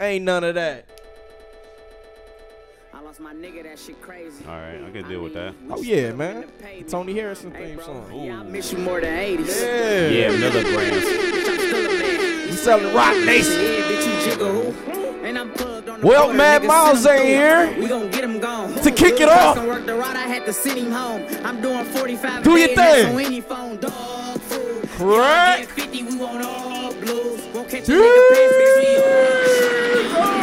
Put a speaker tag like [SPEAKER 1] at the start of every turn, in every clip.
[SPEAKER 1] Ain't none of that.
[SPEAKER 2] I lost my nigga, that shit crazy.
[SPEAKER 3] All right, I can deal with that.
[SPEAKER 1] Oh yeah, man. The Tony Harrison theme song.
[SPEAKER 2] Yeah, I miss you more than 80s.
[SPEAKER 1] Yeah.
[SPEAKER 3] Yeah, another brand.
[SPEAKER 2] Bitch, I'm still a man.
[SPEAKER 1] We selling Rock Nation.
[SPEAKER 2] Yeah, bitch, you jiggle who? And I'm plugged on the
[SPEAKER 1] Well,
[SPEAKER 2] border,
[SPEAKER 1] Mad
[SPEAKER 2] nigga,
[SPEAKER 1] Miles
[SPEAKER 2] send him
[SPEAKER 1] ain't
[SPEAKER 2] through.
[SPEAKER 1] here
[SPEAKER 2] We gon' get him gone.
[SPEAKER 1] to kick it
[SPEAKER 2] Good
[SPEAKER 1] off.
[SPEAKER 2] person worked the rod, I had to send him home. I'm doing 45
[SPEAKER 1] Do
[SPEAKER 2] a
[SPEAKER 1] your
[SPEAKER 2] day, and that's
[SPEAKER 1] thing.
[SPEAKER 2] on any phone, dog food.
[SPEAKER 1] Crack.
[SPEAKER 2] Yeah, 50, we want all blues. Won't catch a
[SPEAKER 1] Jesus.
[SPEAKER 2] nigga pass, bitch, we on.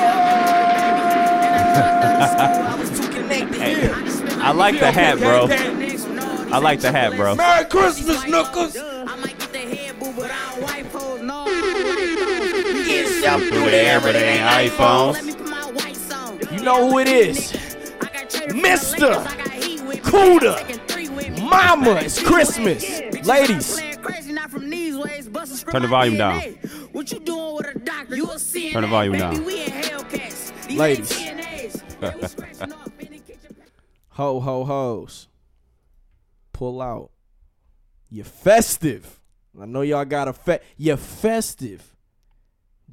[SPEAKER 2] I was too connected.
[SPEAKER 3] Hey,
[SPEAKER 2] I just spent my
[SPEAKER 3] I like the hat, bro. I like the hat, bro.
[SPEAKER 1] Merry Christmas, Knuckles.
[SPEAKER 2] I might get the head boo, but I don't wipe hoes, no.
[SPEAKER 3] Through the air, but it ain't
[SPEAKER 2] Let me
[SPEAKER 3] iPhones.
[SPEAKER 2] put my whites on.
[SPEAKER 1] You know who it is.
[SPEAKER 2] I got traded from the
[SPEAKER 1] Mr.
[SPEAKER 2] Lakers, I got heat with-
[SPEAKER 1] Cuda.
[SPEAKER 2] Second three with-
[SPEAKER 1] Mama, it's Christmas.
[SPEAKER 2] Bitches
[SPEAKER 1] Ladies.
[SPEAKER 2] stop playing crazy, not from these ways, busting script
[SPEAKER 3] Turn the
[SPEAKER 2] like
[SPEAKER 3] volume down.
[SPEAKER 2] DNA. What you doing with a doctor? You a CNA,
[SPEAKER 3] Turn the volume
[SPEAKER 2] baby,
[SPEAKER 3] down.
[SPEAKER 2] we in Hellcats. These ain't
[SPEAKER 1] Ladies.
[SPEAKER 2] TNAs. They was scratching up in the kitchen.
[SPEAKER 1] Ho ho hoes. Pull out. You festive. I know y'all got a fe you festive.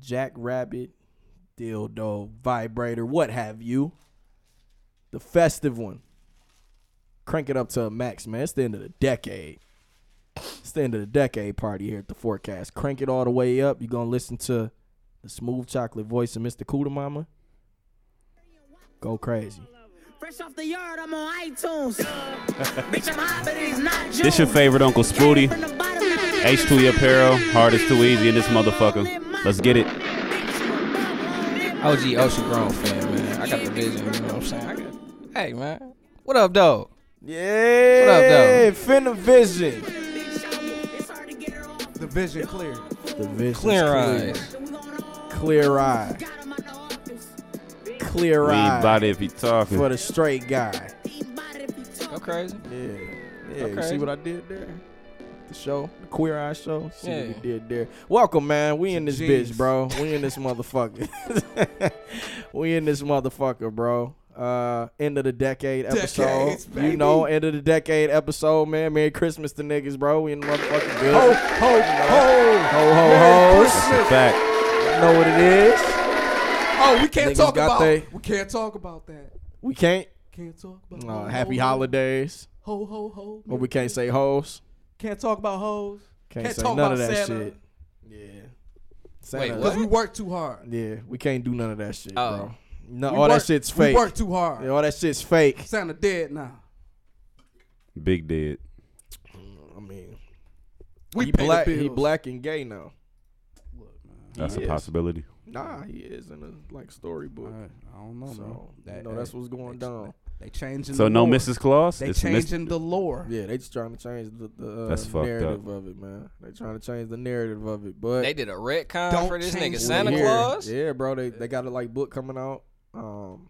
[SPEAKER 1] Jackrabbit, dildo, vibrator, what have you. The festive one. Crank it up to a max, man. It's the end of the decade. It's the end of the decade party here at the forecast. Crank it all the way up. You're gonna listen to the smooth chocolate voice of Mr. Cooler Mama. Go crazy.
[SPEAKER 2] Fresh off the yard, I'm on iTunes. Bitch, I'm hot, but it is not June.
[SPEAKER 3] This your favorite Uncle Spooty.
[SPEAKER 2] From the bottom, now I'm
[SPEAKER 3] H2 Apparel. Hard is too easy in this motherfucker. Let's get it.
[SPEAKER 4] OG Ocean Grown fan, man. I got the vision, you know what I'm saying? I got, hey, man. What up, dog?
[SPEAKER 1] Yeah, finna vision.
[SPEAKER 5] The vision clear.
[SPEAKER 1] The vision's
[SPEAKER 4] Clear eyes.
[SPEAKER 1] Clear eye. Clear
[SPEAKER 3] Lean
[SPEAKER 1] eye.
[SPEAKER 3] body if you
[SPEAKER 1] For
[SPEAKER 3] talking.
[SPEAKER 1] the straight guy.
[SPEAKER 4] Go crazy.
[SPEAKER 1] Yeah. Yeah. You
[SPEAKER 4] Okay.
[SPEAKER 1] see what I did there? The show. The queer eye show. See what
[SPEAKER 4] Yeah.
[SPEAKER 1] we did there. Welcome, man. We in this
[SPEAKER 5] Jeez.
[SPEAKER 1] bitch, bro. We in this motherfucker. we in this motherfucker, bro. Uh, end of the decade episode.
[SPEAKER 5] Decades,
[SPEAKER 1] You know,
[SPEAKER 5] baby.
[SPEAKER 1] end of the decade episode, man. Merry Christmas to niggas, bro. We in the motherfucking good.
[SPEAKER 5] Ho, ho, ho.
[SPEAKER 1] ho, ho,
[SPEAKER 5] Merry
[SPEAKER 1] hoes.
[SPEAKER 5] Christmas.
[SPEAKER 3] Fact.
[SPEAKER 1] Know what it is?
[SPEAKER 5] Oh, we can't
[SPEAKER 1] Niggas
[SPEAKER 5] talk
[SPEAKER 1] got
[SPEAKER 5] about
[SPEAKER 1] they-
[SPEAKER 5] We can't talk about that.
[SPEAKER 1] We can't.
[SPEAKER 5] Can't talk about
[SPEAKER 1] Uh,
[SPEAKER 5] ho,
[SPEAKER 1] happy
[SPEAKER 5] ho, ho.
[SPEAKER 1] holidays.
[SPEAKER 5] Ho, ho, ho.
[SPEAKER 1] But we can't say hoes.
[SPEAKER 5] Can't talk about hoes.
[SPEAKER 1] Can't,
[SPEAKER 5] Can't
[SPEAKER 1] say
[SPEAKER 5] talk
[SPEAKER 1] none of
[SPEAKER 5] about
[SPEAKER 1] that
[SPEAKER 5] Santa.
[SPEAKER 1] shit. Yeah.
[SPEAKER 4] Wait,
[SPEAKER 1] Santa-
[SPEAKER 5] Because we work too hard.
[SPEAKER 1] Yeah, we can't do none of that shit,
[SPEAKER 4] Oh.
[SPEAKER 1] bro. No,
[SPEAKER 5] We
[SPEAKER 1] all
[SPEAKER 5] work-
[SPEAKER 1] that shit's fake.
[SPEAKER 5] We work too hard.
[SPEAKER 1] Yeah, all that shit's fake.
[SPEAKER 5] Santa dead now.
[SPEAKER 3] Big dead.
[SPEAKER 1] I mean,
[SPEAKER 5] We
[SPEAKER 1] he
[SPEAKER 5] pay
[SPEAKER 1] black.
[SPEAKER 5] the bills.
[SPEAKER 1] He black and gay now.
[SPEAKER 3] That's
[SPEAKER 1] Yes.
[SPEAKER 3] a possibility.
[SPEAKER 1] Nah, he is in a like storybook.
[SPEAKER 5] I don't know,
[SPEAKER 1] So
[SPEAKER 5] man.
[SPEAKER 1] you know that's what's going
[SPEAKER 5] they,
[SPEAKER 1] down.
[SPEAKER 5] They changing.
[SPEAKER 3] So
[SPEAKER 5] the
[SPEAKER 3] no
[SPEAKER 5] lore.
[SPEAKER 3] Mrs. Claus?
[SPEAKER 5] They
[SPEAKER 3] It's Miss-
[SPEAKER 5] changing the lore.
[SPEAKER 1] Yeah, they just trying to change the, the uh,
[SPEAKER 3] That's fucked up.
[SPEAKER 1] narrative of it, man. They trying to change the narrative of it, but
[SPEAKER 4] They did a red con
[SPEAKER 5] Don't
[SPEAKER 4] for this
[SPEAKER 5] change
[SPEAKER 4] nigga
[SPEAKER 5] the
[SPEAKER 4] Santa
[SPEAKER 1] Yeah.
[SPEAKER 5] year.
[SPEAKER 4] Claus.
[SPEAKER 1] Yeah, bro. They they got a like book coming out. Um,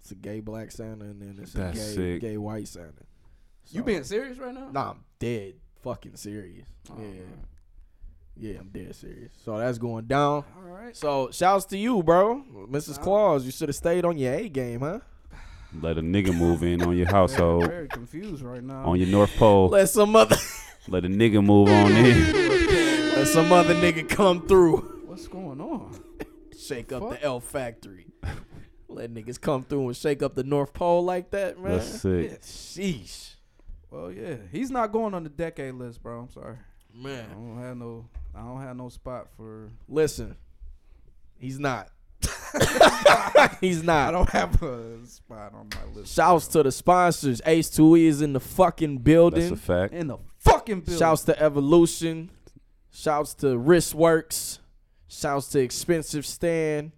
[SPEAKER 1] it's a gay black Santa and then it's a
[SPEAKER 3] That's
[SPEAKER 1] gay
[SPEAKER 3] sick.
[SPEAKER 1] gay white Santa.
[SPEAKER 5] You
[SPEAKER 1] So-
[SPEAKER 5] being serious right now?
[SPEAKER 1] Nah, I'm dead fucking serious.
[SPEAKER 5] Oh,
[SPEAKER 1] yeah,
[SPEAKER 5] man.
[SPEAKER 1] yeah, I'm dead serious. So that's going down.
[SPEAKER 5] All right.
[SPEAKER 1] So shouts to you, bro, Mrs.
[SPEAKER 5] Nah.
[SPEAKER 1] Claus. You should have stayed on your A game, huh?
[SPEAKER 3] Let a nigga move in on your
[SPEAKER 5] So
[SPEAKER 3] household,
[SPEAKER 5] very confused right now.
[SPEAKER 3] on your North Pole.
[SPEAKER 1] Let some other
[SPEAKER 3] Let a nigga move on in.
[SPEAKER 1] let some other nigga come through,
[SPEAKER 5] What's going on?
[SPEAKER 1] shake up
[SPEAKER 5] Fuck.
[SPEAKER 1] the L factory. Let niggas come through and shake up the North Pole like that, man.
[SPEAKER 3] That's sick.
[SPEAKER 1] Sheesh,
[SPEAKER 5] Well, yeah, he's not going on the decade list, bro. I'm sorry. I
[SPEAKER 1] man.
[SPEAKER 5] don't have no. I don't have no spot for.
[SPEAKER 1] Listen, he's not. he's not.
[SPEAKER 5] I don't have a spot on my list.
[SPEAKER 1] Shouts to the sponsors. Ace 2 is in the fucking
[SPEAKER 3] That's a
[SPEAKER 1] building.
[SPEAKER 3] fact.
[SPEAKER 5] in the fucking building.
[SPEAKER 1] Shouts to Evolution. Shouts to Wristworks. Shouts to Expensive Stand.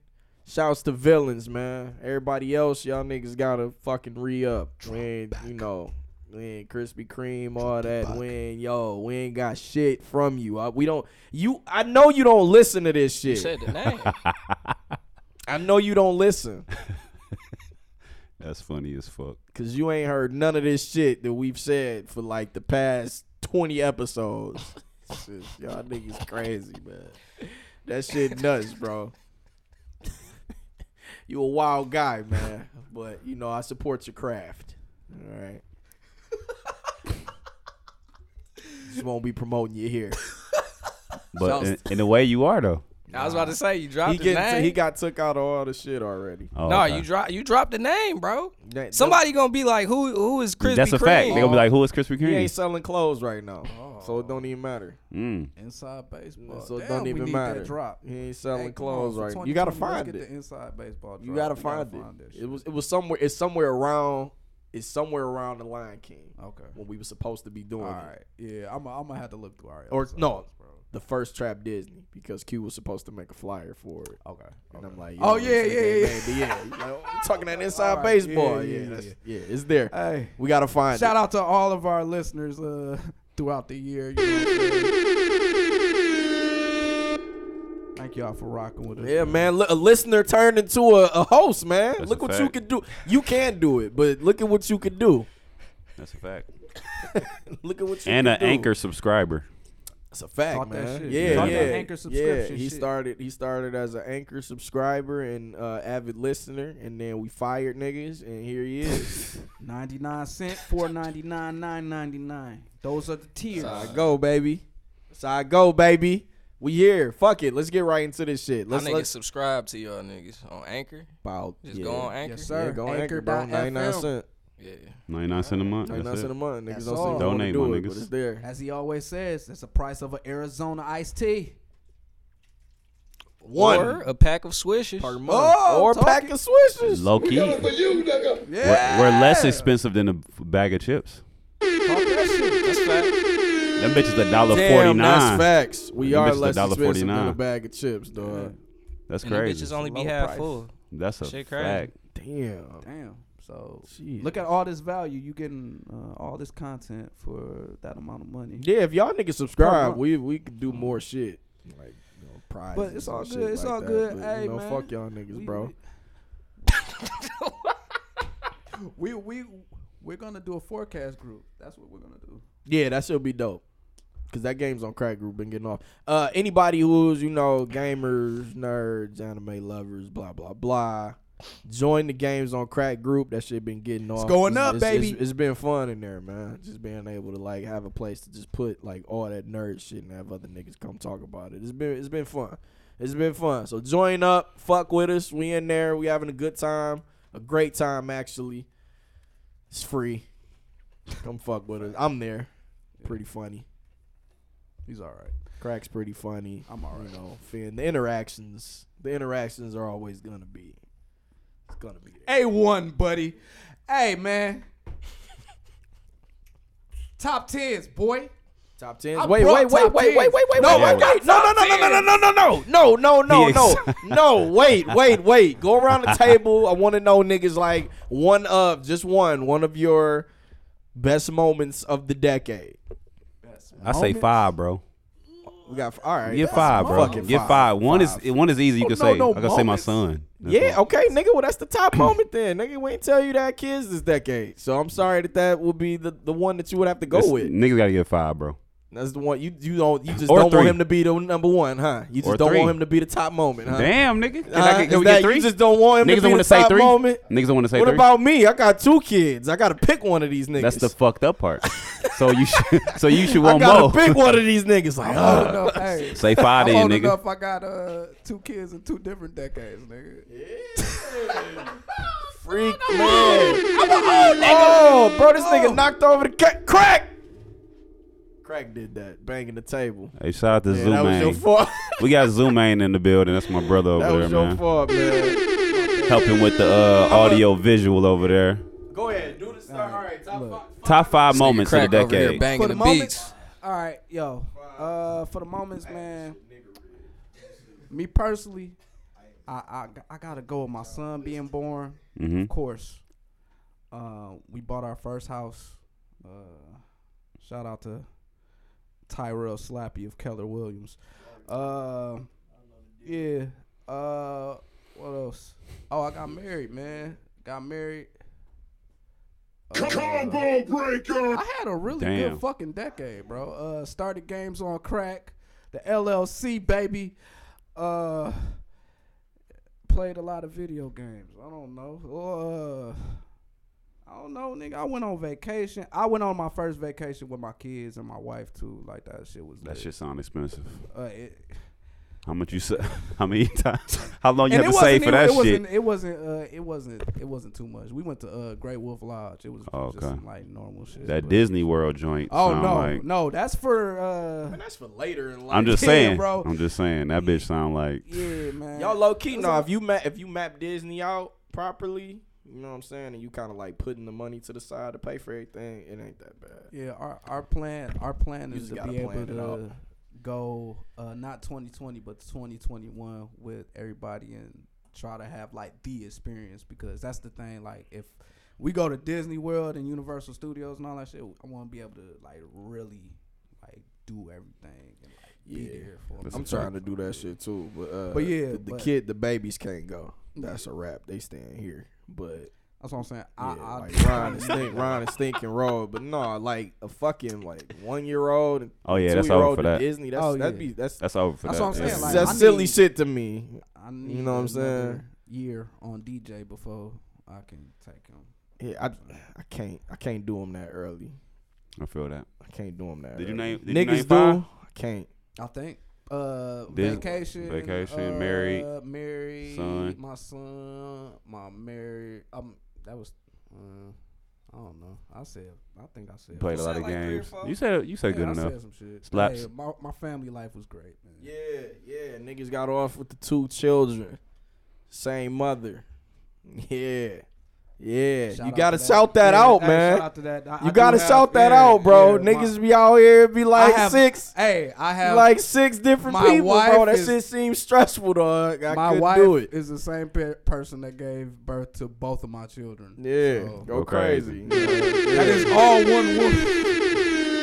[SPEAKER 1] Shouts to Villains, man. Everybody else, y'all niggas gotta fucking re up. We ain't, you know, we ain't Krispy Kreme, all that. We ain't, yo, we ain't got shit from you. I, we don't, you, I know you don't listen to this
[SPEAKER 4] You
[SPEAKER 1] shit.
[SPEAKER 4] said the name.
[SPEAKER 1] I know you don't listen.
[SPEAKER 3] That's funny as fuck.
[SPEAKER 1] Cause you ain't heard none of this shit that we've said for like the past twenty episodes. Shit, y'all niggas crazy, man. That shit nuts, bro. you a wild guy, man. But you know, I support your craft. All right. Just won't be promoting you here.
[SPEAKER 3] But in, in a way, you are though.
[SPEAKER 4] I was about to say you dropped
[SPEAKER 1] He
[SPEAKER 4] the
[SPEAKER 1] get
[SPEAKER 4] name.
[SPEAKER 1] he got took out all the shit already.
[SPEAKER 3] Oh,
[SPEAKER 4] no,
[SPEAKER 3] okay.
[SPEAKER 4] you drop you dropped the name, bro.
[SPEAKER 1] That-
[SPEAKER 4] Somebody gonna be like, who who is Krispy
[SPEAKER 3] That's a
[SPEAKER 4] Kreme?
[SPEAKER 3] fact. They're gonna be like, "Who is Krispy
[SPEAKER 1] he ain't
[SPEAKER 3] Kreme?"
[SPEAKER 1] selling clothes right now, so it don't even matter.
[SPEAKER 3] Mm.
[SPEAKER 5] Inside baseball.
[SPEAKER 1] so it
[SPEAKER 5] Damn,
[SPEAKER 1] don't
[SPEAKER 5] we
[SPEAKER 1] even
[SPEAKER 5] need
[SPEAKER 1] matter.
[SPEAKER 5] That drop.
[SPEAKER 1] He ain't
[SPEAKER 5] Hey,
[SPEAKER 1] selling
[SPEAKER 5] come on,
[SPEAKER 1] clothes
[SPEAKER 5] for
[SPEAKER 1] right. You gotta
[SPEAKER 5] 2020,
[SPEAKER 1] find
[SPEAKER 5] let's Get
[SPEAKER 1] it.
[SPEAKER 5] the inside baseball.
[SPEAKER 1] You
[SPEAKER 5] drop.
[SPEAKER 1] gotta
[SPEAKER 5] We
[SPEAKER 1] find it.
[SPEAKER 5] that shit.
[SPEAKER 1] It was it was somewhere. It's somewhere around. It's somewhere around the Lion King
[SPEAKER 5] okay.
[SPEAKER 1] when we were supposed to be doing
[SPEAKER 5] All
[SPEAKER 1] it.
[SPEAKER 5] right. Yeah, I'm. I'm gonna have to look through our.
[SPEAKER 1] Or,
[SPEAKER 5] episodes,
[SPEAKER 1] no.
[SPEAKER 5] Bro.
[SPEAKER 1] The first Trap Disney because Q was supposed to make a flyer for it.
[SPEAKER 5] Okay.
[SPEAKER 1] And I'm
[SPEAKER 5] Oh, okay.
[SPEAKER 1] like,
[SPEAKER 5] Oh,
[SPEAKER 1] you
[SPEAKER 5] yeah,
[SPEAKER 1] said
[SPEAKER 5] yeah,
[SPEAKER 1] that,
[SPEAKER 5] yeah.
[SPEAKER 1] man, but yeah. you know, I'm talking that inside
[SPEAKER 5] Alright, yeah,
[SPEAKER 1] baseball.
[SPEAKER 5] yeah,
[SPEAKER 1] Yeah,
[SPEAKER 5] yeah,
[SPEAKER 1] that's- yeah, it's there.
[SPEAKER 5] Hey,
[SPEAKER 1] we gotta find
[SPEAKER 5] shout
[SPEAKER 1] it.
[SPEAKER 5] out to all of our listeners uh, throughout the year. You know what I'm saying? Thank y'all for rocking with us.
[SPEAKER 1] Yeah, man. Look, a listener turned into a, a host, man.
[SPEAKER 3] That's
[SPEAKER 1] look
[SPEAKER 3] a
[SPEAKER 1] what you
[SPEAKER 3] fact.
[SPEAKER 1] could do. You can do it, but look at what you could do.
[SPEAKER 3] That's a fact.
[SPEAKER 1] Look at what you
[SPEAKER 3] And
[SPEAKER 1] could
[SPEAKER 3] an
[SPEAKER 1] do.
[SPEAKER 3] anchor subscriber.
[SPEAKER 1] It's a fact,
[SPEAKER 5] Talk that
[SPEAKER 1] man.
[SPEAKER 5] shit.
[SPEAKER 1] Yeah,
[SPEAKER 3] Talk
[SPEAKER 1] yeah,
[SPEAKER 3] that
[SPEAKER 5] anchor
[SPEAKER 1] yeah.
[SPEAKER 5] subscription
[SPEAKER 1] He
[SPEAKER 5] shit.
[SPEAKER 1] started. He started as an anchor subscriber and uh, avid listener, and then we fired niggas, and here he is.
[SPEAKER 5] 99 cent, 499, 999. Those are the tiers.
[SPEAKER 1] That's how I go, baby. That's how I go, baby. We here. Fuck it. Let's get right into this shit.
[SPEAKER 4] I
[SPEAKER 1] Let's
[SPEAKER 4] niggas
[SPEAKER 1] let's
[SPEAKER 4] subscribe to y'all niggas on Anchor.
[SPEAKER 1] about
[SPEAKER 4] Just
[SPEAKER 1] yeah.
[SPEAKER 4] go on Anchor.
[SPEAKER 5] Yes,
[SPEAKER 1] Yeah,
[SPEAKER 5] sir.
[SPEAKER 1] go on anchor, bro.
[SPEAKER 5] Anchor.fm.
[SPEAKER 1] 99 cent.
[SPEAKER 4] Yeah.
[SPEAKER 3] Ninety nine cent a month.
[SPEAKER 1] 99
[SPEAKER 3] That's
[SPEAKER 1] cent a
[SPEAKER 3] it.
[SPEAKER 1] month. Niggas
[SPEAKER 5] That's
[SPEAKER 1] don't
[SPEAKER 5] all.
[SPEAKER 1] seem to wanna
[SPEAKER 3] Donate,
[SPEAKER 1] do
[SPEAKER 3] my
[SPEAKER 1] it, but
[SPEAKER 3] niggas.
[SPEAKER 1] it's there.
[SPEAKER 5] As he always says, it's the price of an Arizona iced tea.
[SPEAKER 1] One.
[SPEAKER 4] Or a pack of swishes.
[SPEAKER 1] per month.
[SPEAKER 5] Oh,
[SPEAKER 1] or a
[SPEAKER 5] talk
[SPEAKER 1] pack
[SPEAKER 5] it.
[SPEAKER 1] of swishes.
[SPEAKER 3] Low key. We're, we're less expensive than a bag of chips.
[SPEAKER 4] That's fact.
[SPEAKER 3] Them bitches a dollar forty
[SPEAKER 1] Damn, that's
[SPEAKER 3] nine.
[SPEAKER 1] facts. We
[SPEAKER 3] Them
[SPEAKER 1] are
[SPEAKER 3] bitches
[SPEAKER 1] less expensive than
[SPEAKER 3] $1.49.
[SPEAKER 1] a bag of chips, dog.
[SPEAKER 3] That's
[SPEAKER 4] And the
[SPEAKER 3] crazy.
[SPEAKER 4] bitches only be
[SPEAKER 1] Low
[SPEAKER 4] half
[SPEAKER 1] price.
[SPEAKER 4] full.
[SPEAKER 3] That's a
[SPEAKER 4] Shit crazy.
[SPEAKER 3] fact.
[SPEAKER 1] Damn.
[SPEAKER 5] Damn. So
[SPEAKER 1] Jeez.
[SPEAKER 5] look at all this value you getting, uh, all this content for that amount of money.
[SPEAKER 1] Yeah, if y'all niggas subscribe,
[SPEAKER 5] month.
[SPEAKER 1] we we could do more shit. Like, you know, prizes.
[SPEAKER 5] But it's all
[SPEAKER 1] and
[SPEAKER 5] good,
[SPEAKER 1] shit
[SPEAKER 5] it's
[SPEAKER 1] like
[SPEAKER 5] all
[SPEAKER 1] that.
[SPEAKER 5] good.
[SPEAKER 1] But,
[SPEAKER 5] Hey,
[SPEAKER 1] you know,
[SPEAKER 5] man.
[SPEAKER 1] fuck y'all niggas,
[SPEAKER 5] We-
[SPEAKER 1] bro.
[SPEAKER 5] We we we're gonna do a forecast group. That's what we're gonna do.
[SPEAKER 1] Yeah, that should be dope. Cause that game's on crack group been getting off. Uh, anybody who's you know gamers, nerds, anime lovers, blah blah blah, join the games on crack group. That shit been getting off.
[SPEAKER 5] going up, baby.
[SPEAKER 1] It's, it's been fun in there, man. Just being able to like have a place to just put like all that nerd shit and have other niggas come talk about it. It's been it's been fun. It's been fun. So join up, fuck with us. We in there. We having a good time, a great time actually. It's free. Come fuck with us. I'm there. Pretty funny.
[SPEAKER 5] He's all right.
[SPEAKER 1] Crack's pretty funny.
[SPEAKER 5] I'm all right.
[SPEAKER 1] You know, Finn. The interactions, the interactions are always gonna be. It's gonna be. There.
[SPEAKER 5] A one, buddy. Hey man. Top tens, boy.
[SPEAKER 1] Top tens.
[SPEAKER 5] I
[SPEAKER 1] Wait,
[SPEAKER 5] brought
[SPEAKER 1] wait, wait,
[SPEAKER 5] top
[SPEAKER 1] wait, wait, wait, wait,
[SPEAKER 5] tens.
[SPEAKER 1] wait,
[SPEAKER 3] Yeah.
[SPEAKER 1] wait, wait. No, no, no, no, no, no, no, no, no, no, no, no,
[SPEAKER 3] He
[SPEAKER 1] no, no. Wait, wait, wait. Go around the table. I want to know niggas like one of just one, one of your best moments of the decade.
[SPEAKER 3] I say five, bro.
[SPEAKER 1] We got all right.
[SPEAKER 3] Get five, bro.
[SPEAKER 1] Fucking Oh,
[SPEAKER 3] Get five. One is one is easy. You can
[SPEAKER 1] no,
[SPEAKER 3] say.
[SPEAKER 1] no
[SPEAKER 3] I can say my
[SPEAKER 1] moments.
[SPEAKER 3] son. That's
[SPEAKER 1] Yeah,
[SPEAKER 3] all.
[SPEAKER 1] okay, nigga. Well, that's the top moment then, nigga. We ain't tell you that kids this decade, so I'm sorry that that will be the, the one that you would have to go
[SPEAKER 3] This-
[SPEAKER 1] with.
[SPEAKER 3] Niggas gotta get five, bro.
[SPEAKER 1] That's the one you you don't you just
[SPEAKER 3] Or
[SPEAKER 1] don't
[SPEAKER 3] three.
[SPEAKER 1] want him to be the number one, huh? You just
[SPEAKER 3] Or
[SPEAKER 1] don't
[SPEAKER 3] three.
[SPEAKER 1] want him to be the top moment, huh?
[SPEAKER 3] Damn, nigga. Can
[SPEAKER 1] Huh?
[SPEAKER 3] I get,
[SPEAKER 1] Is
[SPEAKER 3] can we
[SPEAKER 1] that-
[SPEAKER 3] get
[SPEAKER 1] You
[SPEAKER 3] three?
[SPEAKER 1] just don't want him
[SPEAKER 3] Niggas
[SPEAKER 1] to
[SPEAKER 3] don't
[SPEAKER 1] be
[SPEAKER 3] want
[SPEAKER 1] the
[SPEAKER 3] to say
[SPEAKER 1] top
[SPEAKER 3] three.
[SPEAKER 1] moment.
[SPEAKER 3] Niggas don't want to say
[SPEAKER 1] What
[SPEAKER 3] three.
[SPEAKER 1] about me? I got two kids. I gotta pick one of these niggas.
[SPEAKER 3] That's the fucked up part. So you should. So you should
[SPEAKER 1] I
[SPEAKER 3] want
[SPEAKER 1] gotta
[SPEAKER 3] more.
[SPEAKER 1] pick one of these niggas. Like,
[SPEAKER 5] Old
[SPEAKER 1] uh,
[SPEAKER 5] enough, hey.
[SPEAKER 3] Say five
[SPEAKER 5] I'm
[SPEAKER 3] then,
[SPEAKER 5] old
[SPEAKER 3] nigga.
[SPEAKER 5] enough. I got uh two kids in two different decades, nigga.
[SPEAKER 1] freak man. Oh, bro, this nigga knocked over the ca- crack. Crack did that, banging the table.
[SPEAKER 3] Hey, shout out to
[SPEAKER 1] Yeah,
[SPEAKER 3] Zoom
[SPEAKER 1] that was your fault.
[SPEAKER 3] We got Zoomane in the building. That's my brother
[SPEAKER 1] that
[SPEAKER 3] over there,
[SPEAKER 1] was your
[SPEAKER 3] man.
[SPEAKER 1] fault, man.
[SPEAKER 3] Helping with the uh, audio visual over there.
[SPEAKER 1] Go ahead, do the start. All right, top five.
[SPEAKER 3] Top five moments of the
[SPEAKER 4] Crack over here
[SPEAKER 3] decade.
[SPEAKER 4] banging the, beats.
[SPEAKER 5] all right, yo. Uh, for the moments, man. Me personally, I, I I gotta go with my son being born.
[SPEAKER 3] Mm-hmm.
[SPEAKER 5] Of course, uh, we bought our first house. Uh, shout out to Tyrell Slappy of Keller Williams. Uh, yeah. Uh, what else? Oh, I got married, man. Got married. Uh,
[SPEAKER 6] Combo breaker.
[SPEAKER 5] I had a really
[SPEAKER 3] Damn.
[SPEAKER 5] good fucking decade, bro. Uh, started games on crack, the LLC baby. Uh, played a lot of video games. I don't know. Uh, I don't know, nigga. I went on vacation. I went on my first vacation with my kids and my wife too. Like that shit was.
[SPEAKER 3] That
[SPEAKER 5] lit.
[SPEAKER 3] shit sound expensive.
[SPEAKER 5] Uh, it,
[SPEAKER 3] How much you sa How many times? How long Oh, you
[SPEAKER 5] And
[SPEAKER 3] have to
[SPEAKER 5] wasn't
[SPEAKER 3] save for
[SPEAKER 5] even-
[SPEAKER 3] that
[SPEAKER 5] it
[SPEAKER 3] shit?
[SPEAKER 5] Wasn't, it wasn't. Uh, it wasn't. It wasn't too much. We went to uh, Great Wolf Lodge. It was
[SPEAKER 3] Oh,
[SPEAKER 5] just
[SPEAKER 3] okay.
[SPEAKER 5] some, like normal shit.
[SPEAKER 3] That
[SPEAKER 5] but-
[SPEAKER 3] Disney World joint.
[SPEAKER 5] Oh
[SPEAKER 3] sound
[SPEAKER 5] no,
[SPEAKER 3] like-
[SPEAKER 5] no, that's for. Uh,
[SPEAKER 1] that's for later in life.
[SPEAKER 3] I'm just
[SPEAKER 5] Yeah,
[SPEAKER 3] saying.
[SPEAKER 5] bro.
[SPEAKER 3] I'm just saying. That bitch sound like.
[SPEAKER 5] yeah, man.
[SPEAKER 1] Y'all low key nah, if you map if you map Disney out properly, you know what I'm saying, and you kind of like putting the money to the side to pay for everything, it ain't that bad.
[SPEAKER 5] Yeah, our our plan our plan
[SPEAKER 1] You
[SPEAKER 5] is
[SPEAKER 1] just
[SPEAKER 5] to
[SPEAKER 1] gotta
[SPEAKER 5] be able
[SPEAKER 1] plan it out.
[SPEAKER 5] to go uh, not 2020 but 2021 with everybody and try to have like the experience because that's the thing like if we go to Disney World and Universal Studios and all that shit I want to be able to like really like do everything and like
[SPEAKER 1] Yeah.
[SPEAKER 5] be there for
[SPEAKER 3] That's
[SPEAKER 5] it.
[SPEAKER 3] a fact.
[SPEAKER 1] to do that shit too, but Mm. uh,
[SPEAKER 5] But yeah,
[SPEAKER 1] the, the
[SPEAKER 5] but-
[SPEAKER 1] kid, the babies can't go. That's a wrap. They staying here, but
[SPEAKER 5] That's what I'm saying.
[SPEAKER 1] yeah,
[SPEAKER 5] I, I,
[SPEAKER 1] like Ron is think Ron is thinking roll, but no, like a fucking like one year old and
[SPEAKER 3] Oh yeah,
[SPEAKER 1] two
[SPEAKER 3] that's
[SPEAKER 1] year
[SPEAKER 3] over
[SPEAKER 1] old
[SPEAKER 3] for that.
[SPEAKER 1] Disney. That's
[SPEAKER 5] Oh,
[SPEAKER 1] that'd
[SPEAKER 5] yeah.
[SPEAKER 1] be that's
[SPEAKER 3] That's over for
[SPEAKER 5] That's
[SPEAKER 3] that.
[SPEAKER 5] what I'm saying,
[SPEAKER 3] yeah.
[SPEAKER 5] like,
[SPEAKER 1] that's
[SPEAKER 5] I
[SPEAKER 1] silly
[SPEAKER 5] need-
[SPEAKER 1] shit to me.
[SPEAKER 5] I need
[SPEAKER 1] know what I'm
[SPEAKER 5] another
[SPEAKER 1] saying?
[SPEAKER 5] Year on DJ before I can take him.
[SPEAKER 1] Yeah, I I can't I can't do them that early.
[SPEAKER 3] I feel that.
[SPEAKER 1] I can't do them that.
[SPEAKER 3] Did you
[SPEAKER 1] early.
[SPEAKER 3] name- did you
[SPEAKER 1] niggas
[SPEAKER 3] name
[SPEAKER 1] do?
[SPEAKER 3] five?
[SPEAKER 1] I can't.
[SPEAKER 5] I think. Uh,
[SPEAKER 3] Dis-
[SPEAKER 5] vacation,
[SPEAKER 3] Vacation,
[SPEAKER 5] uh,
[SPEAKER 3] married,
[SPEAKER 5] married,
[SPEAKER 3] son.
[SPEAKER 5] my son, my married. Um, that was, uh, I don't know. I said, I think I said.
[SPEAKER 3] Played a
[SPEAKER 5] I
[SPEAKER 3] lot
[SPEAKER 5] said
[SPEAKER 3] of
[SPEAKER 5] like three or
[SPEAKER 3] games.
[SPEAKER 5] four.
[SPEAKER 3] You said you said
[SPEAKER 5] Yeah,
[SPEAKER 3] good
[SPEAKER 5] I
[SPEAKER 3] enough.
[SPEAKER 5] said some shit.
[SPEAKER 3] Slaps.
[SPEAKER 5] Hey, my my family life was great, man.
[SPEAKER 1] Yeah, yeah. Niggas got off with the two children, same mother. Yeah, yeah.
[SPEAKER 5] Shout
[SPEAKER 1] you
[SPEAKER 5] out
[SPEAKER 1] gotta
[SPEAKER 5] to
[SPEAKER 1] shout that
[SPEAKER 5] Yeah,
[SPEAKER 1] out,
[SPEAKER 5] hey,
[SPEAKER 1] man.
[SPEAKER 5] Shout out to that. I- I
[SPEAKER 1] you
[SPEAKER 5] do
[SPEAKER 1] gotta
[SPEAKER 5] have-
[SPEAKER 1] shout that
[SPEAKER 5] yeah,
[SPEAKER 1] out, bro.
[SPEAKER 5] yeah, my-
[SPEAKER 1] Niggas be out here be like
[SPEAKER 5] have-
[SPEAKER 1] six,
[SPEAKER 5] Hey, I have
[SPEAKER 1] like six different
[SPEAKER 5] my
[SPEAKER 1] people, bro.
[SPEAKER 5] wife
[SPEAKER 1] That
[SPEAKER 5] is-
[SPEAKER 1] shit seems stressful, dog. I
[SPEAKER 5] my
[SPEAKER 1] could
[SPEAKER 5] wife
[SPEAKER 1] do it.
[SPEAKER 5] is the same pe- person that gave birth to both of my children.
[SPEAKER 1] Yeah, go
[SPEAKER 5] So,
[SPEAKER 3] Go
[SPEAKER 1] crazy.
[SPEAKER 3] crazy.
[SPEAKER 5] that is all one woman.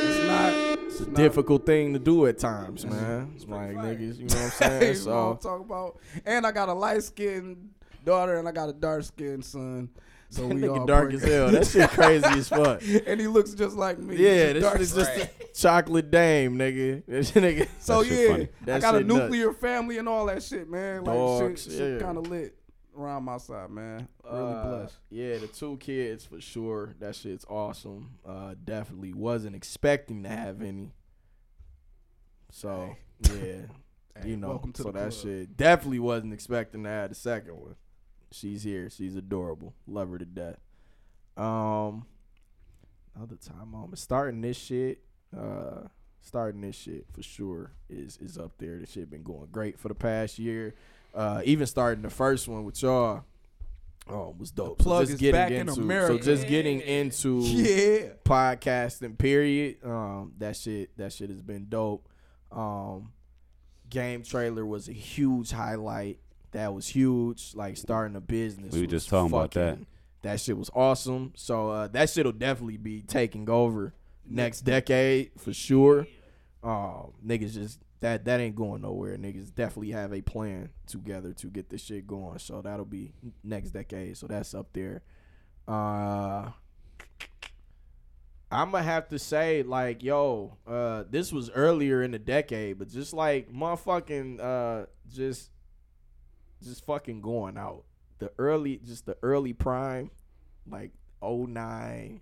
[SPEAKER 5] It's not. It's
[SPEAKER 1] It's a
[SPEAKER 5] not-
[SPEAKER 1] difficult thing to do at times, man. It's like niggas, you know what I'm saying?
[SPEAKER 5] you know what I'm
[SPEAKER 1] So
[SPEAKER 5] talking about. And I got a light skinned daughter and I got a dark skinned son. So
[SPEAKER 1] that
[SPEAKER 5] we all
[SPEAKER 1] nigga dark as
[SPEAKER 5] bring-
[SPEAKER 1] hell. That shit crazy as fuck.
[SPEAKER 5] and he looks just like me.
[SPEAKER 1] Yeah,
[SPEAKER 5] He's
[SPEAKER 1] this
[SPEAKER 5] dark
[SPEAKER 1] is just a chocolate dame, nigga. This nigga.
[SPEAKER 5] So
[SPEAKER 3] That shit
[SPEAKER 5] yeah,
[SPEAKER 3] funny.
[SPEAKER 5] I
[SPEAKER 1] That
[SPEAKER 5] got a
[SPEAKER 1] shit nuts.
[SPEAKER 5] nuclear family and all that shit, man. Like
[SPEAKER 1] Dogs,
[SPEAKER 5] shit, shit
[SPEAKER 1] yeah.
[SPEAKER 5] kind of lit around my side, man. Really
[SPEAKER 1] Uh,
[SPEAKER 5] blessed.
[SPEAKER 1] Yeah, the two kids for sure. That shit's awesome. Uh, definitely wasn't expecting to have any. So yeah,
[SPEAKER 5] Hey,
[SPEAKER 1] you know.
[SPEAKER 5] welcome to
[SPEAKER 1] so
[SPEAKER 5] the
[SPEAKER 1] that
[SPEAKER 5] club.
[SPEAKER 1] shit definitely wasn't expecting to have the second one. She's here. She's adorable. Love her to death. Um, another time I'm starting this shit. Uh, starting this shit for sure is is up there. This shit been going great for the past year. Uh, even starting the first one with y'all. Um, was dope. So
[SPEAKER 5] plug
[SPEAKER 1] just
[SPEAKER 5] is
[SPEAKER 1] getting
[SPEAKER 5] back in
[SPEAKER 1] into, So
[SPEAKER 5] America.
[SPEAKER 1] just getting into
[SPEAKER 5] Yeah.
[SPEAKER 1] podcasting period um that shit that shit has been dope um game trailer was a huge highlight that was huge like starting a business
[SPEAKER 3] We were
[SPEAKER 1] was
[SPEAKER 3] just talking about that.
[SPEAKER 1] fucking- that shit was awesome so uh that shit'll definitely be taking over next decade for sure um niggas just that that ain't going nowhere niggas definitely have a plan together to get this shit going so that'll be next decade so that's up there uh I'm gonna have to say, like, yo, uh, this was earlier in the decade, but just like motherfucking, uh, just, just fucking going out. The early, just the early prime, like 09,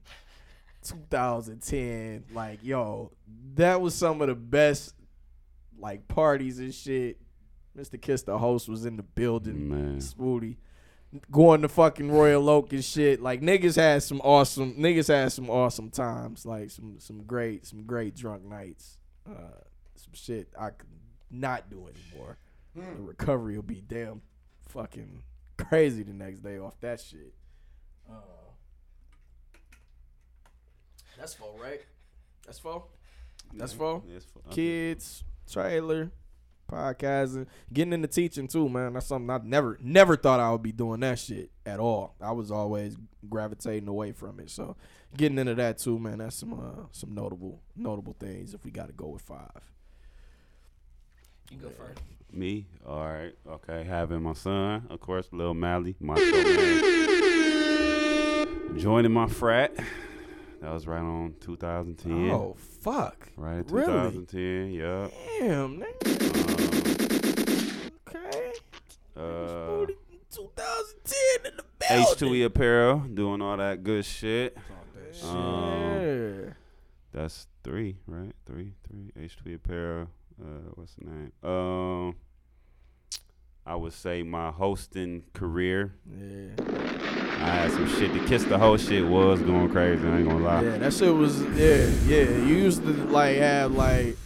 [SPEAKER 1] 2010, like, yo, that was some of the best, like, parties and shit. Mr. Kiss, the host, was in the building.
[SPEAKER 3] Man.
[SPEAKER 1] Spooty going to fucking Royal Oak and shit. Like niggas had some awesome niggas had some awesome times. Like some some great some great drunk nights. Uh, some shit I could not do anymore. The recovery will be damn fucking crazy the next day off that shit. Uh, that's full, right? That's full. That's full. Kids, trailer, podcasting, getting into teaching too, man. That's something I never, never thought I would be doing that shit at all. I was always gravitating away from it. So getting into that too, man. That's some uh, some notable notable things. If we got to go with five,
[SPEAKER 4] You go first.
[SPEAKER 3] Me? All right. Okay. Having my son, of course, Lil Mally. My son. Joining my frat. That was right on 2010.
[SPEAKER 1] oh fuck,
[SPEAKER 3] Right in
[SPEAKER 1] really?
[SPEAKER 3] 2010. Yeah.
[SPEAKER 1] Damn, nigga. Okay,
[SPEAKER 3] Uh,
[SPEAKER 1] 2010 in the building.
[SPEAKER 3] H2E Apparel, doing all that good shit. Um,
[SPEAKER 1] Yeah.
[SPEAKER 3] That's E three, right? Three, three. H2E Apparel. Uh, what's the name? Um, I would say my hosting career.
[SPEAKER 1] Yeah.
[SPEAKER 3] I had some shit to kiss the whole shit was going crazy. I ain't gonna lie.
[SPEAKER 1] Yeah, that shit was yeah, yeah. You used to like have like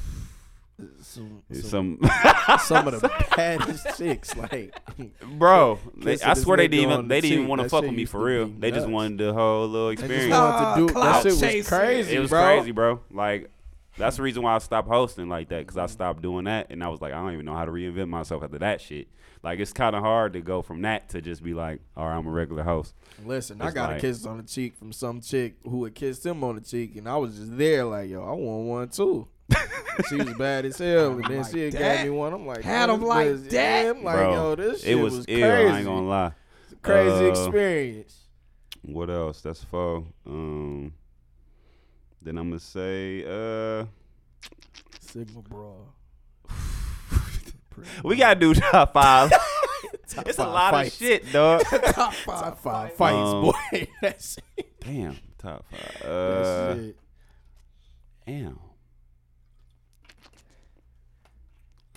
[SPEAKER 1] some
[SPEAKER 3] It's
[SPEAKER 1] some,
[SPEAKER 3] Some
[SPEAKER 1] some of the baddest chicks like
[SPEAKER 3] bro, they,
[SPEAKER 1] Kissing
[SPEAKER 3] I
[SPEAKER 1] this
[SPEAKER 3] swear they
[SPEAKER 1] nigga
[SPEAKER 3] didn't
[SPEAKER 1] on
[SPEAKER 3] even
[SPEAKER 1] the
[SPEAKER 3] they didn't even
[SPEAKER 1] cheek.
[SPEAKER 3] want to
[SPEAKER 1] That
[SPEAKER 3] fuck
[SPEAKER 1] shit
[SPEAKER 3] with me
[SPEAKER 1] used
[SPEAKER 3] for
[SPEAKER 1] to
[SPEAKER 3] real.
[SPEAKER 1] be
[SPEAKER 3] They just
[SPEAKER 1] nuts.
[SPEAKER 3] wanted the whole little
[SPEAKER 1] they just
[SPEAKER 3] experience.
[SPEAKER 1] wanted to do
[SPEAKER 4] Ah,
[SPEAKER 1] that shit was
[SPEAKER 4] clout
[SPEAKER 1] crazy,
[SPEAKER 3] It was
[SPEAKER 1] bro.
[SPEAKER 3] crazy, bro. Like that's the reason why I stopped hosting like that because I stopped doing that and I was like, I don't even know how to reinvent myself after that shit. Like it's kind of hard to go from that to just be like, all right, I'm a regular host.
[SPEAKER 1] Listen, I
[SPEAKER 3] It's
[SPEAKER 1] got a
[SPEAKER 3] like-
[SPEAKER 1] kiss on the cheek from some chick who had kissed him on the cheek, and I was just there like, yo, I want one too. she was bad as hell, and then she had
[SPEAKER 4] that?
[SPEAKER 1] gave me one. I'm like,
[SPEAKER 4] Had
[SPEAKER 1] yo,
[SPEAKER 4] him
[SPEAKER 1] this
[SPEAKER 4] like
[SPEAKER 1] bitch-
[SPEAKER 4] that?
[SPEAKER 1] Yeah, I'm like,
[SPEAKER 3] Bro,
[SPEAKER 1] yo, this shit
[SPEAKER 3] it was, ill.
[SPEAKER 1] crazy.
[SPEAKER 3] I ain't gonna lie.
[SPEAKER 1] crazy
[SPEAKER 3] Uh,
[SPEAKER 1] experience.
[SPEAKER 3] What else? That's faux. Um, then I'm gonna say, uh,
[SPEAKER 1] Sigma bra.
[SPEAKER 3] we gotta do top five. it's a
[SPEAKER 1] five
[SPEAKER 3] lot
[SPEAKER 1] fights.
[SPEAKER 3] of shit, dog.
[SPEAKER 1] Top five, fights,
[SPEAKER 3] Um,
[SPEAKER 1] boy. That's it.
[SPEAKER 3] Damn, top five. Uh,
[SPEAKER 1] That's it.
[SPEAKER 3] damn.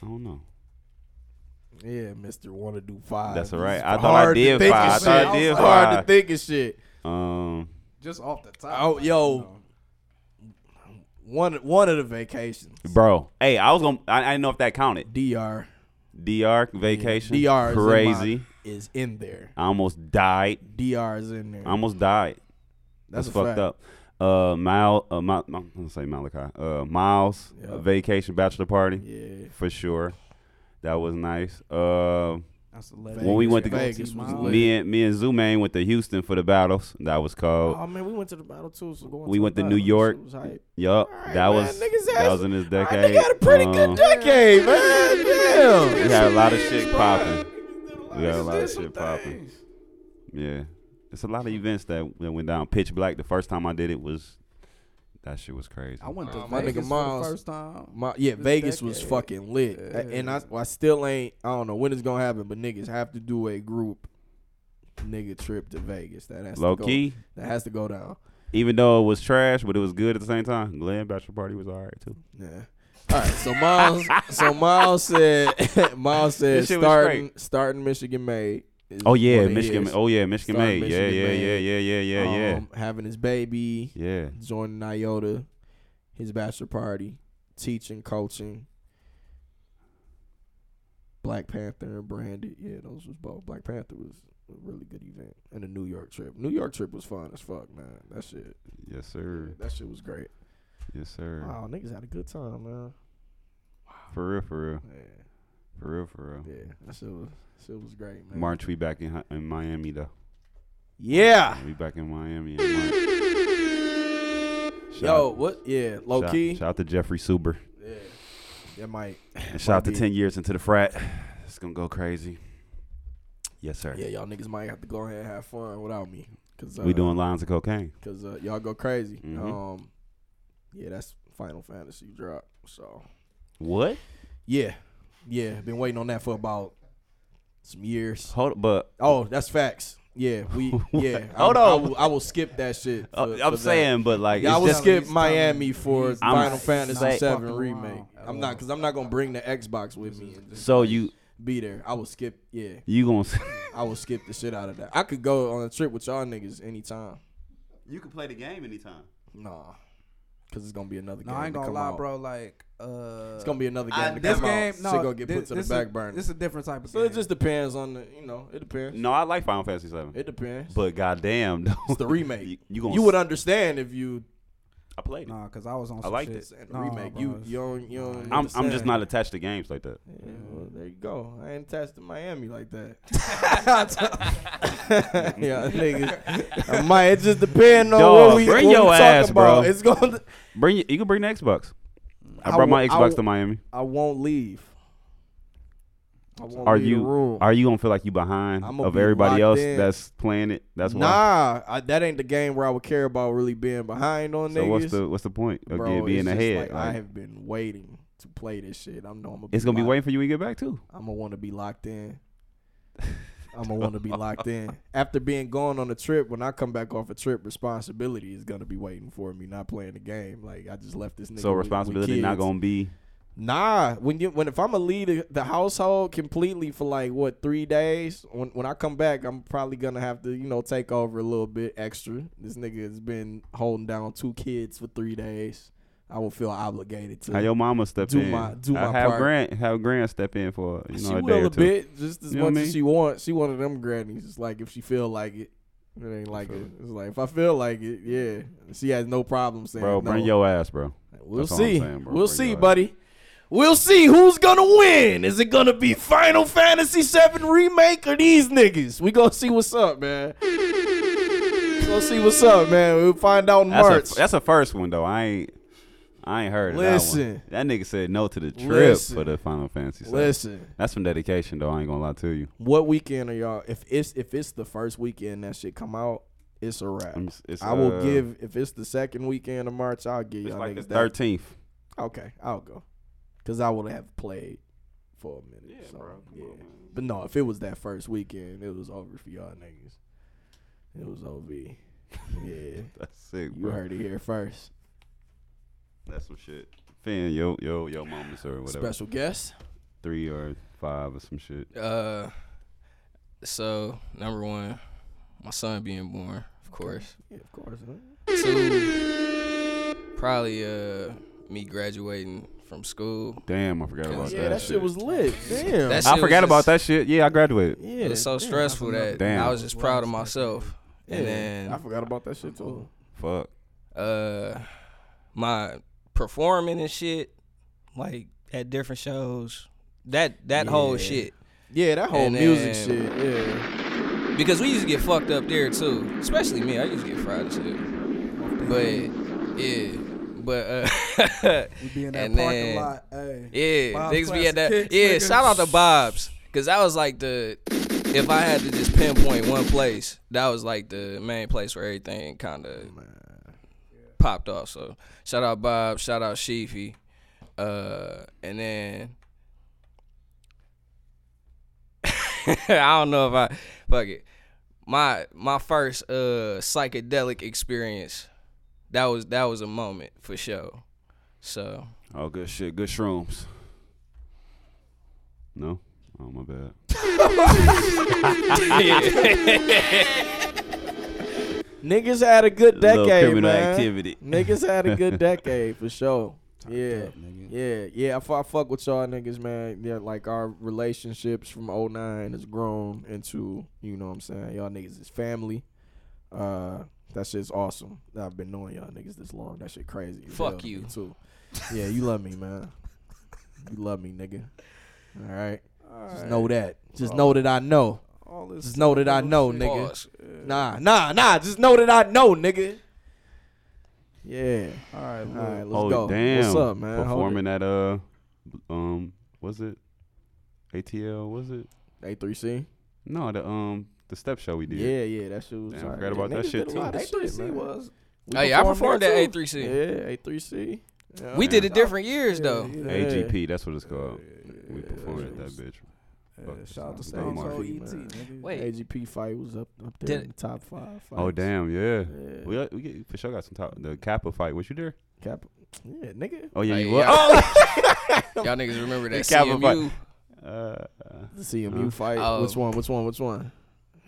[SPEAKER 3] I don't know.
[SPEAKER 1] Yeah, Mister, want to do five?
[SPEAKER 3] That's all
[SPEAKER 1] It's
[SPEAKER 3] right. I thought I
[SPEAKER 1] hard to
[SPEAKER 3] did
[SPEAKER 1] think
[SPEAKER 3] five. I
[SPEAKER 1] of
[SPEAKER 3] thought I
[SPEAKER 1] shit.
[SPEAKER 3] did
[SPEAKER 1] It's Hard to
[SPEAKER 3] five.
[SPEAKER 1] think of shit.
[SPEAKER 3] Um,
[SPEAKER 5] Just off the top.
[SPEAKER 1] Oh, yo, one one of the vacations.
[SPEAKER 3] bro. Hey, I was gonna. I, I didn't know if that counted.
[SPEAKER 1] Dr.
[SPEAKER 3] Dr. Vacation.
[SPEAKER 1] Dr. is in my-
[SPEAKER 3] Crazy.
[SPEAKER 1] is in there.
[SPEAKER 3] I almost died.
[SPEAKER 1] Dr. is in there.
[SPEAKER 3] I almost died.
[SPEAKER 1] That's
[SPEAKER 3] That's,
[SPEAKER 1] a fact.
[SPEAKER 3] fucked up. Uh, Mal. Uh, Mal. I'm gonna say Malachi. Uh, Miles.
[SPEAKER 1] Yeah.
[SPEAKER 3] uh, Vacation bachelor party
[SPEAKER 1] yeah.
[SPEAKER 3] for sure. That was nice. Uh,
[SPEAKER 5] That's the legend.
[SPEAKER 3] when we went to go,
[SPEAKER 1] Vegas was lit.
[SPEAKER 3] me and me and Zumain went to Houston for the battles. That was cold.
[SPEAKER 1] Oh man, we went to the battle too. So going
[SPEAKER 3] We
[SPEAKER 1] to
[SPEAKER 3] went
[SPEAKER 1] the
[SPEAKER 3] to New
[SPEAKER 1] battle,
[SPEAKER 3] York.
[SPEAKER 1] shit was hype.
[SPEAKER 3] yup,
[SPEAKER 1] Alright,
[SPEAKER 3] that
[SPEAKER 1] man,
[SPEAKER 3] was
[SPEAKER 1] niggas
[SPEAKER 3] that was
[SPEAKER 1] ass-
[SPEAKER 3] in his
[SPEAKER 1] Alright,
[SPEAKER 3] decade.
[SPEAKER 1] nigga had a pretty
[SPEAKER 3] Um,
[SPEAKER 1] good decade, man. Damn.
[SPEAKER 3] We had a lot of shit popping. We had a lot of shit popping. Yeah, it's a lot of events that, that went down. Pitch Black. The first time I did it was that shit was crazy.
[SPEAKER 5] I went to
[SPEAKER 1] Uh, my nigga
[SPEAKER 5] Vegas for
[SPEAKER 1] Miles.
[SPEAKER 5] the first time.
[SPEAKER 1] My, yeah,
[SPEAKER 5] This
[SPEAKER 1] Vegas was
[SPEAKER 5] decade.
[SPEAKER 1] fucking lit, A- and I, I still ain't. I don't know when it's gonna happen, but niggas have to do a group nigga trip to Vegas. That has
[SPEAKER 3] Low
[SPEAKER 1] to go,
[SPEAKER 3] key,
[SPEAKER 1] That has to go down.
[SPEAKER 3] even though it was trash, but it was good at the same time. Glenn Bachelor Party was alright too.
[SPEAKER 1] Yeah. All right. So Miles, so Miles said, Miles said
[SPEAKER 3] This shit was
[SPEAKER 1] starting starting Michigan Made. is
[SPEAKER 3] Oh yeah,
[SPEAKER 1] what it
[SPEAKER 3] Michigan.
[SPEAKER 1] is.
[SPEAKER 3] Oh yeah, Michigan
[SPEAKER 1] Started
[SPEAKER 3] May. Yeah,
[SPEAKER 1] Michigan
[SPEAKER 3] yeah, yeah,
[SPEAKER 1] May.
[SPEAKER 3] yeah, yeah, yeah, yeah,
[SPEAKER 1] Um, having his baby,
[SPEAKER 3] yeah.
[SPEAKER 1] joining Iota, his bachelor party, teaching, coaching. Black Panther and Branded. Yeah, those was both. Black Panther was a really good event. And the New York trip. New York trip was fun as fuck, man. That shit.
[SPEAKER 3] Yes sir.
[SPEAKER 1] That shit was great.
[SPEAKER 3] Yes sir.
[SPEAKER 1] Wow, niggas had a good time, man.
[SPEAKER 3] For real, for real,
[SPEAKER 1] Yeah.
[SPEAKER 3] for real, for real.
[SPEAKER 1] Yeah. That shit was shit was great, man.
[SPEAKER 3] March we back in, Hi- in Miami though.
[SPEAKER 1] Yeah.
[SPEAKER 3] We back in Miami. In March. Shout-
[SPEAKER 1] Yo, what yeah, low
[SPEAKER 3] shout,
[SPEAKER 1] key.
[SPEAKER 3] Shout out to Jeffrey Suber.
[SPEAKER 1] Yeah. That might
[SPEAKER 3] And shout out to
[SPEAKER 1] be-
[SPEAKER 3] ten years into the frat. It's gonna go crazy. Yes sir.
[SPEAKER 1] Yeah, y'all niggas might have to go ahead and have fun without me. Cause uh,
[SPEAKER 3] we doing lines of cocaine.
[SPEAKER 1] because uh, y'all go crazy.
[SPEAKER 3] Mhm.
[SPEAKER 1] Um, yeah, that's Final Fantasy drop. So
[SPEAKER 3] What?
[SPEAKER 1] yeah, yeah, been waiting on that for about some years.
[SPEAKER 3] Hold, but
[SPEAKER 1] Oh, that's facts. Yeah, we yeah. I-
[SPEAKER 3] Hold
[SPEAKER 1] I,
[SPEAKER 3] on.
[SPEAKER 1] will- I will skip that shit.
[SPEAKER 3] uh,
[SPEAKER 1] for- for
[SPEAKER 3] I'm
[SPEAKER 1] that.
[SPEAKER 3] saying, but like,
[SPEAKER 1] Yeah, I
[SPEAKER 3] it's
[SPEAKER 1] will
[SPEAKER 3] just,
[SPEAKER 1] skip
[SPEAKER 5] he's
[SPEAKER 1] Miami for
[SPEAKER 5] he's
[SPEAKER 1] Final
[SPEAKER 3] not-
[SPEAKER 1] Fantasy
[SPEAKER 3] not
[SPEAKER 1] Seven
[SPEAKER 5] fucking
[SPEAKER 1] remake.
[SPEAKER 5] around at
[SPEAKER 1] I'm not
[SPEAKER 5] all.
[SPEAKER 1] because I'm not gonna bring the Xbox with me and just
[SPEAKER 3] so you
[SPEAKER 1] be there. I will skip. Yeah,
[SPEAKER 3] you gonna
[SPEAKER 1] I will skip the shit out of that. I could go on a trip with y'all niggas anytime.
[SPEAKER 3] you can play the game anytime.
[SPEAKER 1] Nah, cause it's gonna be another
[SPEAKER 5] No,
[SPEAKER 1] game.
[SPEAKER 5] I ain't
[SPEAKER 1] to
[SPEAKER 5] gonna
[SPEAKER 1] come
[SPEAKER 5] lie,
[SPEAKER 1] out.
[SPEAKER 5] bro. Like, uh,
[SPEAKER 1] It's gonna be another game.
[SPEAKER 3] I-
[SPEAKER 1] to
[SPEAKER 5] this
[SPEAKER 1] come
[SPEAKER 5] game.
[SPEAKER 1] out.
[SPEAKER 5] No,
[SPEAKER 1] shit gonna get put
[SPEAKER 5] this,
[SPEAKER 1] to the
[SPEAKER 5] this
[SPEAKER 1] back
[SPEAKER 5] is,
[SPEAKER 1] burner.
[SPEAKER 5] This is a different type of
[SPEAKER 1] so
[SPEAKER 5] game.
[SPEAKER 1] it just depends on the, you know, it depends.
[SPEAKER 3] No, I like Final Fantasy Seven,
[SPEAKER 1] It depends.
[SPEAKER 3] but goddamn, though.
[SPEAKER 1] It's the remake.
[SPEAKER 3] You,
[SPEAKER 1] you,
[SPEAKER 3] you gonna
[SPEAKER 1] would understand if you
[SPEAKER 3] I played it.
[SPEAKER 5] nah, cause I was on.
[SPEAKER 3] I
[SPEAKER 5] some
[SPEAKER 3] liked
[SPEAKER 5] shit.
[SPEAKER 3] it.
[SPEAKER 1] said
[SPEAKER 5] Nah,
[SPEAKER 1] remake.
[SPEAKER 5] bro,
[SPEAKER 1] you
[SPEAKER 5] it's-
[SPEAKER 1] you don't you don't.
[SPEAKER 3] I'm I'm just
[SPEAKER 1] understand.
[SPEAKER 3] not attached to games like that.
[SPEAKER 1] Yeah, well, there you go. I ain't attached to Miami like that. yeah, niggas. I might. It just depend on
[SPEAKER 3] Dog,
[SPEAKER 1] what we
[SPEAKER 3] bring
[SPEAKER 1] what
[SPEAKER 3] your
[SPEAKER 1] we talk
[SPEAKER 3] ass,
[SPEAKER 1] about.
[SPEAKER 3] bro.
[SPEAKER 1] It's gonna.
[SPEAKER 3] Bring you, you can bring the Xbox. I,
[SPEAKER 1] I
[SPEAKER 3] brought my
[SPEAKER 1] wo- I
[SPEAKER 3] Xbox
[SPEAKER 1] wo-
[SPEAKER 3] to Miami.
[SPEAKER 1] I won't leave. I won't
[SPEAKER 3] Are
[SPEAKER 1] leave the
[SPEAKER 3] you
[SPEAKER 1] room.
[SPEAKER 3] are you gonna feel like you behind
[SPEAKER 1] I'ma
[SPEAKER 3] of
[SPEAKER 1] be
[SPEAKER 3] everybody
[SPEAKER 1] locked
[SPEAKER 3] else
[SPEAKER 1] in.
[SPEAKER 3] that's playing it? That's why.
[SPEAKER 1] Nah, I, that ain't the game where I would care about really being behind on
[SPEAKER 3] So
[SPEAKER 1] niggas.
[SPEAKER 3] what's the what's the point of
[SPEAKER 1] Bro,
[SPEAKER 3] getting- being
[SPEAKER 1] it's just
[SPEAKER 3] ahead?
[SPEAKER 1] Like, I
[SPEAKER 3] Like,
[SPEAKER 1] have been waiting to play this shit. I'm know I'm gonna
[SPEAKER 3] it's gonna be waiting for you when you get back too.
[SPEAKER 1] I'm gonna want to be locked in. I'm gonna want to be locked in after being gone on a trip. When I come back off a trip, responsibility is gonna be waiting for me. Not playing the game, like I just left this nigga.
[SPEAKER 3] So
[SPEAKER 1] with- with
[SPEAKER 3] responsibility not
[SPEAKER 1] kids.
[SPEAKER 3] gonna be
[SPEAKER 1] Nah, when you when if I'm gonna leave the, the household completely for like what three days, when when I come back, I'm probably gonna have to you know take over a little bit extra. This nigga has been holding down two kids for three days. I will feel obligated to.
[SPEAKER 3] How your mama step
[SPEAKER 1] Do
[SPEAKER 3] in?
[SPEAKER 1] my- do
[SPEAKER 3] I
[SPEAKER 1] my
[SPEAKER 3] have
[SPEAKER 1] part.
[SPEAKER 3] Grant, have Grant step in for you know
[SPEAKER 1] she
[SPEAKER 3] a
[SPEAKER 1] will
[SPEAKER 3] day
[SPEAKER 1] a
[SPEAKER 3] or two.
[SPEAKER 1] bit, just as
[SPEAKER 3] You know what
[SPEAKER 1] much
[SPEAKER 3] I
[SPEAKER 1] as
[SPEAKER 3] mean?
[SPEAKER 1] she wants. She one of them grannies. It's like if she feel like it, it ain't like it. It's like if I feel like it, yeah. She has no problem saying,
[SPEAKER 3] Bro,
[SPEAKER 1] no.
[SPEAKER 3] bring your ass, bro.
[SPEAKER 1] We'll
[SPEAKER 3] That's all I'm
[SPEAKER 1] see.
[SPEAKER 3] saying, bro.
[SPEAKER 1] we'll
[SPEAKER 3] Bring
[SPEAKER 1] see,
[SPEAKER 3] your ass.
[SPEAKER 1] buddy. We'll see who's gonna win. Is it gonna be Final Fantasy VII remake or these niggas? We gonna see what's up, man. We'll see what's up, man. We'll find out in March.
[SPEAKER 3] That's a, that's a first one though. I ain't I ain't heard of
[SPEAKER 1] Listen.
[SPEAKER 3] that one. That nigga said no to the trip
[SPEAKER 1] Listen.
[SPEAKER 3] for the Final Fantasy. stuff.
[SPEAKER 1] Listen,
[SPEAKER 3] That's some dedication though. I ain't gonna lie to you.
[SPEAKER 1] what weekend are y'all? If it's if it's the first weekend that shit come out, it's a wrap.
[SPEAKER 3] I'm s- it's,
[SPEAKER 1] I will
[SPEAKER 3] uh,
[SPEAKER 1] give if it's the second weekend of March, I'll give
[SPEAKER 3] It's
[SPEAKER 1] y'all
[SPEAKER 3] like the
[SPEAKER 1] niggas that.
[SPEAKER 3] thirteenth.
[SPEAKER 1] Okay, I'll go, cause I would have played for a minute. so, yeah. But no, if it was that first weekend, it was over for y'all niggas. It was over. Yeah,
[SPEAKER 3] That's sick,
[SPEAKER 1] you
[SPEAKER 3] bro.
[SPEAKER 1] heard it here first.
[SPEAKER 3] That's some shit. Finn, yo, yo, yo, moments or whatever.
[SPEAKER 1] Special guest.
[SPEAKER 3] Three or five or some shit.
[SPEAKER 4] Uh, so number one, my son being born, of course.
[SPEAKER 1] Yeah, of course.
[SPEAKER 4] Two, probably uh me graduating from school.
[SPEAKER 3] Damn, I forgot about
[SPEAKER 1] Yeah,
[SPEAKER 3] that,
[SPEAKER 1] that, shit was lit. Damn.
[SPEAKER 4] That shit
[SPEAKER 3] I
[SPEAKER 4] was
[SPEAKER 3] forgot about
[SPEAKER 4] just-
[SPEAKER 3] that shit. Yeah, I graduated.
[SPEAKER 1] yeah,
[SPEAKER 4] It was so
[SPEAKER 1] damn,
[SPEAKER 4] stressful that
[SPEAKER 3] Damn.
[SPEAKER 4] I was just proud of myself.
[SPEAKER 1] Yeah,
[SPEAKER 4] And then Mm-hmm.
[SPEAKER 1] I forgot about that shit too.
[SPEAKER 3] Fuck.
[SPEAKER 4] uh my performing and shit, like at different shows. That that whole
[SPEAKER 1] Yeah.
[SPEAKER 4] shit.
[SPEAKER 1] Yeah, that whole
[SPEAKER 4] And
[SPEAKER 1] music
[SPEAKER 4] then-
[SPEAKER 1] shit. Yeah.
[SPEAKER 4] Because we used to get fucked up there too. Especially me. I used to get fried and shit. But yeah. But uh
[SPEAKER 5] We be in that
[SPEAKER 4] And
[SPEAKER 5] parking
[SPEAKER 4] then-
[SPEAKER 5] lot. Hey.
[SPEAKER 4] Yeah,
[SPEAKER 5] Bob's
[SPEAKER 4] niggas be
[SPEAKER 5] Classic
[SPEAKER 4] at that.
[SPEAKER 5] Kicks,
[SPEAKER 4] yeah,
[SPEAKER 5] nigga.
[SPEAKER 4] shout out to Bob's because that was like the. If I had to just pinpoint one place, that was like the main place where everything kind of popped off. So shout out Bob, shout out Sheefy, uh, and then I don't know if I fuck it. My my first uh psychedelic experience, that was that was a moment for sure. So
[SPEAKER 3] Oh, good shit. Good shrooms. No? Oh, my bad.
[SPEAKER 1] Niggas had a good
[SPEAKER 3] Little
[SPEAKER 1] decade,
[SPEAKER 3] criminal
[SPEAKER 1] man.
[SPEAKER 3] activity.
[SPEAKER 1] Niggas had a good decade for sure. Yeah.
[SPEAKER 5] up, nigga.
[SPEAKER 1] yeah, yeah, I fu- I fuck with y'all niggas, man. Yeah, like our relationships from 09 has grown into, you know what I'm saying? Y'all niggas is family. Uh, that shit's awesome. I've been knowing y'all niggas this long. That shit crazy. as
[SPEAKER 4] Fuck
[SPEAKER 1] hell to
[SPEAKER 4] you.
[SPEAKER 1] me, too. Yeah, you love me, man. You love me, nigga. All right. Just know that. Just know that I know.
[SPEAKER 5] All this
[SPEAKER 1] Just know that I know,
[SPEAKER 5] shit.
[SPEAKER 1] nigga.
[SPEAKER 4] Pause.
[SPEAKER 1] Nah, nah, nah. Just know that I know, nigga. Yeah.
[SPEAKER 5] All right,
[SPEAKER 1] All
[SPEAKER 5] look.
[SPEAKER 1] right, let's
[SPEAKER 3] Holy
[SPEAKER 1] go.
[SPEAKER 3] Oh, damn.
[SPEAKER 1] What's up, man? Hold
[SPEAKER 3] Performing at, uh, um, was it? ATL, was it?
[SPEAKER 1] it. A3C.
[SPEAKER 3] No, the, um, the step show we did.
[SPEAKER 1] Yeah, yeah, that shit was.
[SPEAKER 3] Damn, I
[SPEAKER 1] all right.
[SPEAKER 3] forgot about that
[SPEAKER 1] Niggas
[SPEAKER 3] shit
[SPEAKER 1] did
[SPEAKER 3] too.
[SPEAKER 1] a lot of
[SPEAKER 5] A3C
[SPEAKER 1] shit, man.
[SPEAKER 5] was.
[SPEAKER 1] We
[SPEAKER 4] Oh, yeah, I performed
[SPEAKER 1] there,
[SPEAKER 4] at
[SPEAKER 1] too.
[SPEAKER 4] A3C.
[SPEAKER 1] Yeah, A3C. Yeah.
[SPEAKER 4] We did it different years though.
[SPEAKER 5] Yeah, yeah.
[SPEAKER 3] AGP, that's what it's called. we performed
[SPEAKER 5] yeah,
[SPEAKER 3] at that bitch.
[SPEAKER 5] Yeah,
[SPEAKER 3] Fuck,
[SPEAKER 5] shout out to
[SPEAKER 3] it's
[SPEAKER 5] Stone
[SPEAKER 3] not
[SPEAKER 5] Cold
[SPEAKER 1] Mark.
[SPEAKER 5] ET,
[SPEAKER 1] Man.
[SPEAKER 5] nigga.
[SPEAKER 4] Wait.
[SPEAKER 1] AGP fight was up up there
[SPEAKER 4] Did-
[SPEAKER 1] in the top five. Fights.
[SPEAKER 3] Oh, damn, yeah.
[SPEAKER 1] Yeah.
[SPEAKER 3] We, we get, for sure got some top. The Kappa fight. Was you there?
[SPEAKER 1] Cap. Yeah, nigga.
[SPEAKER 3] Oh, yeah,
[SPEAKER 4] Hey,
[SPEAKER 3] you were.
[SPEAKER 4] y'all- Y'all niggas remember that
[SPEAKER 3] He got my
[SPEAKER 4] CMU?
[SPEAKER 3] Uh,
[SPEAKER 1] The CMU fight.
[SPEAKER 4] Oh.
[SPEAKER 1] Which one? Which one? Which one?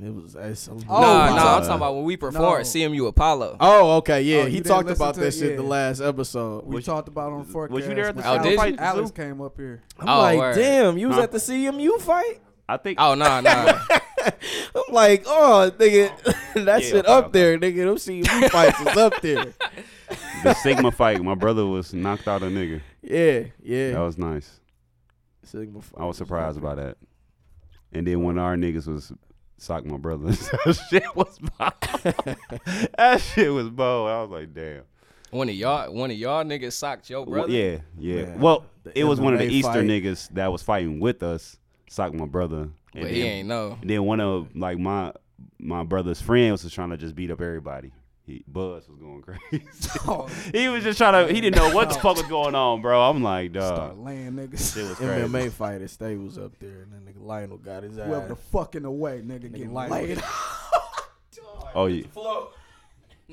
[SPEAKER 1] It was. it's a
[SPEAKER 4] No,
[SPEAKER 5] Oh,
[SPEAKER 4] nah,
[SPEAKER 1] lot.
[SPEAKER 4] no,
[SPEAKER 3] my
[SPEAKER 4] I'm talking about when we performed
[SPEAKER 5] No.
[SPEAKER 4] CMU Apollo.
[SPEAKER 1] Oh, okay, yeah.
[SPEAKER 5] Oh, you
[SPEAKER 1] he
[SPEAKER 5] didn't
[SPEAKER 1] talked
[SPEAKER 5] listen
[SPEAKER 1] about
[SPEAKER 5] to
[SPEAKER 1] that
[SPEAKER 5] it,
[SPEAKER 1] shit
[SPEAKER 5] yeah.
[SPEAKER 1] the last episode.
[SPEAKER 5] We
[SPEAKER 3] Was-
[SPEAKER 5] talked about on Forecast.
[SPEAKER 3] was you there at the
[SPEAKER 5] when
[SPEAKER 4] Sound
[SPEAKER 5] Alex-
[SPEAKER 4] Fight
[SPEAKER 5] Alex
[SPEAKER 4] Zoo?
[SPEAKER 5] came up here.
[SPEAKER 1] I'm
[SPEAKER 4] Oh,
[SPEAKER 1] like,
[SPEAKER 4] word.
[SPEAKER 1] damn, you was
[SPEAKER 3] Huh?
[SPEAKER 1] at the CMU fight?
[SPEAKER 3] I think.
[SPEAKER 4] Oh, nah, nah.
[SPEAKER 1] I'm like, oh, nigga, that
[SPEAKER 3] Yeah,
[SPEAKER 1] shit
[SPEAKER 3] okay,
[SPEAKER 1] up
[SPEAKER 3] okay.
[SPEAKER 1] there, nigga. Them CMU fights is up there.
[SPEAKER 3] the Sigma fight. My brother was knocked out a nigga.
[SPEAKER 1] Yeah,
[SPEAKER 3] That
[SPEAKER 1] yeah.
[SPEAKER 3] was nice.
[SPEAKER 1] Sigma fight
[SPEAKER 3] I was
[SPEAKER 1] up
[SPEAKER 3] surprised
[SPEAKER 1] there.
[SPEAKER 3] by that. And then one of our niggas was sock my brother. So shit was bold. that shit was bold. I was like, damn.
[SPEAKER 4] one of y'all, one of y'all niggas socked your
[SPEAKER 3] Well,
[SPEAKER 4] brother.
[SPEAKER 3] yeah, yeah.
[SPEAKER 1] Man,
[SPEAKER 3] well,
[SPEAKER 1] the
[SPEAKER 3] it was one of the
[SPEAKER 1] MMA
[SPEAKER 3] Easter
[SPEAKER 1] fight.
[SPEAKER 3] niggas that was fighting with us. Sock my brother. And
[SPEAKER 4] but
[SPEAKER 3] then,
[SPEAKER 4] he ain't know.
[SPEAKER 3] and then one of like my my brother's friends was trying to just beat up everybody. He, Buzz was going crazy.
[SPEAKER 5] Oh,
[SPEAKER 3] he was just trying to. He didn't know what the fuck was going on, bro. I'm like,
[SPEAKER 5] start
[SPEAKER 3] dog.
[SPEAKER 5] laying niggas.
[SPEAKER 3] Uh, Shit was crazy.
[SPEAKER 1] MMA fight at Stables up there, and then nigga Lionel got his
[SPEAKER 5] Whoever
[SPEAKER 1] ass.
[SPEAKER 5] the fuck in the way, nigga, getting
[SPEAKER 1] Lionel.
[SPEAKER 5] laid.
[SPEAKER 3] Oh yeah.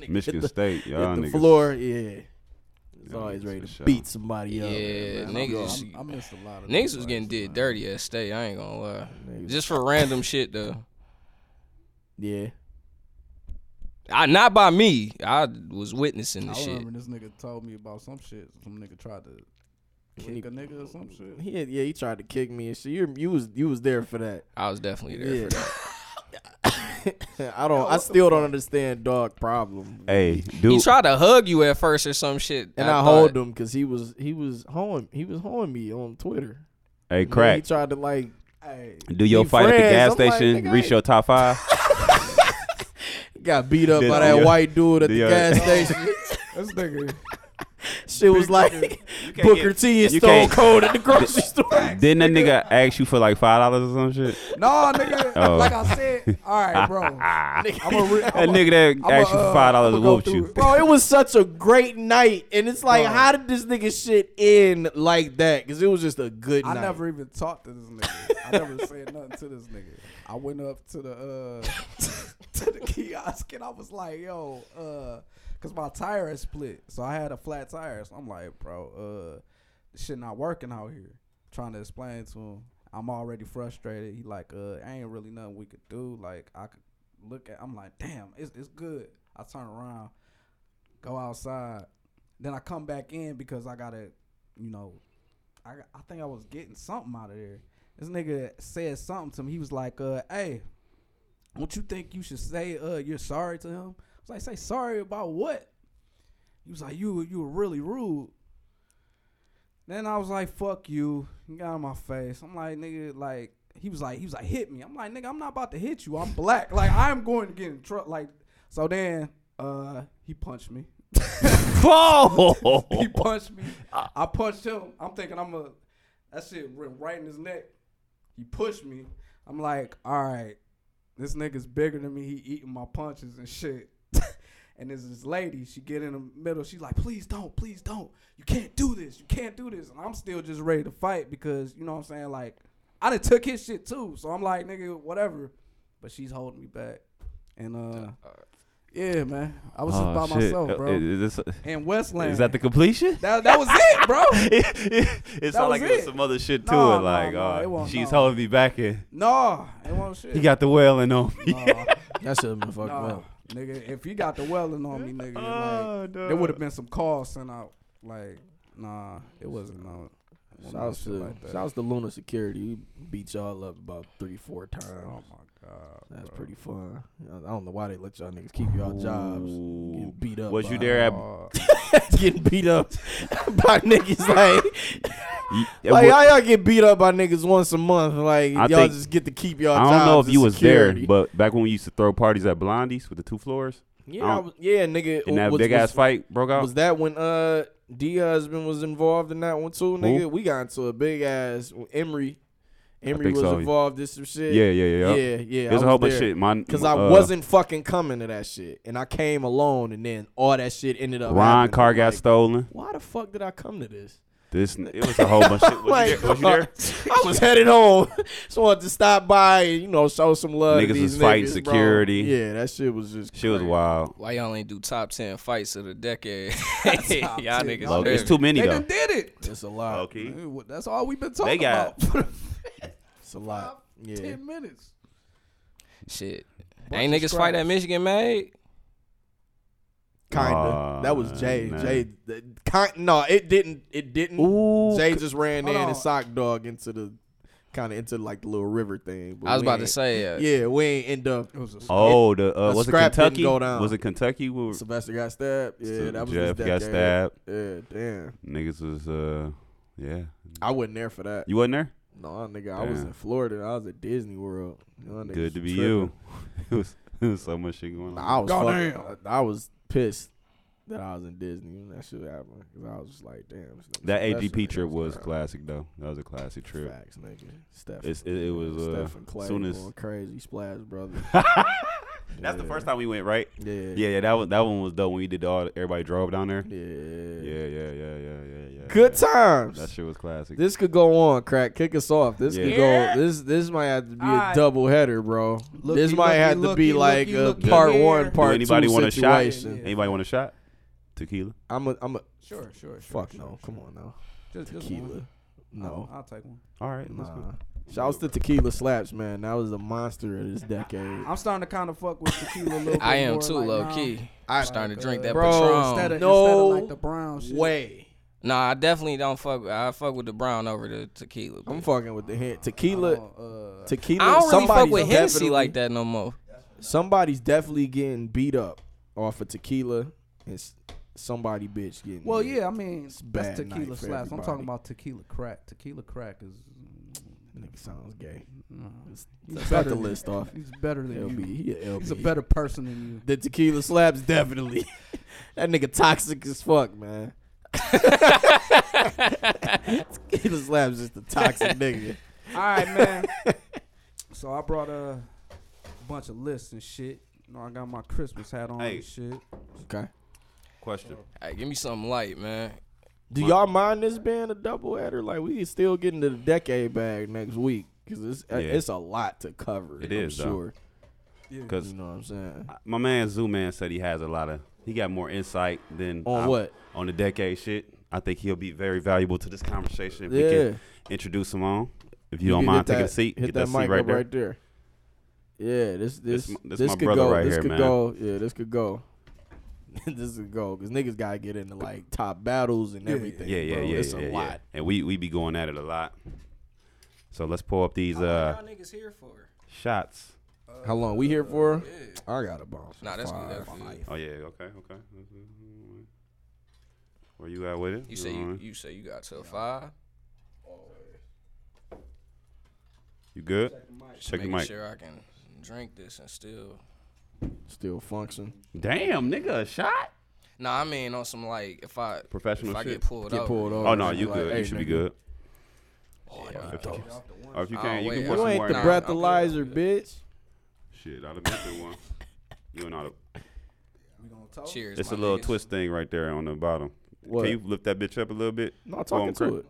[SPEAKER 3] Michigan State, y'all
[SPEAKER 1] Hit the
[SPEAKER 3] niggas.
[SPEAKER 1] floor, yeah. It's
[SPEAKER 3] Yeah,
[SPEAKER 1] always ready
[SPEAKER 3] for
[SPEAKER 1] to
[SPEAKER 3] sure.
[SPEAKER 1] beat somebody up.
[SPEAKER 4] Yeah,
[SPEAKER 1] man.
[SPEAKER 4] niggas
[SPEAKER 1] I'm-
[SPEAKER 4] is-
[SPEAKER 5] I missed a lot of
[SPEAKER 4] Niggas
[SPEAKER 5] those
[SPEAKER 4] was getting
[SPEAKER 5] fights,
[SPEAKER 4] did
[SPEAKER 5] man.
[SPEAKER 4] dirty at state. I ain't gonna lie.
[SPEAKER 1] Niggas-
[SPEAKER 4] Just for random shit though.
[SPEAKER 1] Yeah.
[SPEAKER 4] I, not by me. I was witnessing
[SPEAKER 5] I
[SPEAKER 4] the shit.
[SPEAKER 5] remember this nigga told me about some shit. Some nigga tried to
[SPEAKER 1] When he-
[SPEAKER 5] kick a nigga or some shit.
[SPEAKER 1] He had, yeah, he tried to kick me and shit. You you was you was there for that.
[SPEAKER 4] I was definitely there for that.
[SPEAKER 1] I don't. I still don't understand dog problem.
[SPEAKER 3] Hey,
[SPEAKER 4] He
[SPEAKER 3] dude.
[SPEAKER 4] tried to hug you at first or some shit.
[SPEAKER 1] And I, hold him because he was he was hoeing he was hoeing me on Twitter. And then
[SPEAKER 3] Hey,
[SPEAKER 1] He
[SPEAKER 3] crack.
[SPEAKER 1] tried to like. Hey,
[SPEAKER 3] Do your
[SPEAKER 1] be
[SPEAKER 3] fight at the
[SPEAKER 1] friends.
[SPEAKER 3] gas
[SPEAKER 1] I'm like,
[SPEAKER 3] station
[SPEAKER 1] nigga,
[SPEAKER 3] reach
[SPEAKER 1] I-
[SPEAKER 3] your top five?
[SPEAKER 1] got beat up
[SPEAKER 3] Did
[SPEAKER 1] by that
[SPEAKER 3] your-
[SPEAKER 1] white dude at
[SPEAKER 3] did
[SPEAKER 1] the
[SPEAKER 3] your-
[SPEAKER 1] gas station.
[SPEAKER 5] This nigga.
[SPEAKER 1] Shit was like Booker T and
[SPEAKER 3] you
[SPEAKER 1] Stone
[SPEAKER 3] can't-
[SPEAKER 1] Cold at the grocery store.
[SPEAKER 3] Didn't that nigga ask you for like five dollars or some shit?
[SPEAKER 5] No, nigga.
[SPEAKER 3] Oh.
[SPEAKER 5] Like I said, all right, bro.
[SPEAKER 3] Ah, that
[SPEAKER 5] I'm a re- I'm a-
[SPEAKER 3] nigga that
[SPEAKER 5] I'ma,
[SPEAKER 3] asked you for
[SPEAKER 5] uh,
[SPEAKER 3] five dollars
[SPEAKER 5] I'ma go
[SPEAKER 3] whooped you.
[SPEAKER 5] through
[SPEAKER 1] Bro, it was such a great night, and it's like,
[SPEAKER 5] Bro.
[SPEAKER 1] how did this nigga shit end like that? Because it was just a good
[SPEAKER 5] I
[SPEAKER 1] night.
[SPEAKER 5] never even talked to this nigga. I never said nothing to this nigga. I went up to the uh to the kiosk and I was like, yo, uh, cause my tire had split. So I had a flat tire. So I'm like, bro, uh this shit not working out here. Trying to explain to him. I'm already frustrated. He like, uh, ain't really nothing we could do. Like I could look at I'm like, damn, it's it's good. I turn around, go outside. Then I come back in because I gotta, you know, I, I think I was getting something out of there. This nigga said something to me. He was like, uh, hey, don't you think you should say uh you're sorry to him? I was like, say sorry about what? He was like, you you were really rude. Then I was like, fuck you. He got on my face. I'm like, nigga, like he was like, he was like, hit me. I'm like, nigga, I'm not about to hit you. I'm black. Like I'm going to get in trouble. Like so then uh he punched me. he punched me. I punched him. I'm thinking I'm a that shit went right in his neck. He pushed me. I'm like, all right, this nigga's bigger than me. He eating my punches and shit. and there's this lady. She get in the middle. She's like, please don't, please don't. You can't do this. You can't do this. And I'm still just ready to fight because you know what I'm saying. Like, I done took his shit too. So I'm like, nigga, whatever. But she's holding me back. And uh, yeah, man, I was
[SPEAKER 3] Oh,
[SPEAKER 5] just by
[SPEAKER 3] shit. Uh,
[SPEAKER 5] myself, bro.
[SPEAKER 3] Is, this-
[SPEAKER 5] and Westland.
[SPEAKER 3] is that the completion?
[SPEAKER 5] That, that was it, bro.
[SPEAKER 3] it sounded like
[SPEAKER 5] was
[SPEAKER 3] it was
[SPEAKER 5] it.
[SPEAKER 3] some other shit to
[SPEAKER 5] No,
[SPEAKER 3] it.
[SPEAKER 5] no,
[SPEAKER 3] Like,
[SPEAKER 5] no,
[SPEAKER 3] uh,
[SPEAKER 5] it wasn't,
[SPEAKER 3] she's
[SPEAKER 5] no.
[SPEAKER 3] holding me back in.
[SPEAKER 5] No, it won't shit.
[SPEAKER 3] He got the wailing on me.
[SPEAKER 5] no,
[SPEAKER 1] That should have been fucked
[SPEAKER 5] no,
[SPEAKER 1] up. Uh,
[SPEAKER 5] nigga. If he got the welling on me, nigga, like,
[SPEAKER 3] Oh,
[SPEAKER 5] there would have been some calls sent out. Like, nah, it wasn't no. no
[SPEAKER 1] Shouts
[SPEAKER 5] shit
[SPEAKER 1] to
[SPEAKER 5] like that.
[SPEAKER 1] shouts to Luna Security. We beat y'all up about three, four times.
[SPEAKER 5] Oh my god,
[SPEAKER 1] That's
[SPEAKER 5] bro.
[SPEAKER 1] pretty fun. I don't know why they let y'all niggas keep y'all jobs.
[SPEAKER 3] Ooh.
[SPEAKER 1] Getting beat up.
[SPEAKER 3] Was you
[SPEAKER 1] by-
[SPEAKER 3] there at?
[SPEAKER 5] Uh,
[SPEAKER 1] getting beat up by niggas like
[SPEAKER 3] y- it
[SPEAKER 1] like
[SPEAKER 3] wa-
[SPEAKER 1] how y'all get beat up by niggas once a month. Like
[SPEAKER 3] I
[SPEAKER 1] y'all
[SPEAKER 3] think-
[SPEAKER 1] just get to keep y'all.
[SPEAKER 3] I don't know
[SPEAKER 1] jobs
[SPEAKER 3] if you
[SPEAKER 1] and
[SPEAKER 3] was
[SPEAKER 1] security.
[SPEAKER 3] there, but back when we used to throw parties at Blondie's with the two floors,
[SPEAKER 1] yeah,
[SPEAKER 3] I
[SPEAKER 1] I
[SPEAKER 3] don't-
[SPEAKER 1] was, yeah, nigga.
[SPEAKER 3] and that
[SPEAKER 1] was-
[SPEAKER 3] big
[SPEAKER 1] was-
[SPEAKER 3] ass fight broke out.
[SPEAKER 1] Was that when uh D husband was involved in that one too, nigga? We got into a big ass Emery. Emery
[SPEAKER 3] think
[SPEAKER 1] was
[SPEAKER 3] so.
[SPEAKER 1] involved in some shit.
[SPEAKER 3] yeah, yeah, yeah.
[SPEAKER 1] yeah, yeah.
[SPEAKER 3] There's
[SPEAKER 1] I
[SPEAKER 3] a whole
[SPEAKER 1] was
[SPEAKER 3] bunch of
[SPEAKER 1] there.
[SPEAKER 3] shit. My
[SPEAKER 1] Cause I
[SPEAKER 3] uh,
[SPEAKER 1] wasn't fucking coming to that shit, and I came alone, and then all that shit ended up.
[SPEAKER 3] Ron
[SPEAKER 1] happening.
[SPEAKER 3] car got
[SPEAKER 1] Like,
[SPEAKER 3] stolen.
[SPEAKER 1] Why the fuck did I come to this?
[SPEAKER 3] This it was a whole bunch of shit. Was you
[SPEAKER 1] Like,
[SPEAKER 3] there? Was you there?
[SPEAKER 1] I was headed home, so I wanted to stop by and you know show some love. to
[SPEAKER 3] Niggas
[SPEAKER 1] these
[SPEAKER 3] was fighting
[SPEAKER 1] niggas, bro.
[SPEAKER 3] security.
[SPEAKER 1] Yeah, that shit was just.
[SPEAKER 3] Shit was wild.
[SPEAKER 4] Why y'all ain't do top ten fights of the decade? y'all
[SPEAKER 5] 10.
[SPEAKER 4] niggas.
[SPEAKER 5] Look,
[SPEAKER 3] It's
[SPEAKER 4] tripping.
[SPEAKER 3] too many
[SPEAKER 5] they Mm-hmm.
[SPEAKER 3] though.
[SPEAKER 5] done did it.
[SPEAKER 1] It's a lot.
[SPEAKER 3] Okay.
[SPEAKER 5] Dude, what- That's all we've been talking
[SPEAKER 3] got-
[SPEAKER 5] about for the
[SPEAKER 1] It's a lot. Yeah.
[SPEAKER 5] ten minutes.
[SPEAKER 4] Shit.
[SPEAKER 5] Bunch
[SPEAKER 4] ain't
[SPEAKER 5] of
[SPEAKER 4] niggas fight at
[SPEAKER 5] scraps.
[SPEAKER 4] Michigan, made?
[SPEAKER 1] Kinda.
[SPEAKER 3] Aw,
[SPEAKER 1] that was Jay.
[SPEAKER 3] man.
[SPEAKER 1] Jay. th- Kind. No, it didn't. It didn't.
[SPEAKER 3] Ooh.
[SPEAKER 1] Jay just ran
[SPEAKER 5] hold
[SPEAKER 1] in
[SPEAKER 5] on.
[SPEAKER 1] and sock dog into the, kind of into like the little river thing. but
[SPEAKER 4] I was
[SPEAKER 1] we
[SPEAKER 4] about to
[SPEAKER 1] ain't-
[SPEAKER 4] say. Uh,
[SPEAKER 1] Yeah, we ain't end up.
[SPEAKER 5] It was a
[SPEAKER 3] Oh, the uh,
[SPEAKER 1] A
[SPEAKER 3] was it
[SPEAKER 1] scrap didn't
[SPEAKER 3] Kentucky?
[SPEAKER 1] go down.
[SPEAKER 3] Was it Kentucky? We were,
[SPEAKER 1] Sylvester got stabbed. Yeah, that was
[SPEAKER 3] Jeff
[SPEAKER 1] his
[SPEAKER 3] got
[SPEAKER 1] decade.
[SPEAKER 3] stabbed.
[SPEAKER 1] Yeah, damn.
[SPEAKER 3] Niggas was uh, yeah.
[SPEAKER 1] I wasn't there for that.
[SPEAKER 3] You wasn't there.
[SPEAKER 1] No, nigga, I was
[SPEAKER 3] Damn.
[SPEAKER 1] in Florida. I was at Disney World. Y'all niggas
[SPEAKER 3] Good to be
[SPEAKER 1] tripping.
[SPEAKER 3] you. it was it was so much shit going
[SPEAKER 1] I
[SPEAKER 3] on.
[SPEAKER 1] was
[SPEAKER 5] Goddamn.
[SPEAKER 1] fucking- I was pissed that I was in Disney when that shit happened. 'Cause I was just like, damn. this nigga
[SPEAKER 3] That
[SPEAKER 1] Sylvester
[SPEAKER 3] AGP
[SPEAKER 1] nigga
[SPEAKER 3] trip was
[SPEAKER 1] around.
[SPEAKER 3] classic though. That was a classic trip.
[SPEAKER 1] Facts, nigga. Steph.
[SPEAKER 3] It's- it- it was, uh,
[SPEAKER 1] Stephen Clay
[SPEAKER 3] soon
[SPEAKER 1] soon
[SPEAKER 3] as-
[SPEAKER 1] as crazy splash, brother.
[SPEAKER 3] That's the first time we went, right?
[SPEAKER 1] Yeah.
[SPEAKER 3] Yeah, yeah. That one, that one was dope when we did all. Everybody drove down there.
[SPEAKER 1] Yeah.
[SPEAKER 3] Yeah, yeah, yeah, yeah, yeah, yeah.
[SPEAKER 1] Good
[SPEAKER 3] yeah.
[SPEAKER 1] times.
[SPEAKER 3] That shit was classic.
[SPEAKER 1] this could go on, crack. Kick us off. This could
[SPEAKER 5] Yeah.
[SPEAKER 1] go. This this might have to be a
[SPEAKER 5] Alright.
[SPEAKER 1] double header, bro.
[SPEAKER 5] Looky,
[SPEAKER 1] this might have
[SPEAKER 5] looky,
[SPEAKER 1] to be
[SPEAKER 5] looky,
[SPEAKER 1] like
[SPEAKER 5] looky,
[SPEAKER 1] a
[SPEAKER 5] looky
[SPEAKER 1] part
[SPEAKER 5] here.
[SPEAKER 1] one,
[SPEAKER 5] Do
[SPEAKER 1] part
[SPEAKER 3] anybody
[SPEAKER 1] two
[SPEAKER 3] want a shot?
[SPEAKER 1] situation.
[SPEAKER 5] Yeah.
[SPEAKER 3] Anybody want a shot? Tequila.
[SPEAKER 1] I'm a. I'm a.
[SPEAKER 5] Sure, sure, sure.
[SPEAKER 1] Fuck
[SPEAKER 5] sure,
[SPEAKER 1] no.
[SPEAKER 5] sure.
[SPEAKER 1] Come on now.
[SPEAKER 5] Just, just one. Oh,
[SPEAKER 1] Tequila.
[SPEAKER 5] I'll,
[SPEAKER 1] No.
[SPEAKER 5] I'll take one.
[SPEAKER 3] All right, let's
[SPEAKER 1] Nah.
[SPEAKER 3] go.
[SPEAKER 1] Shouts to Tequila Slaps, man. That was a monster of this decade.
[SPEAKER 5] I'm starting to kind of fuck with tequila a little bit
[SPEAKER 4] I am
[SPEAKER 5] more,
[SPEAKER 4] too
[SPEAKER 5] like,
[SPEAKER 4] low
[SPEAKER 5] now.
[SPEAKER 4] key.
[SPEAKER 1] I-
[SPEAKER 4] I'm starting to drink that
[SPEAKER 1] Bro,
[SPEAKER 5] Instead
[SPEAKER 4] Patron.
[SPEAKER 5] of,
[SPEAKER 1] No
[SPEAKER 5] instead of like the brown shit.
[SPEAKER 1] Way.
[SPEAKER 4] Nah, I definitely don't fuck. with- I fuck with the brown over the tequila.
[SPEAKER 1] I'm
[SPEAKER 4] but-
[SPEAKER 1] fucking with the hand. Tequila.
[SPEAKER 5] Uh, uh,
[SPEAKER 1] Tequila.
[SPEAKER 4] I don't really fuck
[SPEAKER 1] somebody's
[SPEAKER 4] with Hennessy
[SPEAKER 1] definitely-
[SPEAKER 4] like that no more.
[SPEAKER 1] Somebody's definitely getting beat up off of tequila, and s- somebody bitch getting.
[SPEAKER 5] well,
[SPEAKER 1] hit.
[SPEAKER 5] yeah, I mean,
[SPEAKER 1] bad
[SPEAKER 5] that's
[SPEAKER 1] night
[SPEAKER 5] tequila
[SPEAKER 1] for
[SPEAKER 5] slaps. I'm
[SPEAKER 1] everybody.
[SPEAKER 5] talking about tequila crack. Tequila crack is.
[SPEAKER 1] Nigga sounds gay.
[SPEAKER 5] No,
[SPEAKER 1] Cut
[SPEAKER 5] he's better
[SPEAKER 1] the
[SPEAKER 5] than-
[SPEAKER 1] list off.
[SPEAKER 5] He's better than
[SPEAKER 1] LB.
[SPEAKER 5] you.
[SPEAKER 1] He a LB.
[SPEAKER 5] He's a better person than you.
[SPEAKER 1] The tequila slaps definitely. that nigga toxic as fuck, man. tequila slaps is the toxic nigga.
[SPEAKER 5] All right, man. so I brought a bunch of lists and shit. You know, I got my Christmas hat on
[SPEAKER 3] Hey.
[SPEAKER 5] and shit.
[SPEAKER 1] Okay.
[SPEAKER 3] Question.
[SPEAKER 4] Hey, give me something light, man.
[SPEAKER 1] Do y'all mind this being a double header? Like we can still get into the decade bag next week because it's uh,
[SPEAKER 3] Yeah.
[SPEAKER 1] it's a lot to cover.
[SPEAKER 3] It
[SPEAKER 1] I'm
[SPEAKER 3] is, though.
[SPEAKER 1] sure.
[SPEAKER 3] Because
[SPEAKER 1] You know what I'm saying?
[SPEAKER 3] my man Zoo Man said he has a lot of. He got more insight than
[SPEAKER 1] On
[SPEAKER 3] I-
[SPEAKER 1] what?
[SPEAKER 3] on the decade shit. I think he'll be very valuable to this conversation. If
[SPEAKER 1] Yeah.
[SPEAKER 3] we can introduce him on. If you, don't
[SPEAKER 1] can
[SPEAKER 3] mind
[SPEAKER 1] hit
[SPEAKER 3] taking
[SPEAKER 1] that-
[SPEAKER 3] a seat,
[SPEAKER 1] Hit
[SPEAKER 3] get
[SPEAKER 1] that,
[SPEAKER 3] that,
[SPEAKER 1] mic
[SPEAKER 3] seat right
[SPEAKER 1] up
[SPEAKER 3] there.
[SPEAKER 1] right there. Yeah, this this
[SPEAKER 3] This m- this
[SPEAKER 1] this
[SPEAKER 3] my
[SPEAKER 1] could
[SPEAKER 3] brother
[SPEAKER 1] go.
[SPEAKER 3] right
[SPEAKER 1] this
[SPEAKER 3] here,
[SPEAKER 1] could
[SPEAKER 3] man.
[SPEAKER 1] go. Yeah, this could go. this could go because niggas gotta get into like top battles and everything.
[SPEAKER 3] Yeah, yeah,
[SPEAKER 1] bro.
[SPEAKER 3] yeah,
[SPEAKER 1] It's
[SPEAKER 3] yeah,
[SPEAKER 1] a
[SPEAKER 3] yeah.
[SPEAKER 1] lot.
[SPEAKER 3] And we we be going at it a lot. So let's pull up these uh
[SPEAKER 4] niggas here for?
[SPEAKER 3] shots.
[SPEAKER 1] How long we here for? I got a bomb.
[SPEAKER 4] Nah, that's good.
[SPEAKER 1] Fire.
[SPEAKER 4] That's good.
[SPEAKER 3] Oh yeah, okay, okay. Mm-hmm. Where you at with it? Uh-huh.
[SPEAKER 4] You say
[SPEAKER 3] know what I
[SPEAKER 4] you,
[SPEAKER 3] mean?
[SPEAKER 4] you say you got to five.
[SPEAKER 3] You good? Check the
[SPEAKER 4] Making
[SPEAKER 3] mic.
[SPEAKER 4] sure I can drink this and still.
[SPEAKER 1] Still function.
[SPEAKER 3] Damn, nigga, a shot?
[SPEAKER 4] Nah, I mean on some like if I
[SPEAKER 3] Professional
[SPEAKER 4] if I
[SPEAKER 3] shit.
[SPEAKER 4] get pulled
[SPEAKER 1] Get
[SPEAKER 4] over.
[SPEAKER 1] pulled over.
[SPEAKER 3] Oh no, you
[SPEAKER 1] Like,
[SPEAKER 3] good.
[SPEAKER 1] hey,
[SPEAKER 3] you should be
[SPEAKER 1] nigga.
[SPEAKER 3] good.
[SPEAKER 4] Yeah,
[SPEAKER 3] If you- Or if you
[SPEAKER 4] Oh,
[SPEAKER 3] can, you
[SPEAKER 4] wait,
[SPEAKER 3] can
[SPEAKER 4] I-
[SPEAKER 3] put
[SPEAKER 1] You
[SPEAKER 3] some
[SPEAKER 1] ain't
[SPEAKER 3] more.
[SPEAKER 1] the
[SPEAKER 3] in.
[SPEAKER 4] breath-
[SPEAKER 1] breathalyzer, bitch.
[SPEAKER 3] Shit, I'd have missed it one. You and I'd
[SPEAKER 4] Cheers.
[SPEAKER 3] It's a
[SPEAKER 4] my
[SPEAKER 3] little
[SPEAKER 4] niggas.
[SPEAKER 3] twist thing right there on the bottom.
[SPEAKER 1] What?
[SPEAKER 3] Can you lift that bitch up a little bit?
[SPEAKER 1] No, I'm talking
[SPEAKER 3] Pull
[SPEAKER 1] to
[SPEAKER 3] 'em cra-
[SPEAKER 1] it.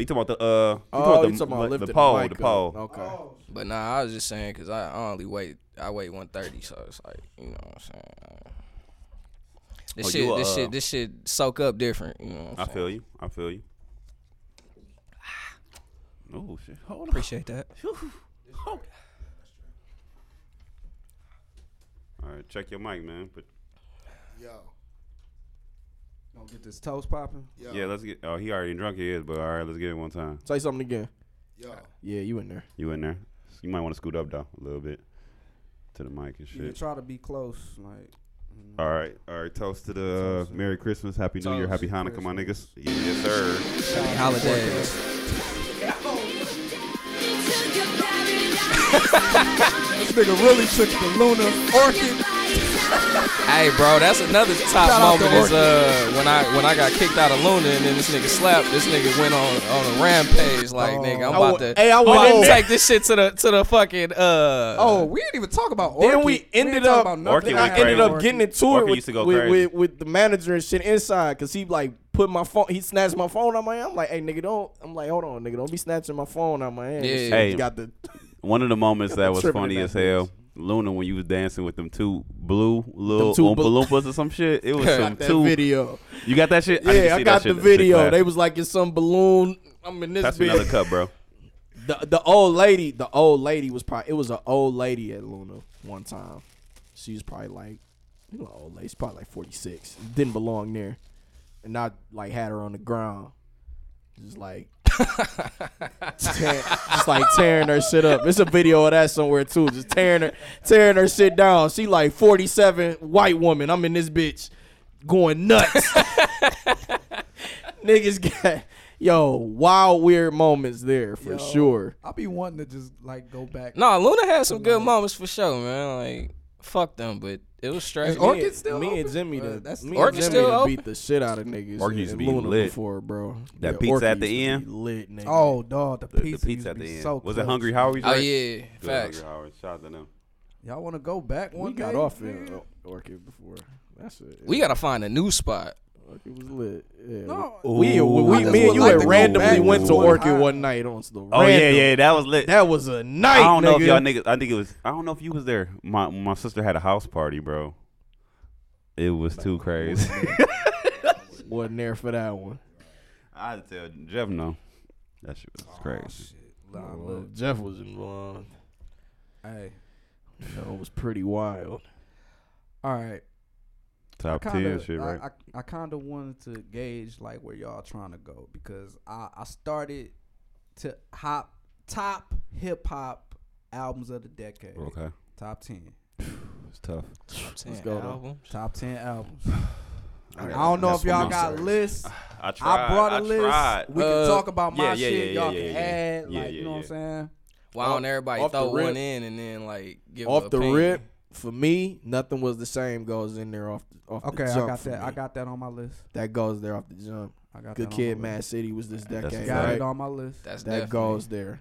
[SPEAKER 3] You talking about the uh? You
[SPEAKER 1] Oh,
[SPEAKER 3] talking
[SPEAKER 1] you
[SPEAKER 3] about the,
[SPEAKER 1] talking about
[SPEAKER 3] the,
[SPEAKER 1] lifting
[SPEAKER 3] pole?
[SPEAKER 1] mic
[SPEAKER 3] The
[SPEAKER 1] up.
[SPEAKER 3] pole.
[SPEAKER 1] Okay.
[SPEAKER 4] But nah, I was just saying because I I only wait I weigh one thirty, so it's like you know what I'm saying. I- This
[SPEAKER 3] Oh,
[SPEAKER 4] shit,
[SPEAKER 3] you,
[SPEAKER 4] this
[SPEAKER 3] uh,
[SPEAKER 4] shit, this shit soak up different. You know what I'm
[SPEAKER 3] I
[SPEAKER 4] saying?
[SPEAKER 3] feel you. I feel you. Oh shit! Hold on.
[SPEAKER 4] Appreciate that.
[SPEAKER 3] All right, check your mic, man. But
[SPEAKER 5] Gonna get this toast popping.
[SPEAKER 3] yeah, let's get. Oh, he already drunk. He is. But all right, let's get it one time.
[SPEAKER 1] Say something again. Yeah, you in there.
[SPEAKER 3] You in there? You might want to scoot up though a little bit to the mic and
[SPEAKER 5] You can
[SPEAKER 3] shit.
[SPEAKER 5] try to be close, like.
[SPEAKER 3] All right, all right. Toast to the uh, Merry Christmas, Happy New Year, Happy Hanukkah, my niggas. Yeah, yes, sir.
[SPEAKER 4] Happy holidays.
[SPEAKER 5] This nigga really took the Luna orchid.
[SPEAKER 4] Hey, bro, that's another top
[SPEAKER 5] Shout out
[SPEAKER 4] moment
[SPEAKER 5] to
[SPEAKER 4] is uh when I when I got kicked out of Luna and then this nigga slapped. This nigga went on on a rampage like nigga. I'm
[SPEAKER 1] I
[SPEAKER 4] about
[SPEAKER 1] wa-
[SPEAKER 4] to.
[SPEAKER 1] hey, I
[SPEAKER 4] Oh,
[SPEAKER 1] went in
[SPEAKER 4] didn't
[SPEAKER 1] there.
[SPEAKER 4] take this shit to the to the fucking uh.
[SPEAKER 5] Oh, we didn't even talk about orchid.
[SPEAKER 1] Then we ended
[SPEAKER 5] didn't talk
[SPEAKER 1] up-
[SPEAKER 5] about nothing.
[SPEAKER 3] Orchid
[SPEAKER 1] I
[SPEAKER 3] went
[SPEAKER 5] Orchid.
[SPEAKER 1] ended up
[SPEAKER 3] crazy.
[SPEAKER 1] getting into it
[SPEAKER 3] Walker used
[SPEAKER 1] with,
[SPEAKER 3] to go
[SPEAKER 1] with,
[SPEAKER 3] crazy.
[SPEAKER 1] with, with the manager and shit inside because he like put my phone. He snatched my phone out my hand. I'm like, hey nigga, don't. I'm like, hold on, nigga, don't be snatching my phone out my hand.
[SPEAKER 4] Yeah.
[SPEAKER 1] Shit,
[SPEAKER 3] Hey.
[SPEAKER 1] got the
[SPEAKER 3] One of the moments that was
[SPEAKER 1] Tripping
[SPEAKER 3] funny
[SPEAKER 1] in
[SPEAKER 3] as
[SPEAKER 1] that
[SPEAKER 3] hell. Luna, when you was dancing with them two blue little
[SPEAKER 1] two
[SPEAKER 3] Oompa
[SPEAKER 1] bl-
[SPEAKER 3] Loompas or some shit, it was some
[SPEAKER 1] that
[SPEAKER 3] two.
[SPEAKER 1] video.
[SPEAKER 3] You got that shit? didn't
[SPEAKER 1] Yeah, I,
[SPEAKER 3] see that
[SPEAKER 1] got
[SPEAKER 3] shit.
[SPEAKER 1] the
[SPEAKER 3] That shit
[SPEAKER 1] video.
[SPEAKER 3] clapped.
[SPEAKER 1] They was like, it's some balloon. I'm in this
[SPEAKER 3] That's
[SPEAKER 1] bitch.
[SPEAKER 3] another cup, bro.
[SPEAKER 1] The the old lady, the old lady was probably it was an old lady at Luna one time. She was probably like, you know, old lady. She's probably like forty six. Didn't belong there, and I like had her on the ground, just like, tear, just like tearing her shit up. It's a video of that somewhere too. Just tearing her, tearing her shit down. She like forty seven, white woman. I'm in this bitch, going nuts. Niggas got yo wild weird moments there for
[SPEAKER 5] Yo,
[SPEAKER 1] sure.
[SPEAKER 5] I be wanting to just like go back.
[SPEAKER 4] No, Luna had some good moments for sure, man. Like fuck them, but it was straight.
[SPEAKER 5] Or-
[SPEAKER 1] me,
[SPEAKER 5] Orchid
[SPEAKER 1] and-
[SPEAKER 5] still
[SPEAKER 1] me and
[SPEAKER 5] open?
[SPEAKER 1] Jimmy done,
[SPEAKER 5] Uh, that's-
[SPEAKER 1] me and
[SPEAKER 4] Orchid
[SPEAKER 1] Jimmy
[SPEAKER 4] still
[SPEAKER 1] done
[SPEAKER 4] open?
[SPEAKER 1] beat the shit out of niggas.
[SPEAKER 3] Orchid used
[SPEAKER 1] in
[SPEAKER 3] to be
[SPEAKER 1] Luna
[SPEAKER 3] lit.
[SPEAKER 1] before, bro.
[SPEAKER 3] That
[SPEAKER 1] Yeah,
[SPEAKER 3] pizza
[SPEAKER 1] Orchid
[SPEAKER 3] at the
[SPEAKER 1] used to
[SPEAKER 3] end?
[SPEAKER 1] be lit, nigga.
[SPEAKER 5] Oh, dog, the
[SPEAKER 3] The,
[SPEAKER 5] pizza,
[SPEAKER 3] the pizza at the
[SPEAKER 5] used to be
[SPEAKER 3] end.
[SPEAKER 5] So
[SPEAKER 3] was it
[SPEAKER 5] clutch.
[SPEAKER 3] Hungry Howie's?
[SPEAKER 4] oh
[SPEAKER 3] right?
[SPEAKER 4] yeah,
[SPEAKER 3] Good
[SPEAKER 4] facts.
[SPEAKER 3] Hungry Howie's. Shout out to them.
[SPEAKER 5] Y'all want to go back one
[SPEAKER 1] we got
[SPEAKER 5] day?
[SPEAKER 1] off in
[SPEAKER 5] nigga?
[SPEAKER 1] uh, Orchid before. That's it.
[SPEAKER 4] We gotta find a new spot.
[SPEAKER 1] Orchid was lit. Yeah.
[SPEAKER 5] No,
[SPEAKER 1] We, we,
[SPEAKER 5] I
[SPEAKER 1] we
[SPEAKER 5] just
[SPEAKER 1] me and
[SPEAKER 5] would
[SPEAKER 1] you
[SPEAKER 5] like
[SPEAKER 1] had
[SPEAKER 5] to go
[SPEAKER 1] randomly
[SPEAKER 5] back
[SPEAKER 1] went to
[SPEAKER 5] one
[SPEAKER 1] Orchid
[SPEAKER 5] time.
[SPEAKER 1] one night on the
[SPEAKER 3] Oh yeah,
[SPEAKER 1] random.
[SPEAKER 3] yeah, that was lit.
[SPEAKER 1] That was a night.
[SPEAKER 3] I don't know if
[SPEAKER 1] nigga.
[SPEAKER 3] y'all niggas. I think it was. I don't know if you was there. My my sister had a house party, bro. It was too crazy.
[SPEAKER 1] Wasn't there for that one.
[SPEAKER 3] I had to tell Jeff no. That shit was crazy.
[SPEAKER 5] Nah,
[SPEAKER 1] Well,
[SPEAKER 5] Oh, look,
[SPEAKER 1] Jeff was involved.
[SPEAKER 5] hey,
[SPEAKER 1] That was pretty wild.
[SPEAKER 5] all right.
[SPEAKER 3] Top
[SPEAKER 5] I kinda,
[SPEAKER 3] ten shit, right?
[SPEAKER 5] I, I, I kind of wanted to gauge like where y'all trying to go because I, I started to hop top hip hop albums of the decade.
[SPEAKER 3] okay,
[SPEAKER 5] Top ten.
[SPEAKER 3] it's tough.
[SPEAKER 1] Let's go, though.
[SPEAKER 5] Top ten albums.
[SPEAKER 3] I,
[SPEAKER 5] I don't know if y'all got lists.
[SPEAKER 3] I
[SPEAKER 5] I brought
[SPEAKER 3] a
[SPEAKER 5] a list. We
[SPEAKER 4] Uh,
[SPEAKER 5] can talk about
[SPEAKER 3] yeah,
[SPEAKER 5] my
[SPEAKER 3] yeah,
[SPEAKER 5] shit.
[SPEAKER 3] yeah,
[SPEAKER 5] y'all
[SPEAKER 3] yeah,
[SPEAKER 5] can
[SPEAKER 3] yeah.
[SPEAKER 5] add.
[SPEAKER 3] Yeah,
[SPEAKER 5] like,
[SPEAKER 3] yeah,
[SPEAKER 5] you know
[SPEAKER 3] yeah.
[SPEAKER 5] what I'm saying?
[SPEAKER 4] Why don't everybody
[SPEAKER 1] off the
[SPEAKER 4] throw
[SPEAKER 1] rip.
[SPEAKER 4] one in and then like give a
[SPEAKER 1] off the
[SPEAKER 4] opinion?
[SPEAKER 1] rip for me, nothing was the same. Goes in there off the off
[SPEAKER 5] Okay,
[SPEAKER 1] the
[SPEAKER 5] I
[SPEAKER 1] jump
[SPEAKER 5] got
[SPEAKER 1] for
[SPEAKER 5] that.
[SPEAKER 1] me.
[SPEAKER 5] I got that on my list.
[SPEAKER 1] that goes there off the jump.
[SPEAKER 5] I got
[SPEAKER 1] Good
[SPEAKER 5] that
[SPEAKER 1] kid,
[SPEAKER 5] on my
[SPEAKER 1] Mad
[SPEAKER 5] list.
[SPEAKER 1] City was this
[SPEAKER 3] That's
[SPEAKER 1] decade,
[SPEAKER 5] Got
[SPEAKER 1] right?
[SPEAKER 5] it on my list.
[SPEAKER 4] That's
[SPEAKER 1] That
[SPEAKER 4] definitely-
[SPEAKER 1] goes there.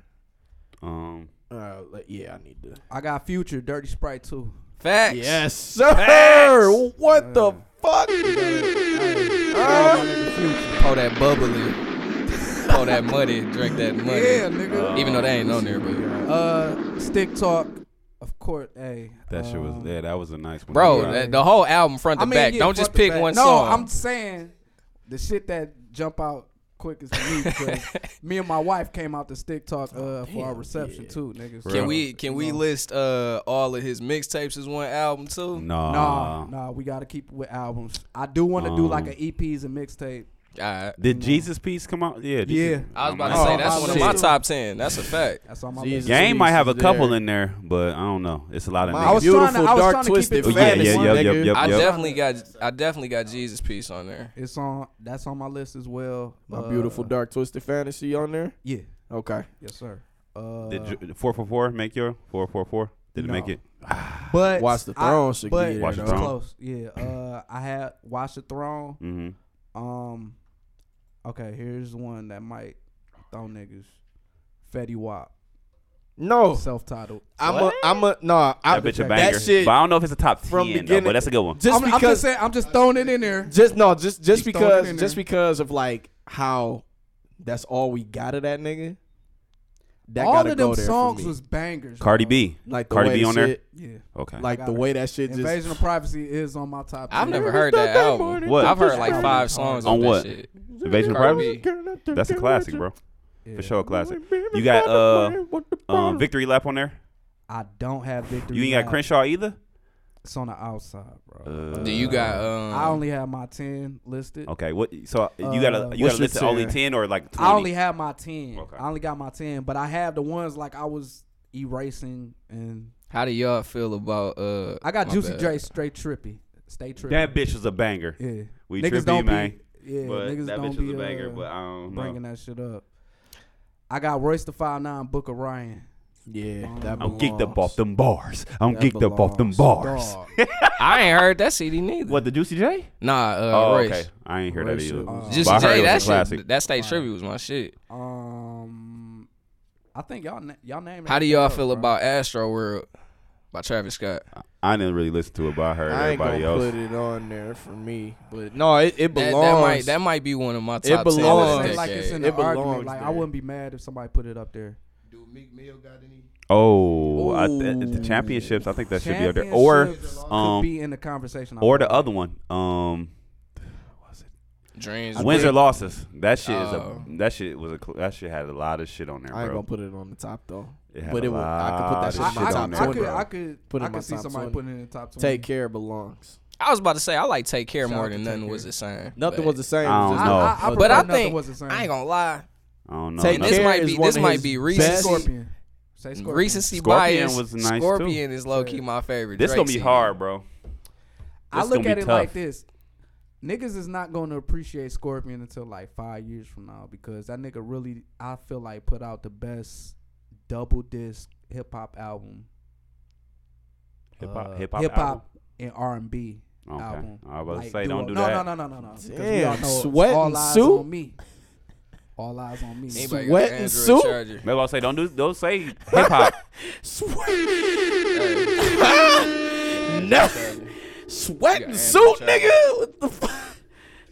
[SPEAKER 3] Um,
[SPEAKER 1] Uh, like, yeah, I need to.
[SPEAKER 5] I got Future, Dirty Sprite too.
[SPEAKER 4] Facts.
[SPEAKER 1] Yes, sir. What the
[SPEAKER 5] Yeah.
[SPEAKER 1] fuck?
[SPEAKER 4] Pour that bubbly. Pour that muddy. Drink that muddy.
[SPEAKER 5] Yeah, nigga.
[SPEAKER 4] Even though they ain't on there, but
[SPEAKER 5] Uh, Stick Talk, of course. Hey,
[SPEAKER 3] that shit was
[SPEAKER 5] um,
[SPEAKER 3] there. That was a nice one.
[SPEAKER 4] bro,
[SPEAKER 3] Yeah.
[SPEAKER 4] that, the whole album front to back.
[SPEAKER 5] yeah,
[SPEAKER 4] Don't just
[SPEAKER 5] front to
[SPEAKER 4] pick
[SPEAKER 5] back.
[SPEAKER 4] one
[SPEAKER 5] no,
[SPEAKER 4] song.
[SPEAKER 5] I'm saying the shit that jump out quick is me. 'cause me and my wife came out to Stick Talk
[SPEAKER 4] Oh,
[SPEAKER 5] uh, for our
[SPEAKER 1] damn,
[SPEAKER 5] reception
[SPEAKER 1] yeah.
[SPEAKER 5] too, niggas.
[SPEAKER 3] Can
[SPEAKER 4] can
[SPEAKER 3] bro.
[SPEAKER 4] we can we list uh all of his mixtapes as one album too?
[SPEAKER 3] nah,
[SPEAKER 4] Uh,
[SPEAKER 5] Nah, nah, we gotta keep it with albums. I do want to do like
[SPEAKER 3] Um,
[SPEAKER 5] an EPs and mixtape.
[SPEAKER 4] All right.
[SPEAKER 3] Did Jesus piece come out? Yeah, this
[SPEAKER 5] Mm-hmm. Yeah.
[SPEAKER 3] is-
[SPEAKER 4] I was about to
[SPEAKER 5] Oh,
[SPEAKER 4] say that's
[SPEAKER 5] oh,
[SPEAKER 4] one of my
[SPEAKER 5] shit.
[SPEAKER 4] top ten. That's a fact.
[SPEAKER 5] That's on my
[SPEAKER 1] Jesus.
[SPEAKER 5] list.
[SPEAKER 1] Yeah.
[SPEAKER 3] Game might have a
[SPEAKER 1] Is
[SPEAKER 3] couple
[SPEAKER 1] there-
[SPEAKER 3] in there, but I don't know. It's a lot of
[SPEAKER 1] My
[SPEAKER 5] I was
[SPEAKER 3] niggas.
[SPEAKER 5] trying to-
[SPEAKER 1] beautiful
[SPEAKER 5] I was
[SPEAKER 1] dark
[SPEAKER 5] trying to keep
[SPEAKER 1] twisted
[SPEAKER 5] it Oh, yeah,
[SPEAKER 1] fantasy,
[SPEAKER 5] yeah, yup,
[SPEAKER 1] nigga.
[SPEAKER 3] yup, yup.
[SPEAKER 4] I
[SPEAKER 3] Yep.
[SPEAKER 4] definitely got I definitely got Jesus piece on there.
[SPEAKER 5] It's on. That's on my list as well.
[SPEAKER 1] My
[SPEAKER 5] Uh,
[SPEAKER 1] beautiful dark twisted fantasy on there.
[SPEAKER 5] Yeah.
[SPEAKER 1] Okay,
[SPEAKER 5] Yes, sir. Uh,
[SPEAKER 3] Did four four four make your four four four? Did it make
[SPEAKER 5] No.
[SPEAKER 3] it?
[SPEAKER 5] but
[SPEAKER 1] Watch the Throne should
[SPEAKER 5] but
[SPEAKER 1] be there,
[SPEAKER 3] Watch the
[SPEAKER 1] though.
[SPEAKER 5] it's
[SPEAKER 3] Throne.
[SPEAKER 5] close. Yeah. Uh, I had Watch the Throne.
[SPEAKER 3] Mm-hmm.
[SPEAKER 5] Um, okay. Here's one that might throw niggas. Fetty Wap,
[SPEAKER 1] no,
[SPEAKER 5] self-titled.
[SPEAKER 1] I'm a, I'm a, nah. I,
[SPEAKER 3] That bitch a
[SPEAKER 5] that
[SPEAKER 3] banger.
[SPEAKER 1] shit
[SPEAKER 3] but I don't know if it's a top
[SPEAKER 1] from
[SPEAKER 3] ten though.
[SPEAKER 1] beginning-
[SPEAKER 3] But that's a good one.
[SPEAKER 1] just
[SPEAKER 5] I'm, I'm
[SPEAKER 1] because
[SPEAKER 5] just saying. I'm just throwing it in there.
[SPEAKER 1] just no, just just
[SPEAKER 5] Just throwing it
[SPEAKER 1] because
[SPEAKER 5] in
[SPEAKER 1] just
[SPEAKER 5] there.
[SPEAKER 1] because of like how that's all we got of that nigga. That
[SPEAKER 5] All
[SPEAKER 1] gotta
[SPEAKER 5] of
[SPEAKER 1] go
[SPEAKER 5] them
[SPEAKER 1] there for
[SPEAKER 5] songs
[SPEAKER 1] me.
[SPEAKER 5] was bangers.
[SPEAKER 3] Cardi
[SPEAKER 5] bro.
[SPEAKER 3] B.
[SPEAKER 1] like the
[SPEAKER 3] Cardi
[SPEAKER 1] way
[SPEAKER 3] B on there?
[SPEAKER 1] shit,
[SPEAKER 5] Yeah.
[SPEAKER 3] Okay.
[SPEAKER 1] like the
[SPEAKER 5] got
[SPEAKER 1] way that shit
[SPEAKER 5] Invasion of
[SPEAKER 1] just
[SPEAKER 5] Privacy is on my top.
[SPEAKER 4] I've
[SPEAKER 5] 10.
[SPEAKER 4] never heard that album.
[SPEAKER 3] What?
[SPEAKER 4] I've heard like
[SPEAKER 5] Just-
[SPEAKER 4] five songs
[SPEAKER 3] On
[SPEAKER 4] of that
[SPEAKER 3] what?
[SPEAKER 4] shit.
[SPEAKER 3] Invasion of
[SPEAKER 4] Cardi
[SPEAKER 3] Privacy. That's a classic, bro.
[SPEAKER 5] Yeah.
[SPEAKER 3] For sure, a classic. You got uh, um, Victory Lap on there.
[SPEAKER 5] I don't have victory.
[SPEAKER 3] You ain't
[SPEAKER 5] lap.
[SPEAKER 3] got Crenshaw either.
[SPEAKER 5] It's on the outside, bro.
[SPEAKER 3] Uh,
[SPEAKER 4] Do you got um
[SPEAKER 5] I only have my ten listed.
[SPEAKER 3] Okay. What? So
[SPEAKER 5] Uh,
[SPEAKER 3] you gotta you
[SPEAKER 1] what's
[SPEAKER 3] gotta
[SPEAKER 1] your
[SPEAKER 3] listen to only
[SPEAKER 1] 10?
[SPEAKER 3] ten or like twenty.
[SPEAKER 5] I only have my ten.
[SPEAKER 3] Okay.
[SPEAKER 5] I only got my ten, but I have the ones like I was erasing, and
[SPEAKER 4] how do y'all feel about uh
[SPEAKER 5] I got
[SPEAKER 4] my
[SPEAKER 5] Juicy
[SPEAKER 4] bad.
[SPEAKER 5] J straight trippy, stay trippy.
[SPEAKER 3] that bitch was a banger.
[SPEAKER 5] yeah,
[SPEAKER 3] We
[SPEAKER 5] niggas
[SPEAKER 3] trippy
[SPEAKER 5] don't
[SPEAKER 3] man.
[SPEAKER 5] be. Yeah,
[SPEAKER 3] but
[SPEAKER 5] niggas
[SPEAKER 3] that
[SPEAKER 5] don't
[SPEAKER 3] bitch
[SPEAKER 5] be
[SPEAKER 3] was a banger.
[SPEAKER 5] uh,
[SPEAKER 3] but I don't know.
[SPEAKER 5] bringing that shit up. I got Royce the Five Nine Book of Ryan.
[SPEAKER 1] yeah.
[SPEAKER 5] I'm
[SPEAKER 1] That
[SPEAKER 3] I'm geeked up
[SPEAKER 1] belongs.
[SPEAKER 3] off them bars. I'm
[SPEAKER 1] That
[SPEAKER 3] geeked up off them bars.
[SPEAKER 5] Dog.
[SPEAKER 4] I ain't heard that CD neither.
[SPEAKER 3] What the Juicy J?
[SPEAKER 4] Nah, uh,
[SPEAKER 3] oh,
[SPEAKER 4] Royce.
[SPEAKER 3] okay. I ain't hear that
[SPEAKER 1] Royce
[SPEAKER 3] either.
[SPEAKER 1] shit was-
[SPEAKER 5] Uh,
[SPEAKER 4] Just
[SPEAKER 3] But I heard
[SPEAKER 4] Jay,
[SPEAKER 3] it was a
[SPEAKER 4] that
[SPEAKER 3] classic.
[SPEAKER 4] shit, that state tribute was my shit.
[SPEAKER 5] Um, I think y'all na- y'all name.
[SPEAKER 4] How do
[SPEAKER 5] that
[SPEAKER 4] y'all
[SPEAKER 5] up,
[SPEAKER 4] feel
[SPEAKER 5] bro.
[SPEAKER 4] about Astro World by Travis Scott?
[SPEAKER 3] I didn't really listen to it, but I heard
[SPEAKER 1] I ain't
[SPEAKER 3] everybody
[SPEAKER 1] gonna
[SPEAKER 3] else.
[SPEAKER 1] put it on there for me, but no, it, it
[SPEAKER 4] That,
[SPEAKER 1] belongs.
[SPEAKER 4] that might that might be one of my top. 10 of the
[SPEAKER 5] I
[SPEAKER 1] belongs.
[SPEAKER 5] would say
[SPEAKER 1] Belongs.
[SPEAKER 5] like it's
[SPEAKER 4] decade.
[SPEAKER 5] in
[SPEAKER 1] It
[SPEAKER 5] the argument.
[SPEAKER 1] belongs
[SPEAKER 5] Like I
[SPEAKER 1] there.
[SPEAKER 5] wouldn't be mad if somebody put it up there.
[SPEAKER 6] Do Meek Mill got any?
[SPEAKER 3] Oh, I th- the championships. I think that should be up there, or
[SPEAKER 5] Championships could
[SPEAKER 3] um,
[SPEAKER 5] be in the conversation. I
[SPEAKER 3] or the
[SPEAKER 5] believe.
[SPEAKER 3] other one. Um,
[SPEAKER 4] Dreams.
[SPEAKER 3] wins or losses. That shit is a
[SPEAKER 4] Oh.
[SPEAKER 3] that shit was a cl- that shit had a lot of shit on there,
[SPEAKER 1] I ain't
[SPEAKER 3] bro.
[SPEAKER 1] gonna put it on the top though.
[SPEAKER 3] It had
[SPEAKER 1] but
[SPEAKER 3] a
[SPEAKER 1] it would- I could put that
[SPEAKER 3] lot
[SPEAKER 1] shit
[SPEAKER 3] of
[SPEAKER 1] in my
[SPEAKER 5] I, I,
[SPEAKER 1] top
[SPEAKER 5] could-
[SPEAKER 1] twenty.
[SPEAKER 5] I could, I could,
[SPEAKER 1] Put it
[SPEAKER 5] I
[SPEAKER 1] in my
[SPEAKER 5] could see
[SPEAKER 1] top
[SPEAKER 5] somebody
[SPEAKER 1] 20.
[SPEAKER 5] putting it in the top twenty.
[SPEAKER 1] Take care belongs.
[SPEAKER 4] I was about to say I like Take Care
[SPEAKER 5] Shout
[SPEAKER 4] more
[SPEAKER 5] out
[SPEAKER 4] than
[SPEAKER 5] to
[SPEAKER 4] nothing
[SPEAKER 5] Take
[SPEAKER 4] was
[SPEAKER 5] Care.
[SPEAKER 4] the same.
[SPEAKER 1] Nothing
[SPEAKER 4] but
[SPEAKER 1] was the same.
[SPEAKER 3] I
[SPEAKER 1] it was
[SPEAKER 3] don't
[SPEAKER 5] I,
[SPEAKER 1] just-
[SPEAKER 3] know.
[SPEAKER 5] I, I,
[SPEAKER 1] But
[SPEAKER 5] prefer
[SPEAKER 4] I
[SPEAKER 5] nothing
[SPEAKER 4] think-
[SPEAKER 5] was the same.
[SPEAKER 4] I ain't gonna lie.
[SPEAKER 3] I don't know.
[SPEAKER 1] Take
[SPEAKER 3] no.
[SPEAKER 4] This
[SPEAKER 1] care
[SPEAKER 4] might
[SPEAKER 1] is
[SPEAKER 4] be
[SPEAKER 1] one
[SPEAKER 4] this
[SPEAKER 1] of
[SPEAKER 4] might
[SPEAKER 1] his
[SPEAKER 4] be
[SPEAKER 1] best- Best-
[SPEAKER 5] Say
[SPEAKER 4] recency
[SPEAKER 5] Scorpion. Say Scorpion.
[SPEAKER 4] recency
[SPEAKER 3] Scorpion
[SPEAKER 4] bias.
[SPEAKER 3] was nice, too.
[SPEAKER 4] Scorpion is low key my favorite.
[SPEAKER 3] This
[SPEAKER 4] Drake
[SPEAKER 3] gonna be
[SPEAKER 4] CD.
[SPEAKER 3] hard, bro.
[SPEAKER 5] I
[SPEAKER 3] This
[SPEAKER 5] look
[SPEAKER 3] gonna
[SPEAKER 5] at
[SPEAKER 3] be
[SPEAKER 5] it like
[SPEAKER 3] tough.
[SPEAKER 5] this. Niggas is not going to appreciate Scorpion until like five years from now because that nigga really, I feel like, put out the best double disc hip hop album.
[SPEAKER 3] Hip hop,
[SPEAKER 5] uh,
[SPEAKER 3] hip hop,
[SPEAKER 5] hip
[SPEAKER 3] album?
[SPEAKER 5] hop, and R and B
[SPEAKER 3] Okay.
[SPEAKER 5] album.
[SPEAKER 3] I was about to
[SPEAKER 5] Like,
[SPEAKER 3] say, don't
[SPEAKER 5] duo-
[SPEAKER 3] do
[SPEAKER 5] no,
[SPEAKER 3] that.
[SPEAKER 5] No, no, no, no, no. Because we
[SPEAKER 1] Damn,
[SPEAKER 5] all know it's
[SPEAKER 1] Sweat
[SPEAKER 5] all
[SPEAKER 1] and
[SPEAKER 5] eyes
[SPEAKER 1] Sue?
[SPEAKER 5] on me. All eyes on me.
[SPEAKER 4] Anybody got
[SPEAKER 1] Sweat
[SPEAKER 4] an
[SPEAKER 1] and
[SPEAKER 4] Android
[SPEAKER 1] soup?
[SPEAKER 4] charger?
[SPEAKER 3] Maybe I'll say, don't do, don't say hip hop.
[SPEAKER 1] No. Sweat and suit, nigga. What the fuck?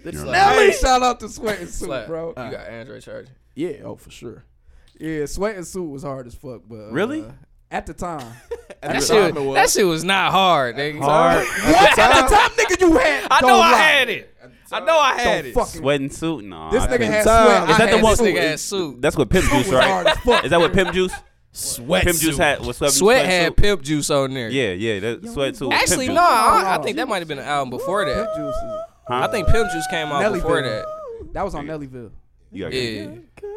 [SPEAKER 1] The
[SPEAKER 3] You're
[SPEAKER 1] Nelly.
[SPEAKER 5] Hey, shout out to Sweat and Sue,
[SPEAKER 4] Slap.
[SPEAKER 5] bro.
[SPEAKER 4] You got Android charger.
[SPEAKER 1] Yeah, oh for sure.
[SPEAKER 5] Yeah, Sweat and Sue was hard as fuck, but uh,
[SPEAKER 3] Really?
[SPEAKER 5] At the time.
[SPEAKER 4] That shit, was- that shit was not hard, nigga.
[SPEAKER 3] Hard.
[SPEAKER 5] what? At the time, nigga, you had.
[SPEAKER 4] I know
[SPEAKER 5] don't
[SPEAKER 4] I
[SPEAKER 5] lie.
[SPEAKER 4] had it. I know I had
[SPEAKER 5] Don't
[SPEAKER 4] it.
[SPEAKER 5] fucking.
[SPEAKER 3] Sweating suit? No.
[SPEAKER 5] This
[SPEAKER 3] I
[SPEAKER 5] nigga
[SPEAKER 3] couldn't-
[SPEAKER 5] had
[SPEAKER 1] time.
[SPEAKER 5] sweat.
[SPEAKER 1] Is
[SPEAKER 5] I
[SPEAKER 3] that the
[SPEAKER 5] had
[SPEAKER 3] one-
[SPEAKER 4] This
[SPEAKER 5] suit.
[SPEAKER 4] nigga had suit.
[SPEAKER 3] That's what pimp juice,
[SPEAKER 5] was hard as
[SPEAKER 3] right?
[SPEAKER 5] fuck.
[SPEAKER 3] Is that what pimp juice?
[SPEAKER 1] Sweat
[SPEAKER 3] Pimp juice
[SPEAKER 1] suit.
[SPEAKER 3] had was sweat,
[SPEAKER 4] Sweat had
[SPEAKER 3] suit?
[SPEAKER 4] pimp juice on there.
[SPEAKER 3] Yeah, yeah, that sweat suit. was Pimp
[SPEAKER 4] Actually,
[SPEAKER 3] Juice.
[SPEAKER 4] no, I, I think that might have been an album before
[SPEAKER 5] That
[SPEAKER 4] that.
[SPEAKER 5] juice is-
[SPEAKER 3] Huh?
[SPEAKER 4] I think Pimp Juice came out
[SPEAKER 5] Nellyville.
[SPEAKER 4] before that.
[SPEAKER 5] That was on Nellyville.
[SPEAKER 3] You gotta get-
[SPEAKER 4] Yeah.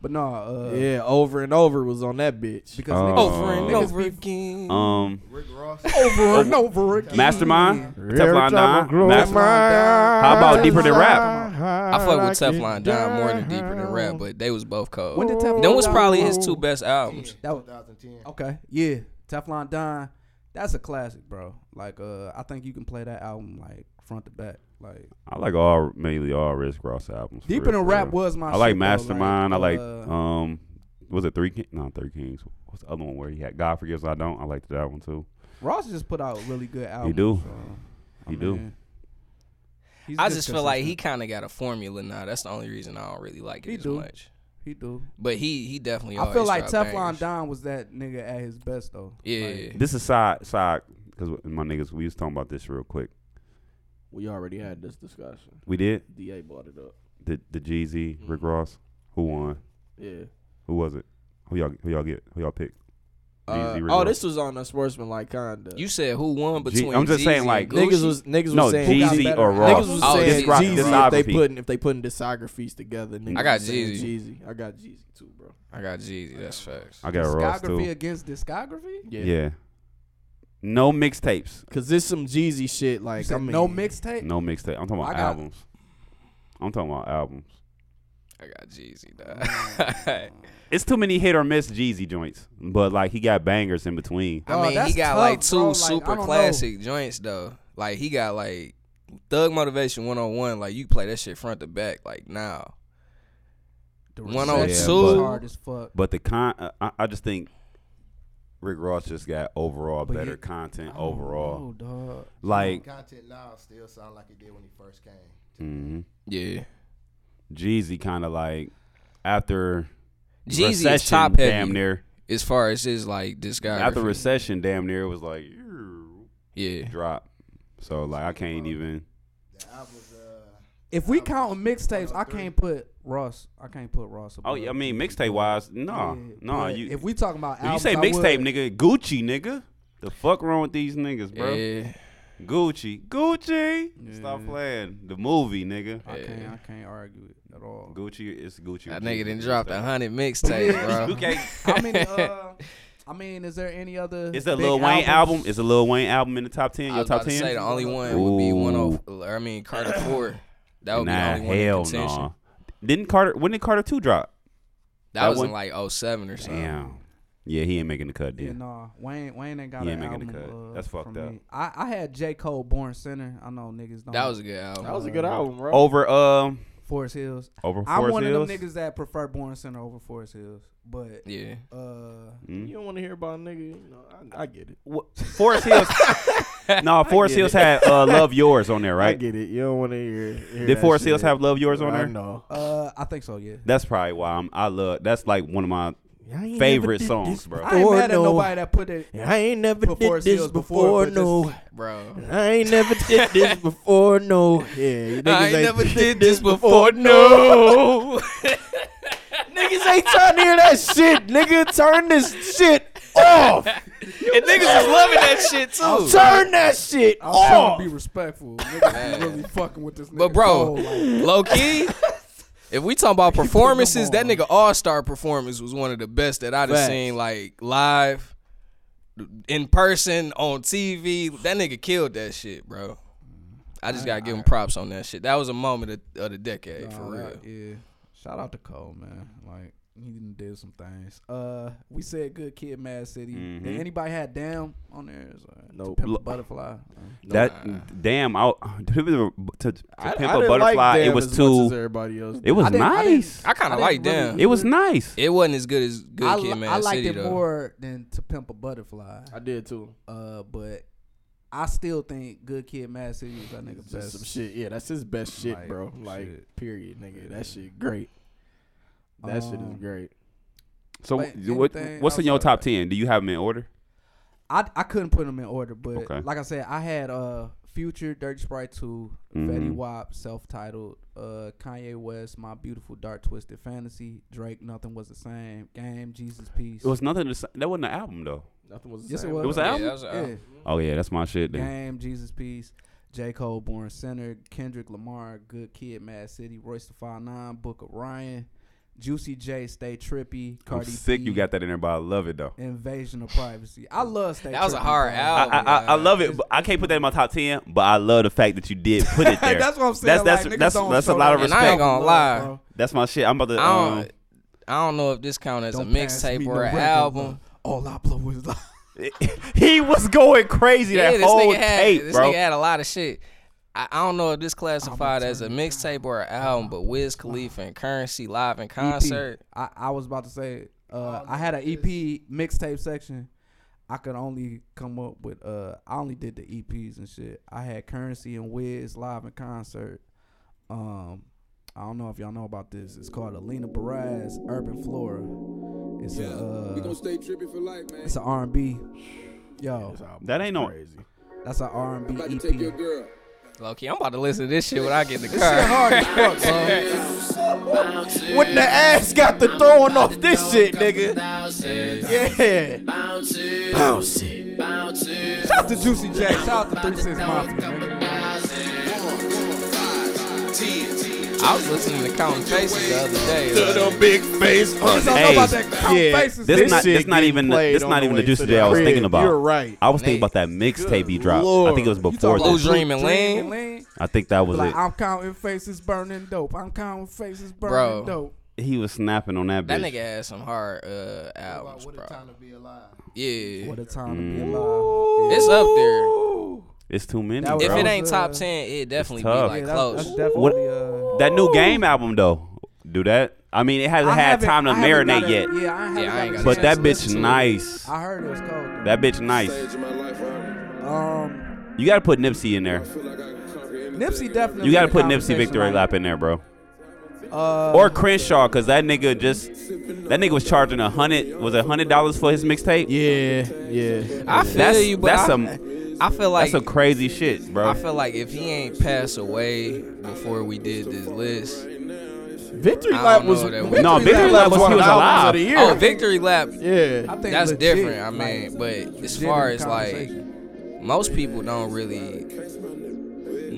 [SPEAKER 5] But no, uh,
[SPEAKER 1] Yeah, over and over was on that bitch.
[SPEAKER 5] because
[SPEAKER 3] Oh.
[SPEAKER 5] niggas,
[SPEAKER 4] Over and
[SPEAKER 5] niggas
[SPEAKER 4] over
[SPEAKER 5] be
[SPEAKER 4] again.
[SPEAKER 3] Um,
[SPEAKER 5] Oh, over and over again.
[SPEAKER 3] Mastermind, Teflon Don, Mastermind.
[SPEAKER 5] Mastermind.
[SPEAKER 3] How about deeper than rap?
[SPEAKER 4] I fuck with Teflon Don more than Deeper Than Rap, but they was both cold.
[SPEAKER 5] When did Teflon
[SPEAKER 4] Them was probably
[SPEAKER 5] Don-
[SPEAKER 4] his two best albums.
[SPEAKER 5] That was,
[SPEAKER 6] 2010.
[SPEAKER 5] okay, yeah. Teflon Don, that's a classic, bro. Like, uh, I think you can play that album like front to back. Like,
[SPEAKER 3] I like all mainly all Risk Ross albums. for
[SPEAKER 5] Deeper
[SPEAKER 3] real,
[SPEAKER 5] Than
[SPEAKER 3] for
[SPEAKER 5] Rap
[SPEAKER 3] real.
[SPEAKER 5] was my.
[SPEAKER 3] I like
[SPEAKER 5] shit, though,
[SPEAKER 3] Mastermind. I like
[SPEAKER 5] uh,
[SPEAKER 3] um, was it Three Kings? No, Three Kings. What's the other one where he had God forgives I don't? I liked that one too.
[SPEAKER 5] Ross just put out really good albums.
[SPEAKER 3] do.
[SPEAKER 5] so, I
[SPEAKER 3] You do.
[SPEAKER 5] mean, he's
[SPEAKER 4] I
[SPEAKER 5] just
[SPEAKER 4] just feel like he
[SPEAKER 5] consistent.
[SPEAKER 4] kind of got a formula now. That's the only reason I don't really like it
[SPEAKER 5] He
[SPEAKER 4] as
[SPEAKER 5] do.
[SPEAKER 4] much.
[SPEAKER 5] he do.
[SPEAKER 4] But he he definitely.
[SPEAKER 5] I feel
[SPEAKER 4] always
[SPEAKER 5] like
[SPEAKER 4] dropped
[SPEAKER 5] Teflon
[SPEAKER 4] bangers.
[SPEAKER 5] Don was that nigga at his best though.
[SPEAKER 4] Yeah.
[SPEAKER 5] Like,
[SPEAKER 3] This is side side because my niggas we was talking about this real quick.
[SPEAKER 1] We already had this discussion.
[SPEAKER 3] We did
[SPEAKER 1] Da brought it up.
[SPEAKER 3] the the Jeezy
[SPEAKER 5] Mm-hmm.
[SPEAKER 3] Rick Ross. Who won?
[SPEAKER 1] Yeah.
[SPEAKER 3] Who was it? Who y'all who y'all get? Who y'all pick?
[SPEAKER 1] Uh,
[SPEAKER 3] Jeezy, Rick
[SPEAKER 1] oh,
[SPEAKER 3] Ross.
[SPEAKER 1] this was on a sportsman like kinda.
[SPEAKER 4] You said who won
[SPEAKER 3] Gee,
[SPEAKER 4] between?
[SPEAKER 3] I'm just
[SPEAKER 4] Jeezy
[SPEAKER 3] saying,
[SPEAKER 4] and
[SPEAKER 3] like,
[SPEAKER 4] Gucci?
[SPEAKER 1] Niggas was niggas
[SPEAKER 3] no
[SPEAKER 1] was saying
[SPEAKER 5] got
[SPEAKER 3] Jeezy
[SPEAKER 5] better?
[SPEAKER 3] or Ross.
[SPEAKER 1] Niggas was
[SPEAKER 4] Oh,
[SPEAKER 1] saying
[SPEAKER 4] this rock-
[SPEAKER 1] Jeezy if
[SPEAKER 4] this
[SPEAKER 1] they
[SPEAKER 3] biography.
[SPEAKER 1] putting if they putting discographies together. Niggas
[SPEAKER 4] I got
[SPEAKER 1] was saying
[SPEAKER 4] Jeezy.
[SPEAKER 1] Jeezy. I got Jeezy too, bro.
[SPEAKER 4] I got Jeezy. That's facts.
[SPEAKER 3] I got Ross
[SPEAKER 5] discography
[SPEAKER 3] too.
[SPEAKER 5] against discography.
[SPEAKER 1] Yeah.
[SPEAKER 3] Yeah. No mixtapes.
[SPEAKER 1] Cause there's some Jeezy shit
[SPEAKER 5] You
[SPEAKER 1] like I
[SPEAKER 5] said
[SPEAKER 1] mean
[SPEAKER 5] no mixtape.
[SPEAKER 3] No mixtape. I'm talking
[SPEAKER 5] I
[SPEAKER 3] about
[SPEAKER 5] got-
[SPEAKER 3] albums. I'm talking about albums.
[SPEAKER 4] I got Jeezy. dawg.
[SPEAKER 3] It's too many hit or miss Jeezy joints, but like he got bangers in between.
[SPEAKER 5] Dawg,
[SPEAKER 4] I mean,
[SPEAKER 5] that's
[SPEAKER 4] he got
[SPEAKER 5] tough,
[SPEAKER 4] like two
[SPEAKER 5] bro. Like, I
[SPEAKER 4] super
[SPEAKER 5] don't know.
[SPEAKER 4] classic joints though. Like he got like Thug Motivation 101. Like you play that shit front to back. Like now.
[SPEAKER 5] The
[SPEAKER 4] 102.
[SPEAKER 5] Recession was hard as fuck.
[SPEAKER 3] But the con, uh, I, I just think Rick Ross just got overall
[SPEAKER 5] But
[SPEAKER 3] better
[SPEAKER 5] he-
[SPEAKER 3] content
[SPEAKER 5] Oh,
[SPEAKER 3] overall.
[SPEAKER 5] dog.
[SPEAKER 3] Like
[SPEAKER 6] Content now still sound like it did when he first came.
[SPEAKER 3] mhm.
[SPEAKER 4] Yeah.
[SPEAKER 3] Jeezy, kind of like after
[SPEAKER 4] Jeezy is
[SPEAKER 3] recession,
[SPEAKER 4] top heavy
[SPEAKER 3] damn near.
[SPEAKER 4] as far as his like discography.
[SPEAKER 3] After recession, damn near it was like "Ew,"
[SPEAKER 4] yeah.
[SPEAKER 3] drop. So like I can't even.
[SPEAKER 6] The album's uh,
[SPEAKER 5] If we count mixtapes, I can't put Ross. I can't put Ross.
[SPEAKER 3] Oh,
[SPEAKER 5] above.
[SPEAKER 3] yeah, I mean mixtape wise, no,
[SPEAKER 5] Yeah,
[SPEAKER 3] no.
[SPEAKER 5] but
[SPEAKER 3] You
[SPEAKER 5] if we talking about
[SPEAKER 3] If you
[SPEAKER 5] albums,
[SPEAKER 3] say
[SPEAKER 5] I would-
[SPEAKER 3] mixtape, nigga, Gucci, nigga. The fuck wrong with these niggas, bro?
[SPEAKER 4] Yeah.
[SPEAKER 3] Gucci, Gucci. Stop
[SPEAKER 5] Yeah.
[SPEAKER 3] playing the movie, nigga.
[SPEAKER 5] I can't.
[SPEAKER 4] Yeah.
[SPEAKER 5] I can't argue it at all.
[SPEAKER 3] Gucci, it's Gucci.
[SPEAKER 4] That
[SPEAKER 3] with
[SPEAKER 4] nigga
[SPEAKER 3] you.
[SPEAKER 4] didn't drop
[SPEAKER 3] Stop.
[SPEAKER 4] a hundred mixtapes, bro.
[SPEAKER 3] You can't-
[SPEAKER 5] I mean, uh, I mean, is there any other?
[SPEAKER 3] Is the
[SPEAKER 5] big
[SPEAKER 3] Lil Wayne
[SPEAKER 5] albums?
[SPEAKER 3] album? Is the Lil Wayne album in the top ten?
[SPEAKER 4] I
[SPEAKER 3] Your
[SPEAKER 4] was
[SPEAKER 3] top
[SPEAKER 4] about to
[SPEAKER 3] ten?
[SPEAKER 4] say the only one would be
[SPEAKER 3] Ooh.
[SPEAKER 4] one oh of, I mean Carter Four. That would
[SPEAKER 3] nah,
[SPEAKER 4] be the only
[SPEAKER 3] hell
[SPEAKER 4] one in contention.
[SPEAKER 3] nah. Didn't Carter? When did Carter two drop?
[SPEAKER 4] That,
[SPEAKER 3] That
[SPEAKER 4] was
[SPEAKER 3] one-
[SPEAKER 4] in like 07 or something.
[SPEAKER 3] Damn. Yeah, he ain't making the cut. Then.
[SPEAKER 5] Yeah, nah. uh, Wayne Wayne ain't got
[SPEAKER 3] He
[SPEAKER 5] an
[SPEAKER 3] ain't making the
[SPEAKER 5] album,
[SPEAKER 3] cut.
[SPEAKER 5] uh,
[SPEAKER 3] That's fucked
[SPEAKER 5] from
[SPEAKER 3] up.
[SPEAKER 5] me. I, I had J. Cole Born Center. I know niggas don't
[SPEAKER 4] That was a good album.
[SPEAKER 1] That was a
[SPEAKER 5] Uh,
[SPEAKER 1] good album, bro.
[SPEAKER 3] Over um
[SPEAKER 5] Forest Hills.
[SPEAKER 3] over
[SPEAKER 5] I'm
[SPEAKER 3] Forest
[SPEAKER 5] one
[SPEAKER 3] Hills.
[SPEAKER 5] of them niggas that prefer Born Center over Forest Hills. But
[SPEAKER 4] yeah.
[SPEAKER 5] uh
[SPEAKER 1] You
[SPEAKER 3] Mm.
[SPEAKER 1] don't want to hear about a nigga. You know, I, I get it.
[SPEAKER 3] Wha- Forest Hills. no, Forest Hills had uh, Love Yours on there,
[SPEAKER 1] I
[SPEAKER 3] right?
[SPEAKER 1] get it. You don't want to hear. hear
[SPEAKER 3] Did
[SPEAKER 1] that
[SPEAKER 3] Forest
[SPEAKER 1] shit.
[SPEAKER 3] Hills have Love Yours on
[SPEAKER 1] I
[SPEAKER 3] there?
[SPEAKER 1] know.
[SPEAKER 5] uh I think so, yeah.
[SPEAKER 3] That's probably why I'm, I love. That's like one of my
[SPEAKER 1] I ain't never
[SPEAKER 3] favorite
[SPEAKER 1] did
[SPEAKER 3] songs,
[SPEAKER 1] this
[SPEAKER 3] bro.
[SPEAKER 5] I ain't
[SPEAKER 1] Or
[SPEAKER 5] mad at
[SPEAKER 1] no.
[SPEAKER 5] nobody that put it
[SPEAKER 1] I ain't never
[SPEAKER 5] But
[SPEAKER 1] did
[SPEAKER 5] Forest
[SPEAKER 1] this
[SPEAKER 5] Hills
[SPEAKER 1] before,
[SPEAKER 5] before, but
[SPEAKER 1] no.
[SPEAKER 4] Bro.
[SPEAKER 1] I ain't never did this before, no. Yeah, you niggas
[SPEAKER 4] I ain't never did this before,
[SPEAKER 1] no. niggas ain't trying to hear that shit, nigga. Turn this shit off.
[SPEAKER 4] And niggas was loving that shit too.
[SPEAKER 1] Turn that shit
[SPEAKER 5] I'm trying
[SPEAKER 1] off.
[SPEAKER 5] to be respectful. Niggas be really fucking with this nigga.
[SPEAKER 4] But bro,
[SPEAKER 5] Cole, like,
[SPEAKER 4] low key, if we talking about performances, that nigga All Star performance was one of the best that I'd have
[SPEAKER 1] Facts.
[SPEAKER 4] seen, like live, in person, on TV. That nigga killed that shit, bro. I just gotta give him props on that shit. That was a moment of, of the decade for
[SPEAKER 5] nah,
[SPEAKER 4] real.
[SPEAKER 5] like, uh, yeah. Shout out to Cole, man. Like he done did some things. Uh, we said good kid, Mad City. Did
[SPEAKER 3] Mhm.
[SPEAKER 5] anybody had damn on there? It's, uh, to
[SPEAKER 1] Nope.
[SPEAKER 5] Pimp a
[SPEAKER 3] Lo-
[SPEAKER 5] Butterfly.
[SPEAKER 3] That damn, I, to, to, to
[SPEAKER 1] I-
[SPEAKER 3] pimp
[SPEAKER 1] I
[SPEAKER 3] a
[SPEAKER 1] didn't like
[SPEAKER 3] butterfly, it
[SPEAKER 1] Damn
[SPEAKER 3] was
[SPEAKER 1] as much as
[SPEAKER 3] too.
[SPEAKER 1] everybody else.
[SPEAKER 3] It was
[SPEAKER 5] I didn't- I didn't-
[SPEAKER 3] nice.
[SPEAKER 4] I kind of
[SPEAKER 5] didn't
[SPEAKER 4] like
[SPEAKER 5] really-
[SPEAKER 4] them.
[SPEAKER 3] it was nice.
[SPEAKER 4] It wasn't as good as Good
[SPEAKER 5] I,
[SPEAKER 4] Kid,
[SPEAKER 5] li-
[SPEAKER 4] Man
[SPEAKER 5] I liked
[SPEAKER 4] City
[SPEAKER 5] it
[SPEAKER 4] though.
[SPEAKER 5] more than To Pimp a Butterfly.
[SPEAKER 1] I did too.
[SPEAKER 5] Uh, but I still think Good Kid, Mad City was that nigga
[SPEAKER 1] Just some
[SPEAKER 5] best.
[SPEAKER 1] shit. Yeah, that's his best shit,
[SPEAKER 5] Like,
[SPEAKER 1] bro. Like,
[SPEAKER 5] shit.
[SPEAKER 1] period, nigga. That shit great. That shit
[SPEAKER 5] Um,
[SPEAKER 1] is great.
[SPEAKER 3] So
[SPEAKER 5] Like,
[SPEAKER 3] what,
[SPEAKER 5] anything
[SPEAKER 3] what's in your
[SPEAKER 5] outside
[SPEAKER 3] top ten? Do you have them in order?
[SPEAKER 5] I I couldn't put them in order, but
[SPEAKER 3] Okay.
[SPEAKER 5] like I said, I had uh Future, Dirty Sprite 2, Fetty
[SPEAKER 3] Mhm.
[SPEAKER 5] Wap, self-titled, uh Kanye West, My Beautiful Dark Twisted Fantasy, Drake, Nothing Was the Same, Game, Jesus Peace.
[SPEAKER 3] It was nothing. To, say- that wasn't an album though.
[SPEAKER 1] Nothing was.
[SPEAKER 5] yes, it
[SPEAKER 1] same.
[SPEAKER 5] was.
[SPEAKER 3] It was an album?
[SPEAKER 4] that was an
[SPEAKER 5] Yeah.
[SPEAKER 4] album.
[SPEAKER 3] Oh yeah, that's my shit. Then.
[SPEAKER 5] Game, Jesus Peace, J. Cole, Born Center, Kendrick Lamar, Good Kid, Mad City, Royce the Five Nine, Book of Ryan, Juicy J, Stay Trippy,
[SPEAKER 3] I'm
[SPEAKER 5] Cardi
[SPEAKER 3] sick.
[SPEAKER 5] B,
[SPEAKER 3] You got that in there, but I love it though.
[SPEAKER 5] Invasion of Privacy. I love Stay
[SPEAKER 4] That was a
[SPEAKER 5] Trippy,
[SPEAKER 4] hard
[SPEAKER 5] bro.
[SPEAKER 3] I,
[SPEAKER 4] album.
[SPEAKER 3] I, I, I
[SPEAKER 4] man.
[SPEAKER 3] love it, but I can't put that in my top ten. But I love the fact that you did put it there.
[SPEAKER 5] that's what I'm
[SPEAKER 3] That's
[SPEAKER 5] saying.
[SPEAKER 3] that's
[SPEAKER 5] like, niggas
[SPEAKER 3] that's,
[SPEAKER 5] don't
[SPEAKER 3] that's a
[SPEAKER 5] show
[SPEAKER 3] lot of
[SPEAKER 5] no
[SPEAKER 4] And I ain't
[SPEAKER 3] respect.
[SPEAKER 4] gonna
[SPEAKER 5] love,
[SPEAKER 4] lie.
[SPEAKER 5] bro.
[SPEAKER 3] That's my shit. I'm about to.
[SPEAKER 4] I
[SPEAKER 3] Um,
[SPEAKER 4] don't, I don't know if this count as a
[SPEAKER 5] Don't pass me
[SPEAKER 4] mixtape
[SPEAKER 5] no
[SPEAKER 4] or an
[SPEAKER 5] record,
[SPEAKER 4] album.
[SPEAKER 5] bro. All I blow is love.
[SPEAKER 3] he was going crazy
[SPEAKER 4] Yeah,
[SPEAKER 3] that
[SPEAKER 4] this
[SPEAKER 3] whole
[SPEAKER 4] nigga had
[SPEAKER 3] tape,
[SPEAKER 4] this
[SPEAKER 3] bro.
[SPEAKER 4] nigga had a lot of shit. I, I don't know if this classified as a mixtape or an album, but Wiz Khalifa and Currency live
[SPEAKER 5] E
[SPEAKER 4] in concert.
[SPEAKER 5] I, I was about to say uh, I had an EP mixtape section. I could only come up with uh I only did the EPs and shit. I had Currency and Wiz live in concert. Um I don't know if y'all know about this. It's called Alina Baraz Urban Flora. It's a uh,
[SPEAKER 7] stay tripping for life, man.
[SPEAKER 5] it's an R&B. Yo,
[SPEAKER 3] That ain't no.
[SPEAKER 5] that's an R&B EP.
[SPEAKER 7] girl.
[SPEAKER 4] Low key, I'm about to listen to this shit when I get in the car.
[SPEAKER 1] What the ass got the throwing off this shit, nigga? Yeah. Bounce it.
[SPEAKER 5] Shout out to Juicy J. Shout out to 36 Mafia. nigga.
[SPEAKER 4] I was listening to Counting Faces the other day. uh, like,
[SPEAKER 1] big face on
[SPEAKER 5] Niggas don't know about that Count
[SPEAKER 3] This,
[SPEAKER 5] Faces. nigga.
[SPEAKER 1] This
[SPEAKER 3] not
[SPEAKER 1] shit
[SPEAKER 3] this not
[SPEAKER 1] getting
[SPEAKER 3] even the,
[SPEAKER 1] played
[SPEAKER 3] this
[SPEAKER 1] on
[SPEAKER 3] not
[SPEAKER 1] the
[SPEAKER 3] even the
[SPEAKER 1] way
[SPEAKER 3] juice
[SPEAKER 1] to
[SPEAKER 3] today
[SPEAKER 1] the
[SPEAKER 3] I was thinking
[SPEAKER 1] crib.
[SPEAKER 3] about.
[SPEAKER 1] You're right.
[SPEAKER 3] I was thinking
[SPEAKER 4] Nigga.
[SPEAKER 3] about that mixtape he dropped. I think it was
[SPEAKER 1] Lord. You
[SPEAKER 3] before
[SPEAKER 4] Blue
[SPEAKER 3] that.
[SPEAKER 4] Dream and
[SPEAKER 5] Dream and
[SPEAKER 4] Lean.
[SPEAKER 5] lean.
[SPEAKER 3] I think that was
[SPEAKER 5] Like
[SPEAKER 3] it.
[SPEAKER 5] I'm counting faces burning dope. I'm counting faces
[SPEAKER 4] Bro.
[SPEAKER 5] burning dope.
[SPEAKER 3] He was snapping on that bitch.
[SPEAKER 4] That nigga had some hard uh, albums,
[SPEAKER 6] What
[SPEAKER 4] bro.
[SPEAKER 6] a time to be alive.
[SPEAKER 4] Yeah. Mm.
[SPEAKER 5] What a time to be alive.
[SPEAKER 4] It's up there.
[SPEAKER 3] It's too many.
[SPEAKER 5] That was-
[SPEAKER 4] If
[SPEAKER 3] bro.
[SPEAKER 4] it ain't
[SPEAKER 5] uh,
[SPEAKER 4] top 10, it definitely be
[SPEAKER 3] tough.
[SPEAKER 4] like
[SPEAKER 5] Yeah, that's,
[SPEAKER 4] close.
[SPEAKER 5] that's definitely.
[SPEAKER 3] What-
[SPEAKER 5] uh,
[SPEAKER 3] that new game album though, do that. I mean, it hasn't
[SPEAKER 5] I
[SPEAKER 3] had
[SPEAKER 5] haven't-
[SPEAKER 3] time to
[SPEAKER 5] I haven't
[SPEAKER 3] marinate
[SPEAKER 5] got a-
[SPEAKER 3] yet.
[SPEAKER 5] Yeah, I, haven't
[SPEAKER 4] Yeah, I
[SPEAKER 5] got
[SPEAKER 4] ain't
[SPEAKER 5] a
[SPEAKER 4] got
[SPEAKER 3] But
[SPEAKER 5] chance
[SPEAKER 3] that
[SPEAKER 5] to
[SPEAKER 3] bitch
[SPEAKER 5] listen to
[SPEAKER 3] nice.
[SPEAKER 5] it. I heard it was cold.
[SPEAKER 3] That bitch nice.
[SPEAKER 7] Stage of my life, I
[SPEAKER 5] Though. Um,
[SPEAKER 3] You gotta put Nipsey in there.
[SPEAKER 7] feel like I can conquer anything.
[SPEAKER 5] Nipsey definitely.
[SPEAKER 3] You gotta
[SPEAKER 5] in the
[SPEAKER 3] put Nipsey
[SPEAKER 5] conversation,
[SPEAKER 3] Victory
[SPEAKER 5] like,
[SPEAKER 3] Lap in there, bro.
[SPEAKER 5] Uh,
[SPEAKER 3] Or Crenshaw, cause that nigga just that nigga was charging a hundred was a hundred dollars for his mixtape.
[SPEAKER 1] Yeah, yeah.
[SPEAKER 4] I feel
[SPEAKER 3] That's
[SPEAKER 4] you, but
[SPEAKER 3] that's
[SPEAKER 4] I,
[SPEAKER 3] some
[SPEAKER 4] I feel like
[SPEAKER 3] that's a crazy shit, bro.
[SPEAKER 4] I feel like if he ain't passed away before we did this list,
[SPEAKER 1] Victory
[SPEAKER 4] I don't
[SPEAKER 1] Lap was
[SPEAKER 4] know that
[SPEAKER 3] No, Victory Lap was
[SPEAKER 1] one
[SPEAKER 3] he
[SPEAKER 1] of
[SPEAKER 3] was
[SPEAKER 1] the albums
[SPEAKER 3] alive.
[SPEAKER 1] of the year.
[SPEAKER 4] oh, victory lap,
[SPEAKER 1] Yeah.
[SPEAKER 5] I think
[SPEAKER 4] that's
[SPEAKER 5] legit,
[SPEAKER 4] different. I
[SPEAKER 5] like,
[SPEAKER 4] mean, but as
[SPEAKER 5] legit
[SPEAKER 4] far
[SPEAKER 5] in the
[SPEAKER 4] as like
[SPEAKER 5] conversation.
[SPEAKER 4] most people don't really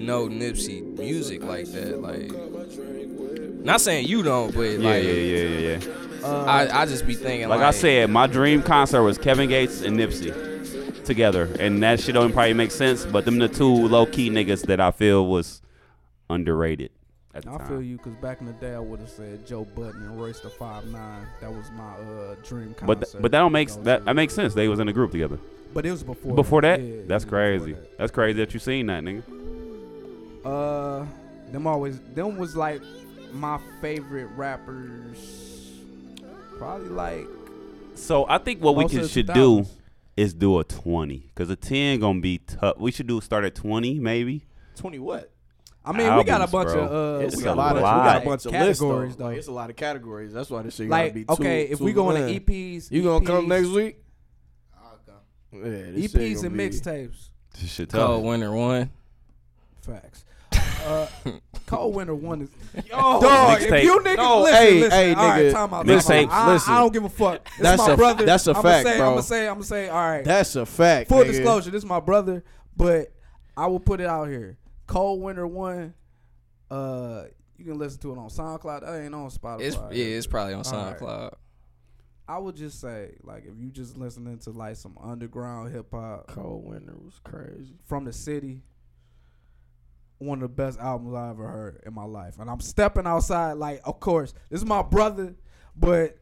[SPEAKER 4] know Nipsey music like that. Like, not saying you don't, but
[SPEAKER 3] yeah,
[SPEAKER 4] like
[SPEAKER 3] yeah, yeah, yeah, yeah.
[SPEAKER 4] I, I just be thinking
[SPEAKER 3] Like I said, my dream concert was Kevin Gates and Nipsey together, and that shit don't probably make sense. But them the two low key niggas that I feel was underrated at the
[SPEAKER 5] I
[SPEAKER 3] time.
[SPEAKER 5] feel you, cause back in the day I would have said Joe Button and Royce the Five Nine. That was my uh, dream concert.
[SPEAKER 3] But th- but that don't make
[SPEAKER 5] Go
[SPEAKER 3] that
[SPEAKER 5] to.
[SPEAKER 3] that makes sense. They was in a group together.
[SPEAKER 5] But it was before.
[SPEAKER 3] Before that,
[SPEAKER 5] Yeah, it was
[SPEAKER 3] that's
[SPEAKER 5] before
[SPEAKER 3] crazy.
[SPEAKER 5] that.
[SPEAKER 3] That's crazy that you seen that nigga.
[SPEAKER 5] Uh, them always them was like my favorite rappers. Probably like
[SPEAKER 3] So I think what we
[SPEAKER 5] most
[SPEAKER 3] can,
[SPEAKER 5] of the
[SPEAKER 3] should do
[SPEAKER 5] 2000s.
[SPEAKER 3] is do a twenty, cause a ten gonna be tough. We should do start at twenty maybe.
[SPEAKER 1] Twenty what?
[SPEAKER 5] I mean, we got a
[SPEAKER 3] albums,
[SPEAKER 5] bunch
[SPEAKER 3] bro.
[SPEAKER 5] of uh,
[SPEAKER 3] It's
[SPEAKER 1] we
[SPEAKER 5] we
[SPEAKER 1] got
[SPEAKER 3] a
[SPEAKER 1] a lot of we
[SPEAKER 3] lot.
[SPEAKER 1] got a bunch of
[SPEAKER 5] categories
[SPEAKER 1] lists, though.
[SPEAKER 5] though.
[SPEAKER 1] Like, it's a lot of categories. That's why this shit gotta be
[SPEAKER 5] like
[SPEAKER 1] two,
[SPEAKER 5] okay, if
[SPEAKER 1] two
[SPEAKER 5] we going
[SPEAKER 1] one.
[SPEAKER 5] to E EPs,
[SPEAKER 1] you gonna come
[SPEAKER 5] EPs,
[SPEAKER 1] next week?
[SPEAKER 6] I'll go.
[SPEAKER 1] Yeah, this shit
[SPEAKER 5] EPs
[SPEAKER 1] gonna
[SPEAKER 5] E and
[SPEAKER 1] be-
[SPEAKER 5] mixtapes.
[SPEAKER 3] This shit
[SPEAKER 4] Cold
[SPEAKER 3] tough.
[SPEAKER 4] oh, Winter One.
[SPEAKER 5] Facts. Uh, Cold Winter One is
[SPEAKER 1] Yo,
[SPEAKER 5] dog.
[SPEAKER 3] Mixtape.
[SPEAKER 5] Oh, If you niggas
[SPEAKER 1] No,
[SPEAKER 5] listen,
[SPEAKER 1] hey,
[SPEAKER 5] listen.
[SPEAKER 1] hey,
[SPEAKER 5] all right,
[SPEAKER 1] nigga.
[SPEAKER 5] time out, time
[SPEAKER 3] Mixtapes,
[SPEAKER 5] out. I,
[SPEAKER 1] listen.
[SPEAKER 5] I don't give a fuck. It's
[SPEAKER 1] That's
[SPEAKER 5] my
[SPEAKER 1] a-
[SPEAKER 5] brother.
[SPEAKER 1] that's a
[SPEAKER 5] I'ma
[SPEAKER 1] fact,
[SPEAKER 5] say,
[SPEAKER 1] bro.
[SPEAKER 5] I'm gonna say. I'm gonna say. All right.
[SPEAKER 1] that's a fact.
[SPEAKER 5] Full
[SPEAKER 1] nigga.
[SPEAKER 5] disclosure, this is my brother, but I will put it out here. Cold Winter One, uh, you can listen to it on SoundCloud. That ain't on Spotify.
[SPEAKER 4] It's yeah, it's probably on
[SPEAKER 5] Alright.
[SPEAKER 4] SoundCloud.
[SPEAKER 5] I would just say, like, if you just listening to like some underground hip hop
[SPEAKER 1] Cold winter was crazy.
[SPEAKER 5] from the city, one of the best albums I ever heard in my life. And I'm stepping outside, like, of course, this is my brother, but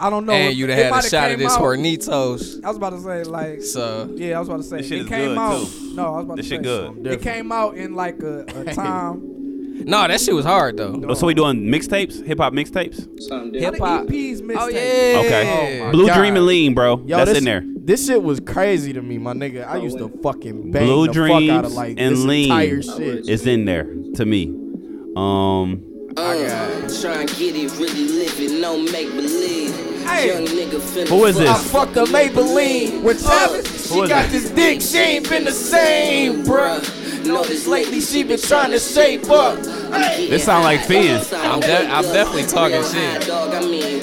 [SPEAKER 5] I don't know.
[SPEAKER 4] and
[SPEAKER 5] if-
[SPEAKER 4] you'd
[SPEAKER 5] it
[SPEAKER 4] have had
[SPEAKER 5] mighta
[SPEAKER 4] a shot of
[SPEAKER 5] came
[SPEAKER 4] this
[SPEAKER 5] out-
[SPEAKER 4] Hornitos.
[SPEAKER 5] I was about to say, like,
[SPEAKER 4] So
[SPEAKER 5] Yeah, I was about to say
[SPEAKER 3] This shit
[SPEAKER 5] it
[SPEAKER 3] is
[SPEAKER 5] came
[SPEAKER 3] good,
[SPEAKER 5] out.
[SPEAKER 3] too.
[SPEAKER 5] No, I was about
[SPEAKER 3] This
[SPEAKER 5] to
[SPEAKER 3] shit
[SPEAKER 5] say
[SPEAKER 3] good.
[SPEAKER 5] something. It came out in like a, a time.
[SPEAKER 4] no, that shit was hard though.
[SPEAKER 3] So we doing mixtapes, hip hop mixtapes.
[SPEAKER 4] Hip
[SPEAKER 5] How
[SPEAKER 4] hop.
[SPEAKER 5] the EPs mixtape.
[SPEAKER 4] Oh yeah.
[SPEAKER 3] Okay.
[SPEAKER 1] Oh, my
[SPEAKER 3] Blue
[SPEAKER 1] God.
[SPEAKER 3] Dream and Lean, bro.
[SPEAKER 1] Yo,
[SPEAKER 3] That's
[SPEAKER 1] this,
[SPEAKER 3] in there.
[SPEAKER 1] This shit was crazy to me, my nigga. I used to fucking bang
[SPEAKER 3] Blue
[SPEAKER 1] the fuck out of
[SPEAKER 3] Dreams
[SPEAKER 1] like
[SPEAKER 3] and
[SPEAKER 1] this
[SPEAKER 3] Lean.
[SPEAKER 1] entire shit.
[SPEAKER 3] It's in there to me. Um,
[SPEAKER 8] Uh, try and get it, really live it, no make believe.
[SPEAKER 1] Hey,
[SPEAKER 2] Young nigga finna
[SPEAKER 3] Who is
[SPEAKER 2] fuck-
[SPEAKER 3] this?
[SPEAKER 1] I fucked a Maybelline with Travis.
[SPEAKER 3] Who
[SPEAKER 1] She
[SPEAKER 3] is
[SPEAKER 1] got
[SPEAKER 3] it?
[SPEAKER 1] this dick, she ain't been the same, bruh. Notice lately she been trying to shape up.
[SPEAKER 3] This sound like Finn.
[SPEAKER 4] I'm de- I'm definitely talking shit.
[SPEAKER 2] I'm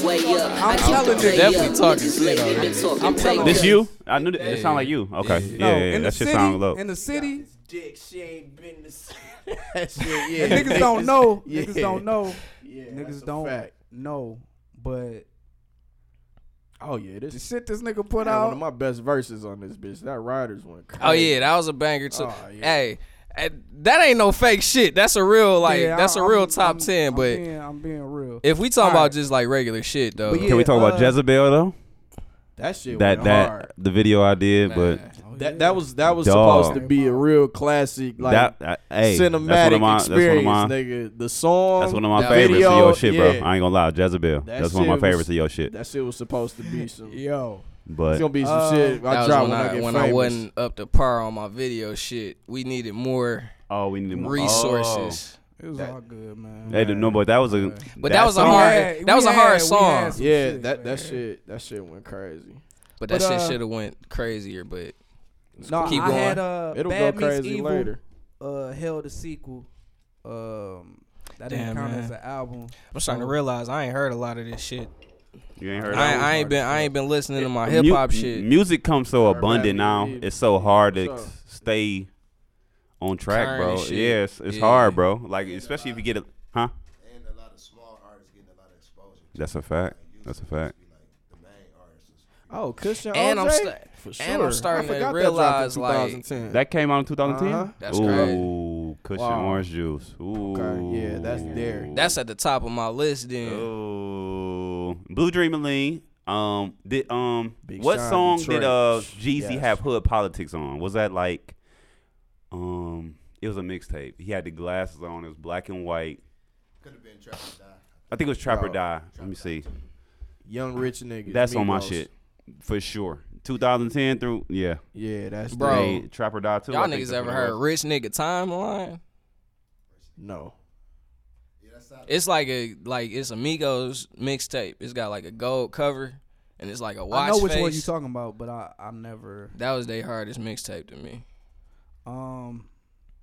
[SPEAKER 1] telling you.
[SPEAKER 4] Definitely talking shit on this.
[SPEAKER 2] shit. I'm telling
[SPEAKER 3] This you? I knew that, it sound like you. Okay. Yeah,
[SPEAKER 5] No,
[SPEAKER 3] yeah, yeah,
[SPEAKER 5] in the
[SPEAKER 3] that shit
[SPEAKER 5] city,
[SPEAKER 3] sound low.
[SPEAKER 5] in the city,
[SPEAKER 1] Dick, she ain't been the same. that shit, yeah.
[SPEAKER 5] niggas don't know. Niggas
[SPEAKER 1] Yeah.
[SPEAKER 5] don't know.
[SPEAKER 1] Yeah, that's
[SPEAKER 5] niggas
[SPEAKER 1] a
[SPEAKER 5] don't
[SPEAKER 1] fact.
[SPEAKER 5] know. But
[SPEAKER 1] Oh yeah, this
[SPEAKER 5] the
[SPEAKER 1] is
[SPEAKER 5] shit this nigga
[SPEAKER 1] one
[SPEAKER 5] put
[SPEAKER 1] of
[SPEAKER 5] out,
[SPEAKER 1] my best verses on this bitch. That Riders one.
[SPEAKER 4] Oh yeah, that was a banger too.
[SPEAKER 1] Oh, yeah.
[SPEAKER 4] Hey, eh, that ain't no fake shit. That's a real like
[SPEAKER 5] Yeah,
[SPEAKER 4] that's a
[SPEAKER 5] I-
[SPEAKER 4] real
[SPEAKER 5] I'm-
[SPEAKER 4] top
[SPEAKER 5] I'm-
[SPEAKER 4] 10
[SPEAKER 5] I'm
[SPEAKER 4] but
[SPEAKER 5] being, I'm being real.
[SPEAKER 4] if we talking
[SPEAKER 5] All right.
[SPEAKER 4] about just like regular shit though.
[SPEAKER 5] But yeah,
[SPEAKER 3] Can we talk about
[SPEAKER 5] uh,
[SPEAKER 3] Jezebel though?
[SPEAKER 1] that shit
[SPEAKER 3] That
[SPEAKER 1] went hard.
[SPEAKER 3] that the video I did, but
[SPEAKER 4] Man.
[SPEAKER 1] Oh, That that was that was
[SPEAKER 3] Dog.
[SPEAKER 1] supposed to be a real classic, like
[SPEAKER 3] that I, hey, that's one of
[SPEAKER 1] cinematic
[SPEAKER 3] my-
[SPEAKER 1] experience,
[SPEAKER 3] That's one of my,
[SPEAKER 1] nigga. The song,
[SPEAKER 3] that's one of my
[SPEAKER 4] That
[SPEAKER 3] favorites
[SPEAKER 1] video,
[SPEAKER 3] of your shit, bro.
[SPEAKER 1] yeah.
[SPEAKER 3] I ain't gonna lie, Jezebel.
[SPEAKER 1] That
[SPEAKER 3] that's one of my
[SPEAKER 1] shit was-
[SPEAKER 3] favorites of your shit.
[SPEAKER 1] that shit was supposed to be some.
[SPEAKER 5] Yo,
[SPEAKER 1] It's
[SPEAKER 3] But
[SPEAKER 1] gonna be some
[SPEAKER 5] Uh,
[SPEAKER 1] shit.
[SPEAKER 4] That
[SPEAKER 1] I
[SPEAKER 4] was
[SPEAKER 1] drop
[SPEAKER 4] when, I,
[SPEAKER 1] get
[SPEAKER 4] when I
[SPEAKER 1] famous.
[SPEAKER 4] wasn't up to par on my video shit. We needed more
[SPEAKER 3] oh, we need more-
[SPEAKER 4] resources.
[SPEAKER 5] it was
[SPEAKER 1] That-
[SPEAKER 5] all good, man.
[SPEAKER 3] Oh. Hey, no, but that was a.
[SPEAKER 4] But that was a
[SPEAKER 3] song-
[SPEAKER 4] hard-
[SPEAKER 5] Yeah,
[SPEAKER 4] that was
[SPEAKER 5] we
[SPEAKER 4] a hard
[SPEAKER 5] had- we
[SPEAKER 4] song.
[SPEAKER 5] had some
[SPEAKER 1] Yeah, that that
[SPEAKER 5] man.
[SPEAKER 1] shit that shit went crazy.
[SPEAKER 4] But that
[SPEAKER 5] But,
[SPEAKER 4] shit
[SPEAKER 5] uh,
[SPEAKER 4] should have went crazier, but
[SPEAKER 5] No,
[SPEAKER 4] Keep
[SPEAKER 5] I
[SPEAKER 4] going.
[SPEAKER 5] had uh,
[SPEAKER 1] It'll
[SPEAKER 5] Bad
[SPEAKER 1] go
[SPEAKER 5] Meets
[SPEAKER 1] crazy
[SPEAKER 5] Evil,
[SPEAKER 1] later.
[SPEAKER 5] Uh, held a sequel. Um, that
[SPEAKER 4] Damn,
[SPEAKER 5] didn't count
[SPEAKER 4] man.
[SPEAKER 5] as an album.
[SPEAKER 4] I'm starting to realize I ain't heard a lot of this shit.
[SPEAKER 3] You ain't heard
[SPEAKER 4] I,
[SPEAKER 3] that?
[SPEAKER 4] I ain't been I ain't been listening to my
[SPEAKER 3] Mu-
[SPEAKER 4] hip hop shit.
[SPEAKER 3] Music comes so
[SPEAKER 1] Alright,
[SPEAKER 3] abundant now.
[SPEAKER 1] man,
[SPEAKER 3] It's so hard to
[SPEAKER 1] What's up?
[SPEAKER 3] stay on track,
[SPEAKER 4] Current
[SPEAKER 3] bro.
[SPEAKER 4] and shit.
[SPEAKER 3] Yeah, it's, it's
[SPEAKER 4] Yeah.
[SPEAKER 3] hard, bro. Like especially if you get a huh.
[SPEAKER 6] And a lot of small artists getting a lot of exposure.
[SPEAKER 3] That's a fact. That's a fact.
[SPEAKER 6] Be like the main artists.
[SPEAKER 1] Oh, Christian
[SPEAKER 4] And I'm
[SPEAKER 1] OJ?
[SPEAKER 4] sta-
[SPEAKER 1] For
[SPEAKER 4] and I'm starting
[SPEAKER 1] I
[SPEAKER 4] to
[SPEAKER 1] forgot that
[SPEAKER 4] realize,
[SPEAKER 1] dropped in
[SPEAKER 4] like,
[SPEAKER 1] 2010.
[SPEAKER 3] That came out in 2010.
[SPEAKER 1] Uh-huh.
[SPEAKER 4] That's
[SPEAKER 3] Ooh, cushion
[SPEAKER 1] Wow.
[SPEAKER 3] orange juice. Ooh,
[SPEAKER 1] Okay, yeah, that's there.
[SPEAKER 4] That's at the top of my list then.
[SPEAKER 3] Oh. Ooh, Blue Dream and Lean. Um, did um,
[SPEAKER 1] Big
[SPEAKER 3] what
[SPEAKER 1] Sean
[SPEAKER 3] song
[SPEAKER 1] Detroit.
[SPEAKER 3] did uh Jeezy
[SPEAKER 1] Yes.
[SPEAKER 3] have hood politics on? Was that like, um, it was a mixtape. He had the glasses on. It was black and white.
[SPEAKER 6] Could have been Trap or Die.
[SPEAKER 3] I think it was Trap or
[SPEAKER 1] Yo.
[SPEAKER 3] Die. Let me see.
[SPEAKER 1] Young rich niggas.
[SPEAKER 3] That's on my
[SPEAKER 1] Migos.
[SPEAKER 3] shit for sure. 2010 through yeah,
[SPEAKER 1] Yeah, that's
[SPEAKER 4] Bro.
[SPEAKER 1] the-
[SPEAKER 3] Hey, Trap or Die too. I
[SPEAKER 4] Y'all
[SPEAKER 3] think
[SPEAKER 4] niggas
[SPEAKER 3] that's
[SPEAKER 4] ever
[SPEAKER 3] what it
[SPEAKER 4] heard
[SPEAKER 3] was.
[SPEAKER 4] Rich Nigga Timeline?
[SPEAKER 1] No,
[SPEAKER 6] Yeah, that's not.
[SPEAKER 4] It's like a like it's Amigos mixtape. It's got like a gold cover and it's like a watch
[SPEAKER 5] I know which
[SPEAKER 4] face.
[SPEAKER 5] one you talking about, but I I never.
[SPEAKER 4] that was their hardest mixtape to me.
[SPEAKER 5] Um,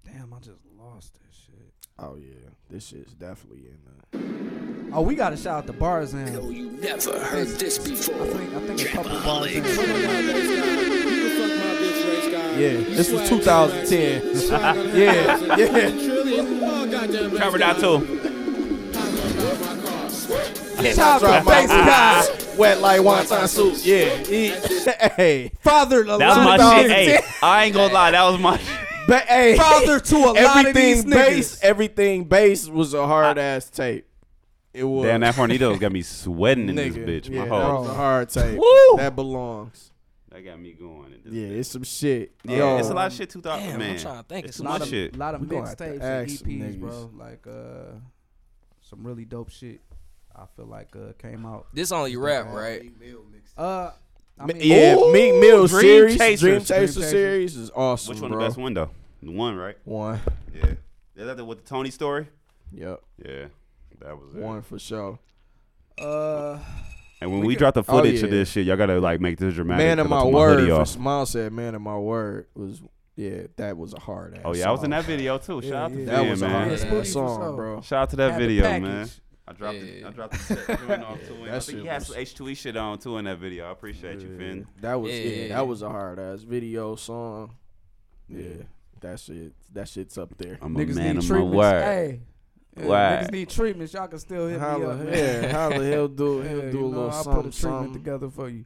[SPEAKER 5] damn, I just lost this shit.
[SPEAKER 1] Oh yeah, this shit's definitely in the.
[SPEAKER 5] Oh, we got to shout out to Barzan.
[SPEAKER 2] You never heard this
[SPEAKER 5] I
[SPEAKER 2] before.
[SPEAKER 5] think I think a couple Barzan.
[SPEAKER 1] Yeah, this was 2010. Yeah, yeah.
[SPEAKER 3] Trap or Die too.
[SPEAKER 1] Top of face guy, wet like wonton soup. Yeah, E- hey,
[SPEAKER 5] Father, a
[SPEAKER 3] That was
[SPEAKER 5] lot
[SPEAKER 3] my
[SPEAKER 5] of
[SPEAKER 3] shit. Hey, I ain't gonna lie. That was my.
[SPEAKER 1] ba- hey.
[SPEAKER 5] Father to a lot of these
[SPEAKER 1] Everything
[SPEAKER 5] niggas.
[SPEAKER 1] base, everything base was a hard ass tape. It was.
[SPEAKER 3] Damn, that Hornitos got me sweating in
[SPEAKER 1] nigga.
[SPEAKER 3] this bitch.
[SPEAKER 1] Yeah,
[SPEAKER 3] My
[SPEAKER 1] that
[SPEAKER 3] whole.
[SPEAKER 1] was a hard tape.
[SPEAKER 3] Woo!
[SPEAKER 1] That belongs.
[SPEAKER 3] That got me going. in this
[SPEAKER 1] Yeah,
[SPEAKER 3] bitch.
[SPEAKER 1] it's some shit.
[SPEAKER 3] Yeah,
[SPEAKER 1] Yo,
[SPEAKER 3] it's a lot of shit. Two thousand
[SPEAKER 4] Damn,
[SPEAKER 3] man.
[SPEAKER 4] I'm trying to think.
[SPEAKER 3] It's
[SPEAKER 4] It's
[SPEAKER 3] too
[SPEAKER 4] a
[SPEAKER 3] much
[SPEAKER 5] lot
[SPEAKER 4] lot
[SPEAKER 5] of,
[SPEAKER 3] shit.
[SPEAKER 5] lot of
[SPEAKER 1] We gonna have to
[SPEAKER 5] mixtapes and
[SPEAKER 1] ask some
[SPEAKER 5] EPs,
[SPEAKER 1] niggas.
[SPEAKER 5] bro. Like uh, some really dope shit. I feel like uh came out.
[SPEAKER 4] This only rap, right?
[SPEAKER 6] Big Mill mixed.
[SPEAKER 5] Uh, I mean,
[SPEAKER 1] yeah,
[SPEAKER 3] Ooh,
[SPEAKER 1] Meek Mill
[SPEAKER 3] Dream
[SPEAKER 1] series,
[SPEAKER 3] Chasers.
[SPEAKER 1] Dream
[SPEAKER 3] Dream
[SPEAKER 1] Chaser
[SPEAKER 5] Chasers.
[SPEAKER 1] series is awesome,
[SPEAKER 3] Which one
[SPEAKER 1] bro.
[SPEAKER 3] the best one though? The one, right?
[SPEAKER 1] One,
[SPEAKER 3] Yeah. Is that the, with the Tony story?
[SPEAKER 1] yep,
[SPEAKER 3] Yeah, that was it.
[SPEAKER 1] one for sure.
[SPEAKER 5] Uh,
[SPEAKER 3] And when we, drop the footage
[SPEAKER 1] yeah.
[SPEAKER 3] of this shit, y'all gotta like make this dramatic.
[SPEAKER 1] Man of
[SPEAKER 3] I
[SPEAKER 1] my
[SPEAKER 3] took
[SPEAKER 1] word,
[SPEAKER 3] hoodie
[SPEAKER 1] for
[SPEAKER 3] off.
[SPEAKER 1] Smile said, "Man of my word" was yeah, that was a hard ass.
[SPEAKER 3] Oh yeah, I was in that video too. Shout out to
[SPEAKER 5] yeah.
[SPEAKER 1] That
[SPEAKER 3] them,
[SPEAKER 1] was a
[SPEAKER 3] man.
[SPEAKER 1] hard
[SPEAKER 4] Yeah,
[SPEAKER 1] ass
[SPEAKER 5] Spoonie's was
[SPEAKER 1] song,
[SPEAKER 5] hard.
[SPEAKER 1] bro.
[SPEAKER 3] Shout out to
[SPEAKER 5] had
[SPEAKER 3] that
[SPEAKER 5] the
[SPEAKER 3] video,
[SPEAKER 5] package.
[SPEAKER 3] man. I dropped it.
[SPEAKER 4] Yeah.
[SPEAKER 3] I dropped the set joint off to him. I
[SPEAKER 1] that
[SPEAKER 3] think
[SPEAKER 1] shit
[SPEAKER 3] he had
[SPEAKER 1] was-
[SPEAKER 3] some H2E shit on too in that video. I appreciate you, Finn.
[SPEAKER 1] That was yeah.
[SPEAKER 4] Yeah.
[SPEAKER 1] that was a hard ass video song. Yeah, that shit, that shit's up there.
[SPEAKER 3] I'm
[SPEAKER 5] niggas need treatments. Hey, yeah,
[SPEAKER 3] Word.
[SPEAKER 5] niggas need treatments. Y'all can still hit me up.
[SPEAKER 1] Holla,
[SPEAKER 5] man.
[SPEAKER 1] yeah, holla, he'll do, he'll
[SPEAKER 5] Yeah,
[SPEAKER 1] do
[SPEAKER 5] you
[SPEAKER 1] a little
[SPEAKER 5] know, I'll
[SPEAKER 1] something.
[SPEAKER 5] put a treatment
[SPEAKER 1] something.
[SPEAKER 5] together for you.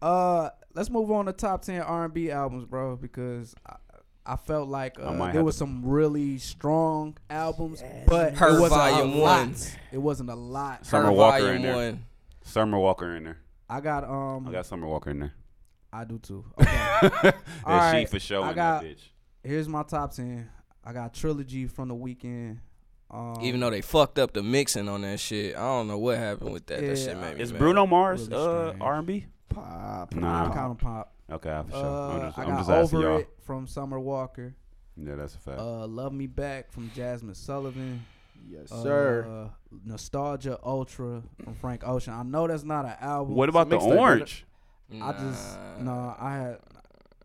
[SPEAKER 5] Uh, let's move on to top ten R and B albums, bro, because I, I felt like
[SPEAKER 3] I
[SPEAKER 5] uh,
[SPEAKER 3] might
[SPEAKER 5] there
[SPEAKER 3] have
[SPEAKER 5] was
[SPEAKER 3] to-
[SPEAKER 5] some really strong albums, but
[SPEAKER 4] Her
[SPEAKER 5] it wasn't
[SPEAKER 4] Volume
[SPEAKER 5] a
[SPEAKER 4] One.
[SPEAKER 5] lot. It wasn't a lot.
[SPEAKER 3] Summer
[SPEAKER 4] Her
[SPEAKER 3] Walker
[SPEAKER 4] Volume
[SPEAKER 3] in there.
[SPEAKER 4] One.
[SPEAKER 3] Summer Walker in there.
[SPEAKER 5] I got um,
[SPEAKER 3] I got Summer Walker in there.
[SPEAKER 5] I do too. Okay. All
[SPEAKER 3] Yeah, she
[SPEAKER 5] right,
[SPEAKER 3] for sure
[SPEAKER 5] I
[SPEAKER 3] in
[SPEAKER 5] got-
[SPEAKER 3] that bitch.
[SPEAKER 5] Here's my top ten. I got trilogy from the weekend. Um,
[SPEAKER 4] Even though they fucked up the mixing on that shit, I don't know what happened with that.
[SPEAKER 5] Yeah,
[SPEAKER 4] that shit made me
[SPEAKER 3] Is
[SPEAKER 4] mad.
[SPEAKER 3] Bruno Mars
[SPEAKER 5] Really
[SPEAKER 3] uh,
[SPEAKER 5] strange.
[SPEAKER 3] R and B?
[SPEAKER 1] Pop,
[SPEAKER 5] I
[SPEAKER 3] Nah.
[SPEAKER 5] count 'em pop.
[SPEAKER 3] Okay, for sure. I'm
[SPEAKER 5] Uh,
[SPEAKER 3] just,
[SPEAKER 5] I
[SPEAKER 3] I'm
[SPEAKER 5] got
[SPEAKER 3] just asking
[SPEAKER 5] over
[SPEAKER 3] y'all.
[SPEAKER 5] it from Summer Walker.
[SPEAKER 3] Yeah, that's a fact.
[SPEAKER 5] Uh, Love me back from Jasmine Sullivan.
[SPEAKER 1] Yes, sir.
[SPEAKER 5] Uh, Nostalgia Ultra from Frank Ocean. I know that's not an album.
[SPEAKER 3] What about the
[SPEAKER 1] mixtape, brother.
[SPEAKER 3] orange?
[SPEAKER 5] I just no. I had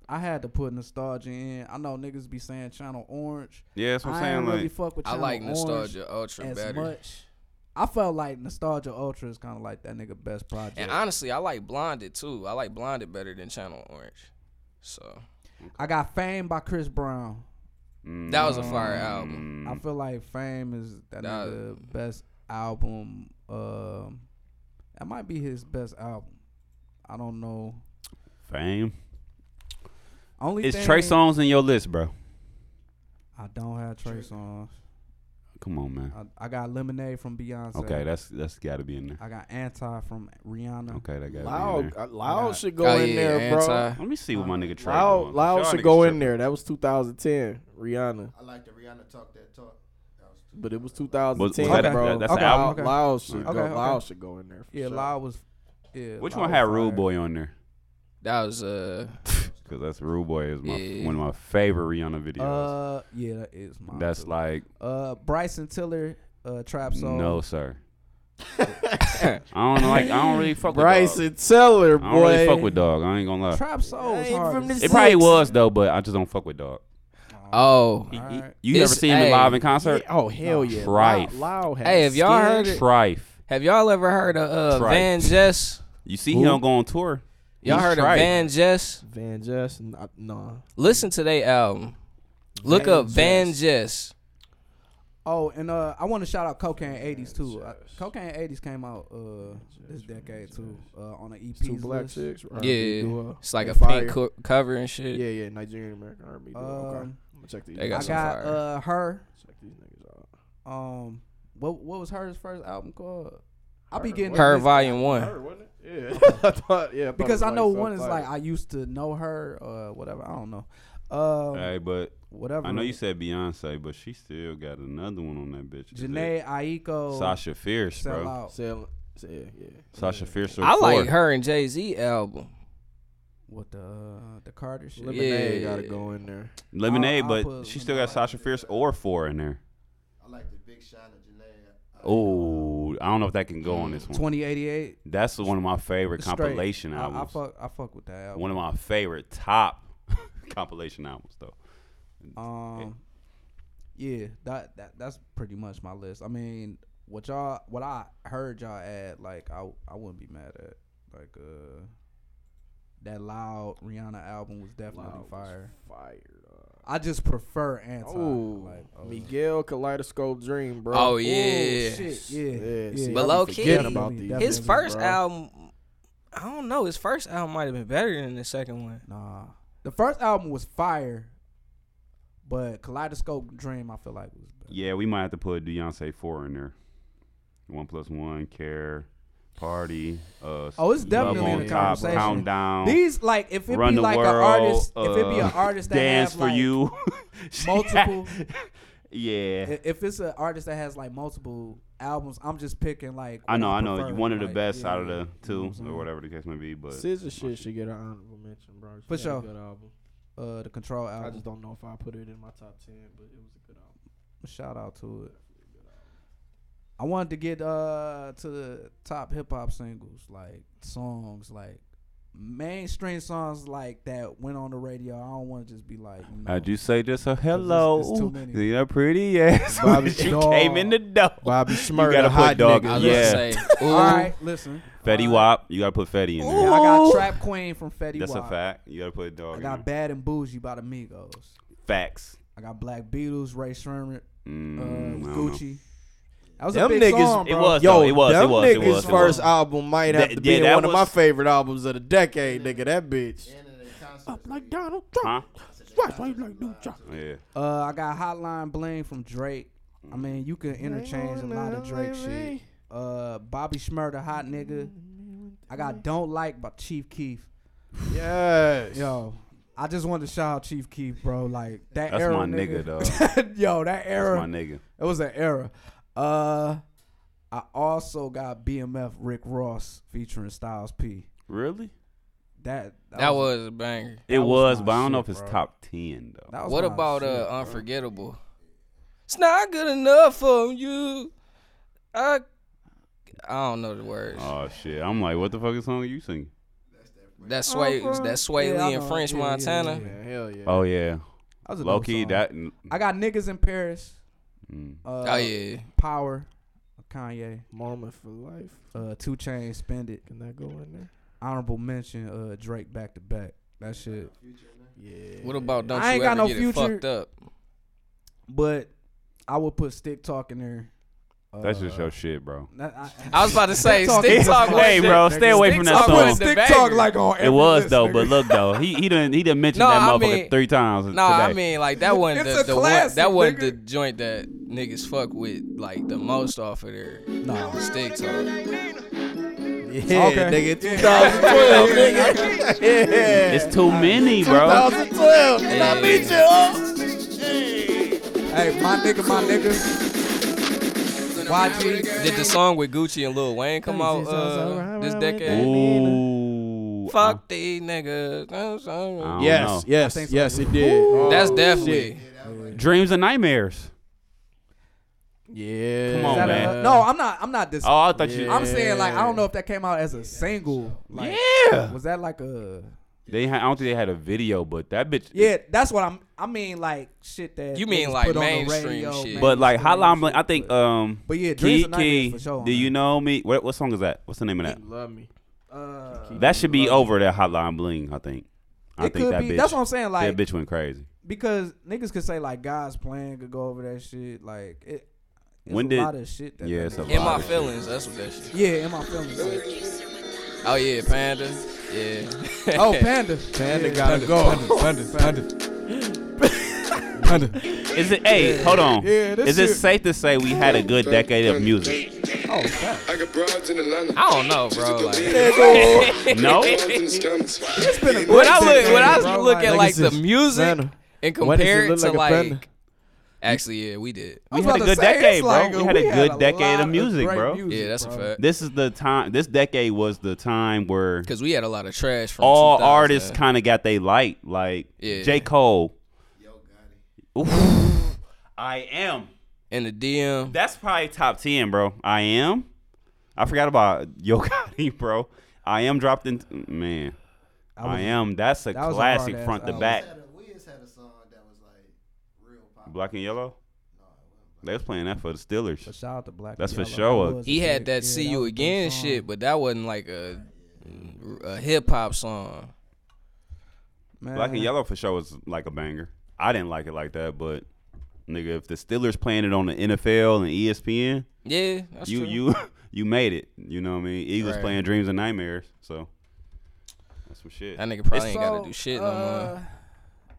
[SPEAKER 5] I had to put Nostalgia in. I know niggas be saying Channel Orange.
[SPEAKER 3] Yeah, that's what
[SPEAKER 5] I
[SPEAKER 3] I'm saying.
[SPEAKER 5] ain't
[SPEAKER 3] Like,
[SPEAKER 5] really fuck with
[SPEAKER 4] I
[SPEAKER 5] Channel
[SPEAKER 4] like
[SPEAKER 5] Orange
[SPEAKER 4] Nostalgia Ultra
[SPEAKER 5] as
[SPEAKER 4] better.
[SPEAKER 5] much. I felt like Nostalgia Ultra is kind of like that nigga best project.
[SPEAKER 4] And honestly, I like Blinded too. I like Blinded better than Channel Orange. So
[SPEAKER 5] I got Fame by Chris Brown.
[SPEAKER 3] mm,
[SPEAKER 4] that was a fire album.
[SPEAKER 5] I feel like Fame is that
[SPEAKER 4] Nah.
[SPEAKER 5] nigga best album. Um, that might be his best album. I don't know.
[SPEAKER 3] fame.
[SPEAKER 5] Only
[SPEAKER 3] Is
[SPEAKER 5] thing,
[SPEAKER 3] Trey Songs in your list, bro?
[SPEAKER 5] I don't have Trey songs.
[SPEAKER 3] Come on, man.
[SPEAKER 5] I, I got Lemonade from Beyonce.
[SPEAKER 3] Okay, that's that's got to be in there.
[SPEAKER 5] I got Anti from Rihanna.
[SPEAKER 3] Okay, that got to be in
[SPEAKER 1] Loud,
[SPEAKER 3] there.
[SPEAKER 1] uh, loud should go
[SPEAKER 4] Oh,
[SPEAKER 1] in
[SPEAKER 4] yeah,
[SPEAKER 1] there, bro.
[SPEAKER 4] Anti.
[SPEAKER 3] Let me see what my nigga Trey
[SPEAKER 1] Loud,
[SPEAKER 3] doing.
[SPEAKER 1] loud
[SPEAKER 3] Y'all
[SPEAKER 1] should
[SPEAKER 3] niggas
[SPEAKER 1] go
[SPEAKER 3] tripping.
[SPEAKER 1] in there. That was 2010, Rihanna,
[SPEAKER 6] I like the Rihanna talk that talk. That was too
[SPEAKER 1] but it was
[SPEAKER 3] Was,
[SPEAKER 1] 2010
[SPEAKER 3] was that a-
[SPEAKER 5] bro.
[SPEAKER 3] that- that's
[SPEAKER 5] Okay,
[SPEAKER 3] an album.
[SPEAKER 1] Loud, Loud should
[SPEAKER 5] Okay,
[SPEAKER 1] go.
[SPEAKER 5] okay.
[SPEAKER 1] Loud should go in there. For
[SPEAKER 5] Yeah,
[SPEAKER 1] sure.
[SPEAKER 5] Loud was. Yeah,
[SPEAKER 3] Which
[SPEAKER 5] Loud
[SPEAKER 3] one
[SPEAKER 5] was
[SPEAKER 3] had Rude
[SPEAKER 5] fire.
[SPEAKER 3] Boy on there?
[SPEAKER 4] That was uh
[SPEAKER 3] Because that's Rude Boy is my
[SPEAKER 4] Yeah.
[SPEAKER 3] one of my favorite Rihanna videos.
[SPEAKER 5] Uh, yeah, that is my.
[SPEAKER 3] that's
[SPEAKER 5] too.
[SPEAKER 3] like
[SPEAKER 5] Uh, Bryson Tiller, uh, Trap Soul.
[SPEAKER 3] no, sir. I don't like. I don't really fuck with
[SPEAKER 1] Bryson Teller,
[SPEAKER 3] dog. I
[SPEAKER 1] boy.
[SPEAKER 3] don't really fuck with dog. I ain't gonna lie.
[SPEAKER 5] Trap Soul is
[SPEAKER 1] Ain't
[SPEAKER 5] hard.
[SPEAKER 1] from
[SPEAKER 5] to
[SPEAKER 1] the
[SPEAKER 5] say.
[SPEAKER 3] It probably
[SPEAKER 1] Six.
[SPEAKER 3] was though, but I just don't fuck with dog.
[SPEAKER 1] Um,
[SPEAKER 4] oh.
[SPEAKER 3] He- he-
[SPEAKER 5] Alright.
[SPEAKER 3] You never
[SPEAKER 4] It's-
[SPEAKER 3] seen him
[SPEAKER 4] hey.
[SPEAKER 3] live in concert?
[SPEAKER 1] Yeah, oh hell yeah,
[SPEAKER 3] Trife.
[SPEAKER 1] Loud, Loud had
[SPEAKER 4] Hey, have y'all
[SPEAKER 1] skin.
[SPEAKER 4] heard it?
[SPEAKER 3] Trife.
[SPEAKER 4] Have y'all ever heard of uh,
[SPEAKER 3] Tripe.
[SPEAKER 4] Van Jess?
[SPEAKER 3] You see,
[SPEAKER 1] Who?
[SPEAKER 3] he don't go on tour.
[SPEAKER 4] Y'all
[SPEAKER 3] He's
[SPEAKER 4] heard
[SPEAKER 3] trife.
[SPEAKER 4] of Van Jess?
[SPEAKER 1] Van Jess? N- uh, Nah.
[SPEAKER 4] Listen to their album. Look
[SPEAKER 1] Van
[SPEAKER 4] up Van Jess.
[SPEAKER 5] Oh, and uh, I want to shout out Cocaine Eighties too. Uh, Cocaine Eighties came out uh this decade too uh, on an EP.
[SPEAKER 1] Two black
[SPEAKER 5] list.
[SPEAKER 1] chicks. right? They do,
[SPEAKER 4] Yeah,
[SPEAKER 1] uh,
[SPEAKER 4] it's like
[SPEAKER 1] they
[SPEAKER 4] a pink
[SPEAKER 1] fire.
[SPEAKER 4] co- cover and shit.
[SPEAKER 1] Yeah, yeah, Nigerian American Army. dude. okay, I'm
[SPEAKER 5] Um,
[SPEAKER 1] gonna check these.
[SPEAKER 4] They
[SPEAKER 5] I
[SPEAKER 4] got
[SPEAKER 1] niggas
[SPEAKER 4] some
[SPEAKER 1] out.
[SPEAKER 5] got
[SPEAKER 4] fire.
[SPEAKER 5] uh her
[SPEAKER 1] Check these niggas out.
[SPEAKER 5] um what what was her first album called? I'll be
[SPEAKER 1] Her
[SPEAKER 5] getting
[SPEAKER 4] Her
[SPEAKER 5] mixed-
[SPEAKER 4] Volume One.
[SPEAKER 1] Heard, wasn't it? Yeah, I thought, yeah. I thought
[SPEAKER 5] because
[SPEAKER 1] it
[SPEAKER 5] I
[SPEAKER 1] was
[SPEAKER 5] know
[SPEAKER 1] some
[SPEAKER 5] one is
[SPEAKER 1] fire.
[SPEAKER 5] like I used to know her or whatever. I don't know.
[SPEAKER 1] Oh.
[SPEAKER 5] Um,
[SPEAKER 3] Hey, but
[SPEAKER 5] whatever.
[SPEAKER 3] I know you said Beyonce, but she still got another one on that bitch. Is it
[SPEAKER 5] Janae Aiko.
[SPEAKER 3] Sasha Fierce,
[SPEAKER 5] Sell
[SPEAKER 3] bro.
[SPEAKER 5] out.
[SPEAKER 1] Sell- sell- yeah.
[SPEAKER 3] Sasha Fierce.
[SPEAKER 4] I like
[SPEAKER 3] her.
[SPEAKER 4] her and Jay Z album.
[SPEAKER 5] What the uh, the Carter shit?
[SPEAKER 1] Lemonade
[SPEAKER 4] Yeah.
[SPEAKER 1] gotta go in there.
[SPEAKER 3] Lemonade,
[SPEAKER 5] I'll- I'll
[SPEAKER 3] but
[SPEAKER 5] put
[SPEAKER 3] she still got Sasha Fierce or four in there.
[SPEAKER 6] I like the big shine of Janae. uh,
[SPEAKER 3] Oh, I don't know if that can go on this one.
[SPEAKER 5] Twenty eighty eight.
[SPEAKER 3] That's one of my favorite compilation
[SPEAKER 5] I, I
[SPEAKER 3] albums.
[SPEAKER 5] fuck. I fuck with that album.
[SPEAKER 3] One of my favorite top compilation albums, though.
[SPEAKER 5] Um, yeah, that, that that's pretty much my list. I mean, what y'all, what I heard y'all add, like I I wouldn't be mad at, like uh, that loud Rihanna album was definitely
[SPEAKER 1] Loud was
[SPEAKER 5] fire.
[SPEAKER 1] Fire.
[SPEAKER 5] I just prefer anti.
[SPEAKER 1] Oh,
[SPEAKER 5] like, oh.
[SPEAKER 1] Miguel Kaleidoscope Dream, bro.
[SPEAKER 4] Oh
[SPEAKER 5] Oh,
[SPEAKER 4] yeah.
[SPEAKER 5] shit, yeah,
[SPEAKER 1] Yeah,
[SPEAKER 5] yeah.
[SPEAKER 1] see,
[SPEAKER 4] But
[SPEAKER 1] I be
[SPEAKER 4] low
[SPEAKER 1] forgetting
[SPEAKER 4] key,
[SPEAKER 1] about these
[SPEAKER 5] his
[SPEAKER 4] His
[SPEAKER 1] niggas,
[SPEAKER 4] first
[SPEAKER 1] bro.
[SPEAKER 4] album, I don't know. His first album might have been better than the second one.
[SPEAKER 5] nah, the first album was fire, but Kaleidoscope Dream I feel like was better.
[SPEAKER 3] Yeah, we might have to put Beyonce four in there. One plus one, care, party. Uh,
[SPEAKER 5] Oh, it's
[SPEAKER 3] Love
[SPEAKER 5] definitely
[SPEAKER 3] on
[SPEAKER 5] in the
[SPEAKER 3] top,
[SPEAKER 5] conversation.
[SPEAKER 3] Countdown.
[SPEAKER 5] These like if it
[SPEAKER 3] Run
[SPEAKER 5] be
[SPEAKER 3] the
[SPEAKER 5] like an
[SPEAKER 3] world,
[SPEAKER 5] artist, if it be
[SPEAKER 3] uh,
[SPEAKER 5] an artist that
[SPEAKER 3] dance
[SPEAKER 5] have,
[SPEAKER 3] for
[SPEAKER 5] like,
[SPEAKER 3] you.
[SPEAKER 5] multiple-
[SPEAKER 3] yeah.
[SPEAKER 5] I- if it's an artist that has like multiple albums, I'm just picking like.
[SPEAKER 3] I
[SPEAKER 5] what
[SPEAKER 3] know, I know.
[SPEAKER 5] prefer,
[SPEAKER 3] One of the
[SPEAKER 5] like,
[SPEAKER 3] best
[SPEAKER 5] yeah,
[SPEAKER 3] out of
[SPEAKER 5] yeah,
[SPEAKER 3] the
[SPEAKER 5] you know
[SPEAKER 3] two,
[SPEAKER 5] what I'm
[SPEAKER 3] or
[SPEAKER 5] saying?
[SPEAKER 3] whatever the case may be. But
[SPEAKER 1] Scissor shit should get an honorable mention, bro. She
[SPEAKER 5] For
[SPEAKER 1] had a
[SPEAKER 5] sure.
[SPEAKER 1] good album.
[SPEAKER 5] Uh, the Control
[SPEAKER 1] I
[SPEAKER 5] album.
[SPEAKER 1] just don't know if I put it in my top ten, but it was a good album.
[SPEAKER 5] Shout out to it. I wanted to get uh to the top hip hop singles, like songs, like mainstream songs, like that went on the radio. I don't want to just be like. You know,
[SPEAKER 3] How'd you say just a hello?
[SPEAKER 5] it's too many.
[SPEAKER 3] See that pretty ass
[SPEAKER 1] Bobby
[SPEAKER 3] when she
[SPEAKER 1] Dog.
[SPEAKER 3] came in the door.
[SPEAKER 1] Bobby Smurda,
[SPEAKER 3] gotta put
[SPEAKER 1] hot
[SPEAKER 3] dog-
[SPEAKER 1] nigga.
[SPEAKER 4] I was
[SPEAKER 3] Yeah.
[SPEAKER 4] gonna say. Ooh,
[SPEAKER 5] All right, listen.
[SPEAKER 3] Fetty Wap, you gotta put Fetty in
[SPEAKER 5] And
[SPEAKER 3] there.
[SPEAKER 5] I got Trap Queen from Fetty
[SPEAKER 3] That's
[SPEAKER 5] Wap.
[SPEAKER 3] a fact. You gotta put dog
[SPEAKER 5] I
[SPEAKER 3] in
[SPEAKER 5] got
[SPEAKER 3] there.
[SPEAKER 5] Bad and Bougie by the Migos.
[SPEAKER 3] Facts.
[SPEAKER 5] I got Black Beatles, Ray Sherman, uh,
[SPEAKER 3] Mm, I don't know.
[SPEAKER 5] Gucci. That was
[SPEAKER 1] Them
[SPEAKER 5] a big
[SPEAKER 1] niggas-
[SPEAKER 5] song,
[SPEAKER 3] It
[SPEAKER 5] bro.
[SPEAKER 3] was,
[SPEAKER 1] Yo,
[SPEAKER 3] though. It was,
[SPEAKER 1] them
[SPEAKER 3] it was,
[SPEAKER 1] niggas'
[SPEAKER 3] it was. it
[SPEAKER 1] first
[SPEAKER 3] was.
[SPEAKER 1] album might have
[SPEAKER 3] That-
[SPEAKER 1] to
[SPEAKER 3] yeah,
[SPEAKER 1] be in
[SPEAKER 3] that
[SPEAKER 1] one of my
[SPEAKER 3] was-
[SPEAKER 1] favorite albums of the decade, nigga. That bitch.
[SPEAKER 6] And in their concerts,
[SPEAKER 1] Up
[SPEAKER 6] they
[SPEAKER 1] like
[SPEAKER 6] be-
[SPEAKER 1] Donald Trump.
[SPEAKER 3] Huh?
[SPEAKER 1] Right, why you like Donald Trump?
[SPEAKER 3] Yeah.
[SPEAKER 5] Uh, I got Hotline Bling from Drake. I mean, you can interchange a lot of Drake shit. Uh, Bobby Schmurda, Hot Nigga. I got Don't Like by Chief Keef.
[SPEAKER 1] Yes.
[SPEAKER 5] Yo, I just wanted to shout out Chief Keef, bro. Like that
[SPEAKER 3] That's
[SPEAKER 5] era,
[SPEAKER 3] my nigga, though. That's
[SPEAKER 5] Yo, that era,
[SPEAKER 3] my nigga.
[SPEAKER 5] it was an era. Uh, I also got BMF Rick Ross featuring Styles P.
[SPEAKER 3] Really?
[SPEAKER 5] That
[SPEAKER 4] that was a banger.
[SPEAKER 3] It
[SPEAKER 5] was
[SPEAKER 3] was,
[SPEAKER 5] my
[SPEAKER 3] but I don't know
[SPEAKER 5] shit,
[SPEAKER 3] if it's
[SPEAKER 5] bro.
[SPEAKER 3] top ten though.
[SPEAKER 5] that was
[SPEAKER 4] What
[SPEAKER 5] my
[SPEAKER 4] about
[SPEAKER 5] shit,
[SPEAKER 4] uh
[SPEAKER 5] bro.
[SPEAKER 4] Unforgettable? It's not good enough for you. I I don't know the words.
[SPEAKER 3] Oh shit! I'm like, what the fuck is song you singing?
[SPEAKER 4] That sway, that sway
[SPEAKER 5] Oh, Yeah, I
[SPEAKER 4] Lee in
[SPEAKER 5] know.
[SPEAKER 4] French
[SPEAKER 5] Yeah, yeah,
[SPEAKER 4] Montana.
[SPEAKER 1] Yeah, hell yeah.
[SPEAKER 3] Oh yeah,
[SPEAKER 5] That was a
[SPEAKER 3] low
[SPEAKER 5] dope
[SPEAKER 3] key
[SPEAKER 5] song.
[SPEAKER 3] that.
[SPEAKER 5] I got niggas in Paris.
[SPEAKER 3] Mm.
[SPEAKER 5] Uh,
[SPEAKER 4] Oh yeah,
[SPEAKER 5] Power, Kanye,
[SPEAKER 1] Mama for life.
[SPEAKER 5] uh, Two Chains, Spend It.
[SPEAKER 1] Can that go in there?
[SPEAKER 5] Honorable mention, uh, Drake back to back. That shit.
[SPEAKER 1] Yeah.
[SPEAKER 4] What about don't
[SPEAKER 5] I ain't
[SPEAKER 4] you ever
[SPEAKER 5] got no
[SPEAKER 4] get
[SPEAKER 5] future.
[SPEAKER 4] it fucked up?
[SPEAKER 5] But I would put Stick Talk in there. Uh,
[SPEAKER 3] That's just your shit, bro.
[SPEAKER 5] that- I,
[SPEAKER 4] I was about to say
[SPEAKER 5] Talk
[SPEAKER 4] stick
[SPEAKER 5] is
[SPEAKER 4] talk.
[SPEAKER 5] my-
[SPEAKER 4] was
[SPEAKER 3] hey,
[SPEAKER 4] the-
[SPEAKER 3] bro, stay away from that
[SPEAKER 4] TikTok was
[SPEAKER 3] song.
[SPEAKER 4] the
[SPEAKER 5] Stick
[SPEAKER 4] banger.
[SPEAKER 5] Talk like on.
[SPEAKER 3] It
[SPEAKER 5] every
[SPEAKER 3] was
[SPEAKER 5] list,
[SPEAKER 3] though,
[SPEAKER 5] nigga.
[SPEAKER 3] but look though, he he didn't he didn't mention
[SPEAKER 4] No,
[SPEAKER 3] that
[SPEAKER 4] I
[SPEAKER 3] motherfucker
[SPEAKER 4] mean-
[SPEAKER 3] three times.
[SPEAKER 4] No, I
[SPEAKER 3] today.
[SPEAKER 4] mean like that wasn't
[SPEAKER 5] It's
[SPEAKER 4] the,
[SPEAKER 5] a
[SPEAKER 4] the
[SPEAKER 5] classic,
[SPEAKER 4] one. That wasn't the
[SPEAKER 5] nigga.
[SPEAKER 4] joint that niggas fuck with like the most off of their
[SPEAKER 5] Nah.
[SPEAKER 4] stick talk.
[SPEAKER 1] Yeah,
[SPEAKER 5] Okay.
[SPEAKER 1] nigga. 2012, nigga. Yeah.
[SPEAKER 3] it's too many, bro.
[SPEAKER 1] 2012. Can I
[SPEAKER 4] Yeah.
[SPEAKER 1] meet you? Oh.
[SPEAKER 5] Hey, my nigga, my nigga. YG.
[SPEAKER 4] Did the song with Gucci and Lil Wayne come out uh, this decade?
[SPEAKER 3] Ooh,
[SPEAKER 4] Fuck these niggas.
[SPEAKER 3] I don't
[SPEAKER 1] Yes,
[SPEAKER 3] know.
[SPEAKER 1] yes,
[SPEAKER 5] think so.
[SPEAKER 1] yes, it did.
[SPEAKER 4] That's
[SPEAKER 1] Oh,
[SPEAKER 4] definitely.
[SPEAKER 1] shit.
[SPEAKER 3] dreams and nightmares.
[SPEAKER 1] Yeah.
[SPEAKER 3] Come on,
[SPEAKER 5] Is that
[SPEAKER 3] man.
[SPEAKER 5] enough? No, I'm not. I'm not this.
[SPEAKER 3] Oh, I thought you.
[SPEAKER 1] Yeah.
[SPEAKER 5] I'm saying like I don't know if that came out as a single. Like,
[SPEAKER 3] Yeah.
[SPEAKER 5] Was that like a?
[SPEAKER 3] They ha- I don't think they had a video, but that bitch.
[SPEAKER 5] Yeah, that's what I'm. I mean like shit that.
[SPEAKER 4] You mean,
[SPEAKER 5] niggas
[SPEAKER 4] like,
[SPEAKER 5] put on the
[SPEAKER 4] mainstream
[SPEAKER 5] radio,
[SPEAKER 4] shit.
[SPEAKER 3] But like
[SPEAKER 5] mainstream
[SPEAKER 3] Hotline Bling,
[SPEAKER 5] shit,
[SPEAKER 3] I think
[SPEAKER 5] but-
[SPEAKER 3] um.
[SPEAKER 5] But yeah, Dreams
[SPEAKER 3] Key
[SPEAKER 5] and Nightmares
[SPEAKER 3] Key,
[SPEAKER 5] for sure.
[SPEAKER 3] do you know me? What what song is that? What's the name of that?
[SPEAKER 1] Love me.
[SPEAKER 5] Uh,
[SPEAKER 3] That should be over that Hotline Bling. I think. I
[SPEAKER 5] it
[SPEAKER 3] think
[SPEAKER 5] could
[SPEAKER 3] that
[SPEAKER 5] be.
[SPEAKER 3] bitch.
[SPEAKER 5] That's what I'm saying. Like
[SPEAKER 3] that bitch went crazy.
[SPEAKER 5] because niggas could say like God's plan could go over that shit. Like it. It's
[SPEAKER 3] When
[SPEAKER 5] a
[SPEAKER 3] did-
[SPEAKER 5] lot of shit that
[SPEAKER 3] Yeah,
[SPEAKER 5] that
[SPEAKER 3] it's a
[SPEAKER 5] nigga-
[SPEAKER 4] In my
[SPEAKER 3] Wow.
[SPEAKER 4] feelings, that's what that shit.
[SPEAKER 5] yeah, in my feelings.
[SPEAKER 4] Oh yeah, Panda. Yeah.
[SPEAKER 5] Oh, Panda.
[SPEAKER 1] Panda
[SPEAKER 5] Yeah.
[SPEAKER 1] gotta go.
[SPEAKER 3] Is it? Hey, hold on.
[SPEAKER 1] Yeah, this
[SPEAKER 3] Is it
[SPEAKER 1] shit-
[SPEAKER 3] safe to say we had a good decade of music?
[SPEAKER 5] Oh, fuck.
[SPEAKER 7] I got broads in Atlanta.
[SPEAKER 4] I don't know, bro. Like,
[SPEAKER 3] No.
[SPEAKER 7] Broads in Stomachs.
[SPEAKER 4] when I look, when I
[SPEAKER 5] Bro,
[SPEAKER 4] look
[SPEAKER 5] like-
[SPEAKER 4] at
[SPEAKER 1] Niggas
[SPEAKER 4] like the
[SPEAKER 1] is
[SPEAKER 4] music
[SPEAKER 1] Panda. Why does it
[SPEAKER 4] and compare it
[SPEAKER 1] look
[SPEAKER 4] to
[SPEAKER 1] like a panda?
[SPEAKER 4] like, actually, yeah, we did.
[SPEAKER 5] I was
[SPEAKER 3] had a
[SPEAKER 5] about to
[SPEAKER 3] good
[SPEAKER 5] say, it's
[SPEAKER 3] decade, bro.
[SPEAKER 5] like
[SPEAKER 3] We had a good decade
[SPEAKER 5] lot
[SPEAKER 3] of music,
[SPEAKER 5] great
[SPEAKER 3] bro.
[SPEAKER 5] music,
[SPEAKER 4] Yeah, that's a
[SPEAKER 5] bro.
[SPEAKER 4] fact.
[SPEAKER 3] This is the time. This decade was the time where
[SPEAKER 4] Because we had a lot of trash from
[SPEAKER 3] all
[SPEAKER 4] 2000.
[SPEAKER 3] artists kind of got they light. Like
[SPEAKER 4] Yeah.
[SPEAKER 3] J Cole. Oof. I am.
[SPEAKER 4] and the DM.
[SPEAKER 3] That's probably top ten, bro. I am. I forgot about Yo Gotti, bro. I am dropped in. Man, I,
[SPEAKER 5] was-
[SPEAKER 3] am. That's a
[SPEAKER 5] that was a
[SPEAKER 3] classic
[SPEAKER 5] hard-ass
[SPEAKER 3] front to
[SPEAKER 5] album.
[SPEAKER 3] back.
[SPEAKER 6] Wiz had a song that was like real popular.
[SPEAKER 3] Black and yellow. They was playing that for the
[SPEAKER 5] But
[SPEAKER 3] Steelers.
[SPEAKER 5] shout out to Black.
[SPEAKER 3] That's for
[SPEAKER 5] Yellow.
[SPEAKER 3] sure.
[SPEAKER 5] That was
[SPEAKER 4] He
[SPEAKER 5] a
[SPEAKER 4] had
[SPEAKER 5] big-
[SPEAKER 4] that
[SPEAKER 5] yeah,
[SPEAKER 4] "See You
[SPEAKER 5] was a big
[SPEAKER 4] Again"
[SPEAKER 5] song.
[SPEAKER 4] shit, but that wasn't like a, a hip hop song.
[SPEAKER 5] Man.
[SPEAKER 3] Black and yellow for sure was like a banger. I didn't like it like that, but nigga, if the Steelers playing it on the NFL and E ESPN,
[SPEAKER 4] Yeah, that's
[SPEAKER 3] you
[SPEAKER 4] true.
[SPEAKER 3] you you made it. You know what I mean? Eagles
[SPEAKER 4] Right.
[SPEAKER 3] playing Dreams and Nightmares, so that's some shit.
[SPEAKER 4] that nigga probably ain't
[SPEAKER 5] So,
[SPEAKER 4] gotta do shit no
[SPEAKER 5] uh,
[SPEAKER 4] more.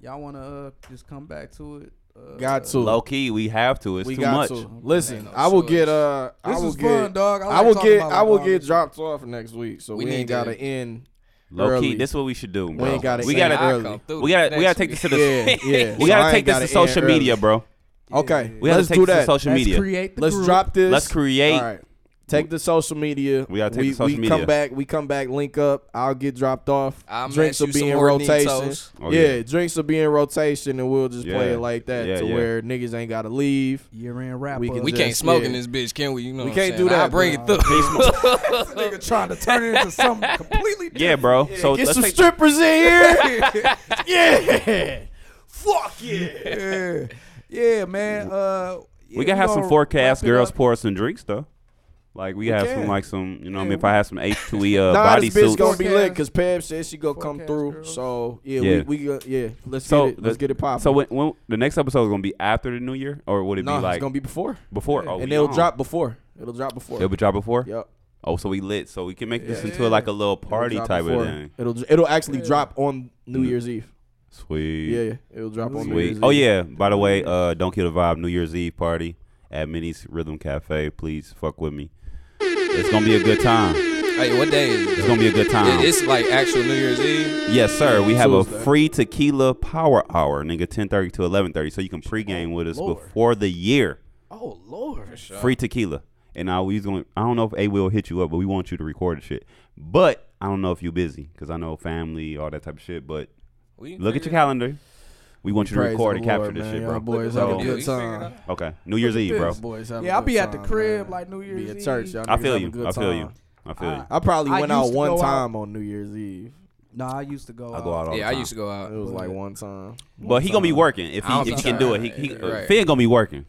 [SPEAKER 5] Y'all wanna uh, just come back to it? Uh,
[SPEAKER 1] Got to.
[SPEAKER 3] Low key, we have to. It's
[SPEAKER 1] we
[SPEAKER 3] too
[SPEAKER 1] got
[SPEAKER 3] much.
[SPEAKER 1] to. Listen,
[SPEAKER 4] Ain't no
[SPEAKER 1] I will
[SPEAKER 4] choice.
[SPEAKER 1] get uh I
[SPEAKER 5] This
[SPEAKER 1] will
[SPEAKER 5] was
[SPEAKER 1] get
[SPEAKER 5] fun, dog. I
[SPEAKER 1] I,
[SPEAKER 5] like
[SPEAKER 1] will
[SPEAKER 5] talking
[SPEAKER 1] get
[SPEAKER 5] about
[SPEAKER 1] I will
[SPEAKER 5] all
[SPEAKER 1] get
[SPEAKER 5] this.
[SPEAKER 1] dropped off next week, so
[SPEAKER 4] We
[SPEAKER 1] we,
[SPEAKER 4] need
[SPEAKER 1] ain't gotta
[SPEAKER 4] to-
[SPEAKER 1] end.
[SPEAKER 3] Low
[SPEAKER 1] early.
[SPEAKER 3] key, this is what we should do.
[SPEAKER 1] We
[SPEAKER 3] bro.
[SPEAKER 1] ain't gotta
[SPEAKER 3] We
[SPEAKER 1] end
[SPEAKER 3] gotta.
[SPEAKER 1] early.
[SPEAKER 3] We gotta. We gotta take this to the.
[SPEAKER 1] Yeah, yeah. So
[SPEAKER 3] We
[SPEAKER 1] I
[SPEAKER 3] gotta
[SPEAKER 1] ain't
[SPEAKER 3] take this
[SPEAKER 1] gotta
[SPEAKER 3] to social
[SPEAKER 1] end early.
[SPEAKER 3] media, bro.
[SPEAKER 1] Okay,
[SPEAKER 3] We
[SPEAKER 1] let's
[SPEAKER 3] gotta take
[SPEAKER 1] do
[SPEAKER 3] this to
[SPEAKER 1] that.
[SPEAKER 3] social
[SPEAKER 5] Let's
[SPEAKER 3] media.
[SPEAKER 5] create the
[SPEAKER 1] Let's
[SPEAKER 5] group.
[SPEAKER 1] drop this.
[SPEAKER 3] Let's create.
[SPEAKER 1] All right. Take the social media.
[SPEAKER 3] We gotta take
[SPEAKER 1] we,
[SPEAKER 3] the social
[SPEAKER 1] we
[SPEAKER 3] media.
[SPEAKER 1] come back. We come back. Link up. I'll get dropped off.
[SPEAKER 4] I'll
[SPEAKER 1] drinks
[SPEAKER 4] mess
[SPEAKER 1] will
[SPEAKER 4] you
[SPEAKER 1] be
[SPEAKER 4] some
[SPEAKER 1] in
[SPEAKER 4] more
[SPEAKER 1] rotation.
[SPEAKER 4] Nitos.
[SPEAKER 3] Oh,
[SPEAKER 1] yeah.
[SPEAKER 3] yeah.
[SPEAKER 1] drinks will be in rotation, and we'll just play
[SPEAKER 3] Yeah.
[SPEAKER 1] it like that
[SPEAKER 3] Yeah,
[SPEAKER 1] to
[SPEAKER 3] yeah.
[SPEAKER 1] where niggas ain't gotta leave.
[SPEAKER 5] Year end wrap.
[SPEAKER 1] We
[SPEAKER 5] up.
[SPEAKER 1] can
[SPEAKER 4] We
[SPEAKER 1] just-
[SPEAKER 4] can't smoke in
[SPEAKER 1] yeah.
[SPEAKER 4] this bitch, can we? You know,
[SPEAKER 1] We
[SPEAKER 4] what I'm
[SPEAKER 1] can't do
[SPEAKER 4] saying?
[SPEAKER 1] that,
[SPEAKER 4] I'll bring
[SPEAKER 1] bro.
[SPEAKER 4] it through.
[SPEAKER 5] nigga trying to turn it into something completely.
[SPEAKER 3] Yeah, bro. So
[SPEAKER 1] Get
[SPEAKER 3] let's
[SPEAKER 1] some
[SPEAKER 3] take-
[SPEAKER 1] strippers in here. yeah. Fuck yeah.
[SPEAKER 5] Yeah, yeah, man. Uh, yeah,
[SPEAKER 3] we can have some
[SPEAKER 5] gonna
[SPEAKER 3] forecast
[SPEAKER 5] wrap it
[SPEAKER 3] girls
[SPEAKER 5] up.
[SPEAKER 3] pour us some drinks though. Like we, have some
[SPEAKER 1] can.
[SPEAKER 3] like some you know what I mean if I have some H two E uh
[SPEAKER 1] Nah,
[SPEAKER 3] body
[SPEAKER 1] this bitch
[SPEAKER 3] suits.
[SPEAKER 1] gonna be lit
[SPEAKER 5] Forecast.
[SPEAKER 1] because Pam said she gonna come
[SPEAKER 5] Forecast
[SPEAKER 1] through.
[SPEAKER 5] girls.
[SPEAKER 1] So yeah,
[SPEAKER 3] Yeah.
[SPEAKER 1] we, we go- yeah. Let's
[SPEAKER 3] So
[SPEAKER 1] get it. Let's
[SPEAKER 3] the-
[SPEAKER 1] get it popping.
[SPEAKER 3] So when, when the next episode is gonna be after the new year or would it
[SPEAKER 1] nah,
[SPEAKER 3] be like
[SPEAKER 1] it's gonna be before,
[SPEAKER 3] before? Oh,
[SPEAKER 1] and
[SPEAKER 3] we
[SPEAKER 1] it'll
[SPEAKER 3] on.
[SPEAKER 1] drop before. It'll drop before.
[SPEAKER 3] It'll be dropped before.
[SPEAKER 1] Yep.
[SPEAKER 3] Oh, so we lit. So we can make this
[SPEAKER 1] Yeah.
[SPEAKER 3] into like a little
[SPEAKER 1] It'll
[SPEAKER 3] party
[SPEAKER 1] drop
[SPEAKER 3] type
[SPEAKER 1] before.
[SPEAKER 3] of thing.
[SPEAKER 1] It'll it'll actually
[SPEAKER 5] Yeah.
[SPEAKER 1] drop on New
[SPEAKER 3] Mm.
[SPEAKER 1] Year's Eve.
[SPEAKER 3] Sweet.
[SPEAKER 1] Yeah, yeah. It'll drop on New
[SPEAKER 3] Sweet.
[SPEAKER 1] Year's
[SPEAKER 3] Oh
[SPEAKER 1] Eve.
[SPEAKER 3] yeah. By the way, uh, don't kill the vibe. New Year's Eve party at Minnie's Rhythm Cafe. Please fuck with me. It's gonna be a good time.
[SPEAKER 4] hey, what day is it?
[SPEAKER 3] It's gonna be a good time.
[SPEAKER 4] It- It's like actual New Year's Eve.
[SPEAKER 3] Yes, sir. We have
[SPEAKER 1] Tuesday.
[SPEAKER 3] a free tequila power hour, nigga, ten thirty to eleven thirty. So you can pregame with us before the year.
[SPEAKER 1] Oh lord.
[SPEAKER 3] Free tequila. And I was going. I don't know if A will hit you up, but we want you to record the shit. But I don't know if you busy because I know family, all that type of shit. But
[SPEAKER 4] We can
[SPEAKER 3] look at
[SPEAKER 4] figure
[SPEAKER 3] your calendar. We want you to
[SPEAKER 1] Praise
[SPEAKER 3] record
[SPEAKER 1] the
[SPEAKER 3] and
[SPEAKER 1] Lord,
[SPEAKER 3] capture this
[SPEAKER 1] man.
[SPEAKER 3] shit,
[SPEAKER 1] Y'all
[SPEAKER 3] bro.
[SPEAKER 1] boys
[SPEAKER 3] So-
[SPEAKER 1] have a
[SPEAKER 4] Yeah,
[SPEAKER 1] good
[SPEAKER 4] you figure it
[SPEAKER 1] time.
[SPEAKER 4] out.
[SPEAKER 3] Okay. New Year's Eve, bro.
[SPEAKER 1] Y'all boys have a
[SPEAKER 5] Yeah, I'll
[SPEAKER 1] good
[SPEAKER 5] be at the
[SPEAKER 1] time,
[SPEAKER 5] crib
[SPEAKER 1] man.
[SPEAKER 5] like New Year's
[SPEAKER 1] Be at church.
[SPEAKER 5] Eve.
[SPEAKER 1] Y'all
[SPEAKER 3] I
[SPEAKER 1] niggas
[SPEAKER 3] feel
[SPEAKER 1] have a
[SPEAKER 3] you.
[SPEAKER 1] good
[SPEAKER 3] I feel
[SPEAKER 1] time.
[SPEAKER 3] you. I feel you.
[SPEAKER 1] I probably
[SPEAKER 5] I
[SPEAKER 1] went out
[SPEAKER 5] used to
[SPEAKER 1] one
[SPEAKER 5] go out-
[SPEAKER 1] time on New Year's Eve.
[SPEAKER 5] Nah, I used to go. uh,
[SPEAKER 3] I go out all the
[SPEAKER 4] Yeah, I
[SPEAKER 3] time.
[SPEAKER 4] used to go
[SPEAKER 1] It
[SPEAKER 4] out.
[SPEAKER 1] was like one time.
[SPEAKER 3] But he gonna be working if
[SPEAKER 4] I don't
[SPEAKER 3] he if he
[SPEAKER 4] think
[SPEAKER 3] can
[SPEAKER 4] so.
[SPEAKER 3] do it. He, he
[SPEAKER 4] Right.
[SPEAKER 3] Finn gonna be working.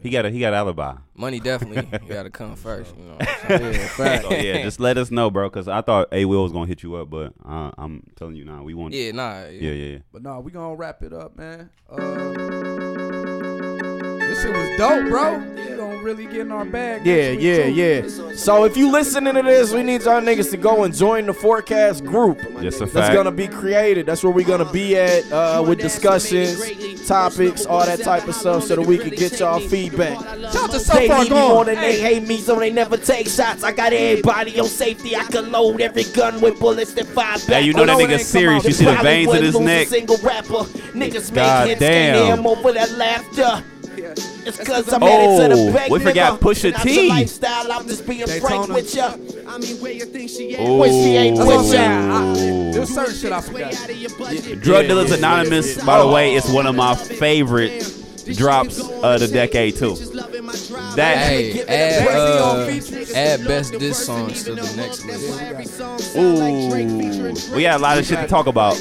[SPEAKER 3] He got a he got an alibi.
[SPEAKER 4] Money definitely. You gotta come first. You know. what I'm saying?
[SPEAKER 1] Yeah, fact.
[SPEAKER 3] So yeah, just let us know, bro. Cause I thought A Will was gonna hit you up, but uh, I'm telling you now, we want.
[SPEAKER 4] Yeah, nah.
[SPEAKER 3] yeah, yeah. yeah.
[SPEAKER 5] But nah, we gonna wrap it up, man. Uh, this shit was dope, bro. We gonna really get in our bag.
[SPEAKER 1] Yeah,
[SPEAKER 5] next week,
[SPEAKER 1] yeah,
[SPEAKER 5] too.
[SPEAKER 1] yeah. So if you listening to this, we need y'all niggas to go and join the forecast group.
[SPEAKER 3] Just a
[SPEAKER 1] That's
[SPEAKER 3] fact.
[SPEAKER 1] gonna be created. That's where we're gonna be at uh, with discussions, topics, all that type of stuff, so that we can get y'all feedback.
[SPEAKER 5] Shout out
[SPEAKER 1] They
[SPEAKER 5] to so far
[SPEAKER 1] need me more
[SPEAKER 5] gone.
[SPEAKER 1] than they hate me, so they never take shots. I got everybody on safety. I can load every gun with bullets that fire back. Oh,
[SPEAKER 3] Hey, you know that nigga serious. You see the
[SPEAKER 1] Probably
[SPEAKER 3] veins in
[SPEAKER 1] wouldn't
[SPEAKER 3] his
[SPEAKER 1] lose a
[SPEAKER 3] neck.
[SPEAKER 1] Single rapper. Niggas
[SPEAKER 3] God
[SPEAKER 1] make hits,
[SPEAKER 3] damn.
[SPEAKER 1] can't hear 'em over that laughter. It's cause I'm added to
[SPEAKER 3] Oh,
[SPEAKER 1] the bank,
[SPEAKER 3] we
[SPEAKER 1] nigga.
[SPEAKER 3] forgot Pusha
[SPEAKER 1] Not
[SPEAKER 3] T.
[SPEAKER 1] your lifestyle, I'm just being frank
[SPEAKER 5] Daytona.
[SPEAKER 1] with ya.
[SPEAKER 2] I mean, where you think she at?
[SPEAKER 3] Ooh.
[SPEAKER 1] When she ain't with
[SPEAKER 5] That's what I'm saying. I-
[SPEAKER 3] Ooh.
[SPEAKER 5] There's certain shit I forgot.
[SPEAKER 2] of your budget.
[SPEAKER 3] Drug
[SPEAKER 1] Yeah,
[SPEAKER 3] Dealers
[SPEAKER 1] yeah, Oh,
[SPEAKER 3] Anonymous, by the way, is one of my favorite drops of the decade too. That
[SPEAKER 4] Hey,
[SPEAKER 5] Jay-Z
[SPEAKER 4] add,
[SPEAKER 5] on
[SPEAKER 4] uh,
[SPEAKER 5] features.
[SPEAKER 4] add best diss songs to the next list.
[SPEAKER 3] ooh, we got a lot of shit to talk about.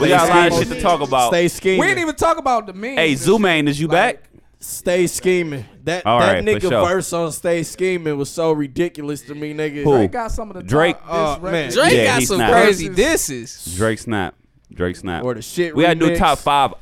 [SPEAKER 3] We got a lot of shit to talk about.
[SPEAKER 1] scheming.
[SPEAKER 5] We didn't even talk about the memes.
[SPEAKER 3] Hey,
[SPEAKER 5] and
[SPEAKER 3] Zumane, is you
[SPEAKER 5] Like-
[SPEAKER 3] back?
[SPEAKER 1] Stay scheming. That
[SPEAKER 3] All
[SPEAKER 1] that
[SPEAKER 3] right, for
[SPEAKER 1] nigga
[SPEAKER 3] sure.
[SPEAKER 1] verse on Stay scheming was so ridiculous to me, nigga.
[SPEAKER 3] Who?
[SPEAKER 5] Drake got some of the
[SPEAKER 3] Drake-
[SPEAKER 5] Top,
[SPEAKER 1] Oh,
[SPEAKER 5] this
[SPEAKER 1] man.
[SPEAKER 5] record.
[SPEAKER 4] Drake
[SPEAKER 3] Yeah,
[SPEAKER 4] got
[SPEAKER 3] he's
[SPEAKER 4] some
[SPEAKER 3] not.
[SPEAKER 4] crazy
[SPEAKER 5] Versus-
[SPEAKER 4] disses.
[SPEAKER 3] Drake Snap. Drake Snap.
[SPEAKER 1] Or the shit
[SPEAKER 3] We gotta do
[SPEAKER 1] remix.
[SPEAKER 3] top five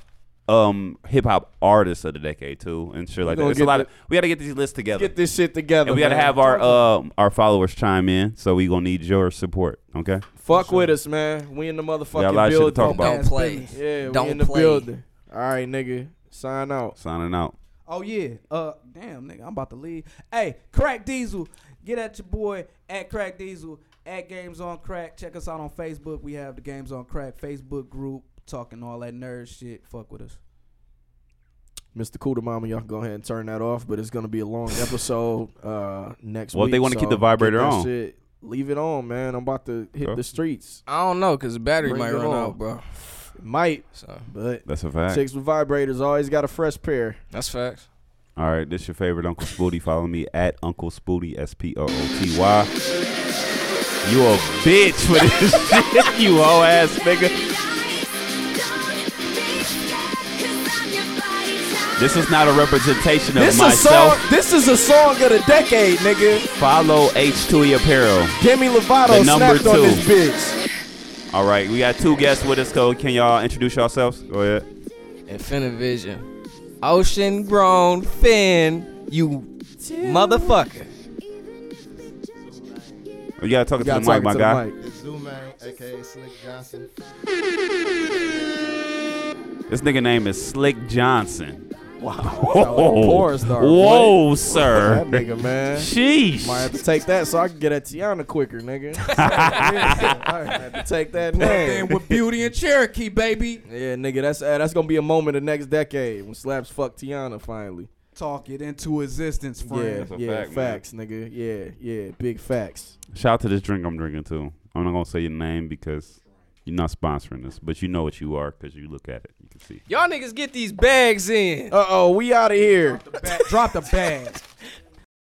[SPEAKER 3] um hip hop artists of the decade too, and shit like that.
[SPEAKER 1] gonna
[SPEAKER 3] It's a
[SPEAKER 1] get
[SPEAKER 3] lot of
[SPEAKER 1] the-
[SPEAKER 3] we gotta get these lists together.
[SPEAKER 1] Get this shit together.
[SPEAKER 3] and we gotta
[SPEAKER 1] man.
[SPEAKER 3] have our um our followers chime in, so we gonna need your support. Okay.
[SPEAKER 1] fuck with us, man. We in the motherfucking
[SPEAKER 3] We got a lot of shit to
[SPEAKER 1] building.
[SPEAKER 3] talk about.
[SPEAKER 4] Don't play.
[SPEAKER 1] Yeah, we in
[SPEAKER 4] Don't
[SPEAKER 1] the
[SPEAKER 4] play.
[SPEAKER 1] building. All right, nigga. Sign out.
[SPEAKER 3] Signing out.
[SPEAKER 5] Oh yeah. Uh, damn, nigga, I'm about to leave. Hey, Crack Diesel, get at your boy at Crack Diesel at Games on Crack. Check us out on Facebook. We have the Games on Crack Facebook group talking all that nerd shit. Fuck with us.
[SPEAKER 1] Mr. Cooler Mama, y'all can go ahead and turn that off, but it's gonna be a long episode uh next
[SPEAKER 3] Well,
[SPEAKER 1] week.
[SPEAKER 3] if they wanna
[SPEAKER 1] so
[SPEAKER 3] keep the vibrator
[SPEAKER 1] get that
[SPEAKER 3] on.
[SPEAKER 1] shit- leave it on, man. I'm about to hit
[SPEAKER 3] Huh?
[SPEAKER 1] the streets.
[SPEAKER 4] I don't know, cause the battery
[SPEAKER 1] Bring
[SPEAKER 4] might
[SPEAKER 1] it
[SPEAKER 4] run
[SPEAKER 1] on.
[SPEAKER 4] out, bro.
[SPEAKER 1] Might,
[SPEAKER 4] So
[SPEAKER 1] but
[SPEAKER 3] That's a fact.
[SPEAKER 1] chicks with vibrators always got a fresh pair.
[SPEAKER 4] that's facts.
[SPEAKER 3] All right, this your favorite Uncle Spooty. Follow me at Uncle Spooty S P O O T Y. You a bitch for this shit, you hoe ass nigga. This is not a representation of
[SPEAKER 1] This is
[SPEAKER 3] myself.
[SPEAKER 1] song. This is a song of the decade, nigga.
[SPEAKER 3] Follow H2E Apparel.
[SPEAKER 1] Demi Lovato
[SPEAKER 3] The number
[SPEAKER 1] snapped on
[SPEAKER 3] two.
[SPEAKER 1] this bitch.
[SPEAKER 3] All right, we got two guests with us. So can y'all introduce yourselves? Go ahead.
[SPEAKER 4] Infinivision, ocean grown Finn, you motherfucker.
[SPEAKER 3] You gotta talk
[SPEAKER 1] You gotta
[SPEAKER 3] to the mic,
[SPEAKER 1] talk
[SPEAKER 3] my
[SPEAKER 1] to
[SPEAKER 3] guy.
[SPEAKER 1] the mic.
[SPEAKER 6] It's Zuman, aka Slick Johnson.
[SPEAKER 3] This nigga name is Slick Johnson.
[SPEAKER 1] a
[SPEAKER 3] Whoa,
[SPEAKER 1] porn star,
[SPEAKER 3] Whoa
[SPEAKER 1] That
[SPEAKER 3] sir.
[SPEAKER 1] nigga, man. Might have
[SPEAKER 3] Sheesh.
[SPEAKER 1] to take that so I can get at Tiana quicker, nigga. I have to take that
[SPEAKER 5] And
[SPEAKER 1] name.
[SPEAKER 5] with Beauty and Cherokee, baby.
[SPEAKER 1] Yeah, nigga, that's uh, that's gonna be a moment of next decade when slaps fuck Tiana finally.
[SPEAKER 5] Talk it into existence,
[SPEAKER 1] Yeah,
[SPEAKER 5] friend.
[SPEAKER 3] a
[SPEAKER 1] yeah,
[SPEAKER 3] fact, man.
[SPEAKER 1] facts, nigga. Yeah, yeah, big facts.
[SPEAKER 3] Shout out to this drink I'm drinking too. I'm not gonna say your name because you're not sponsoring this, but you know what you are because you look at it. You can see.
[SPEAKER 4] Y'all niggas get these bags in.
[SPEAKER 1] Uh oh, we out of here.
[SPEAKER 5] Ba- Drop the bag.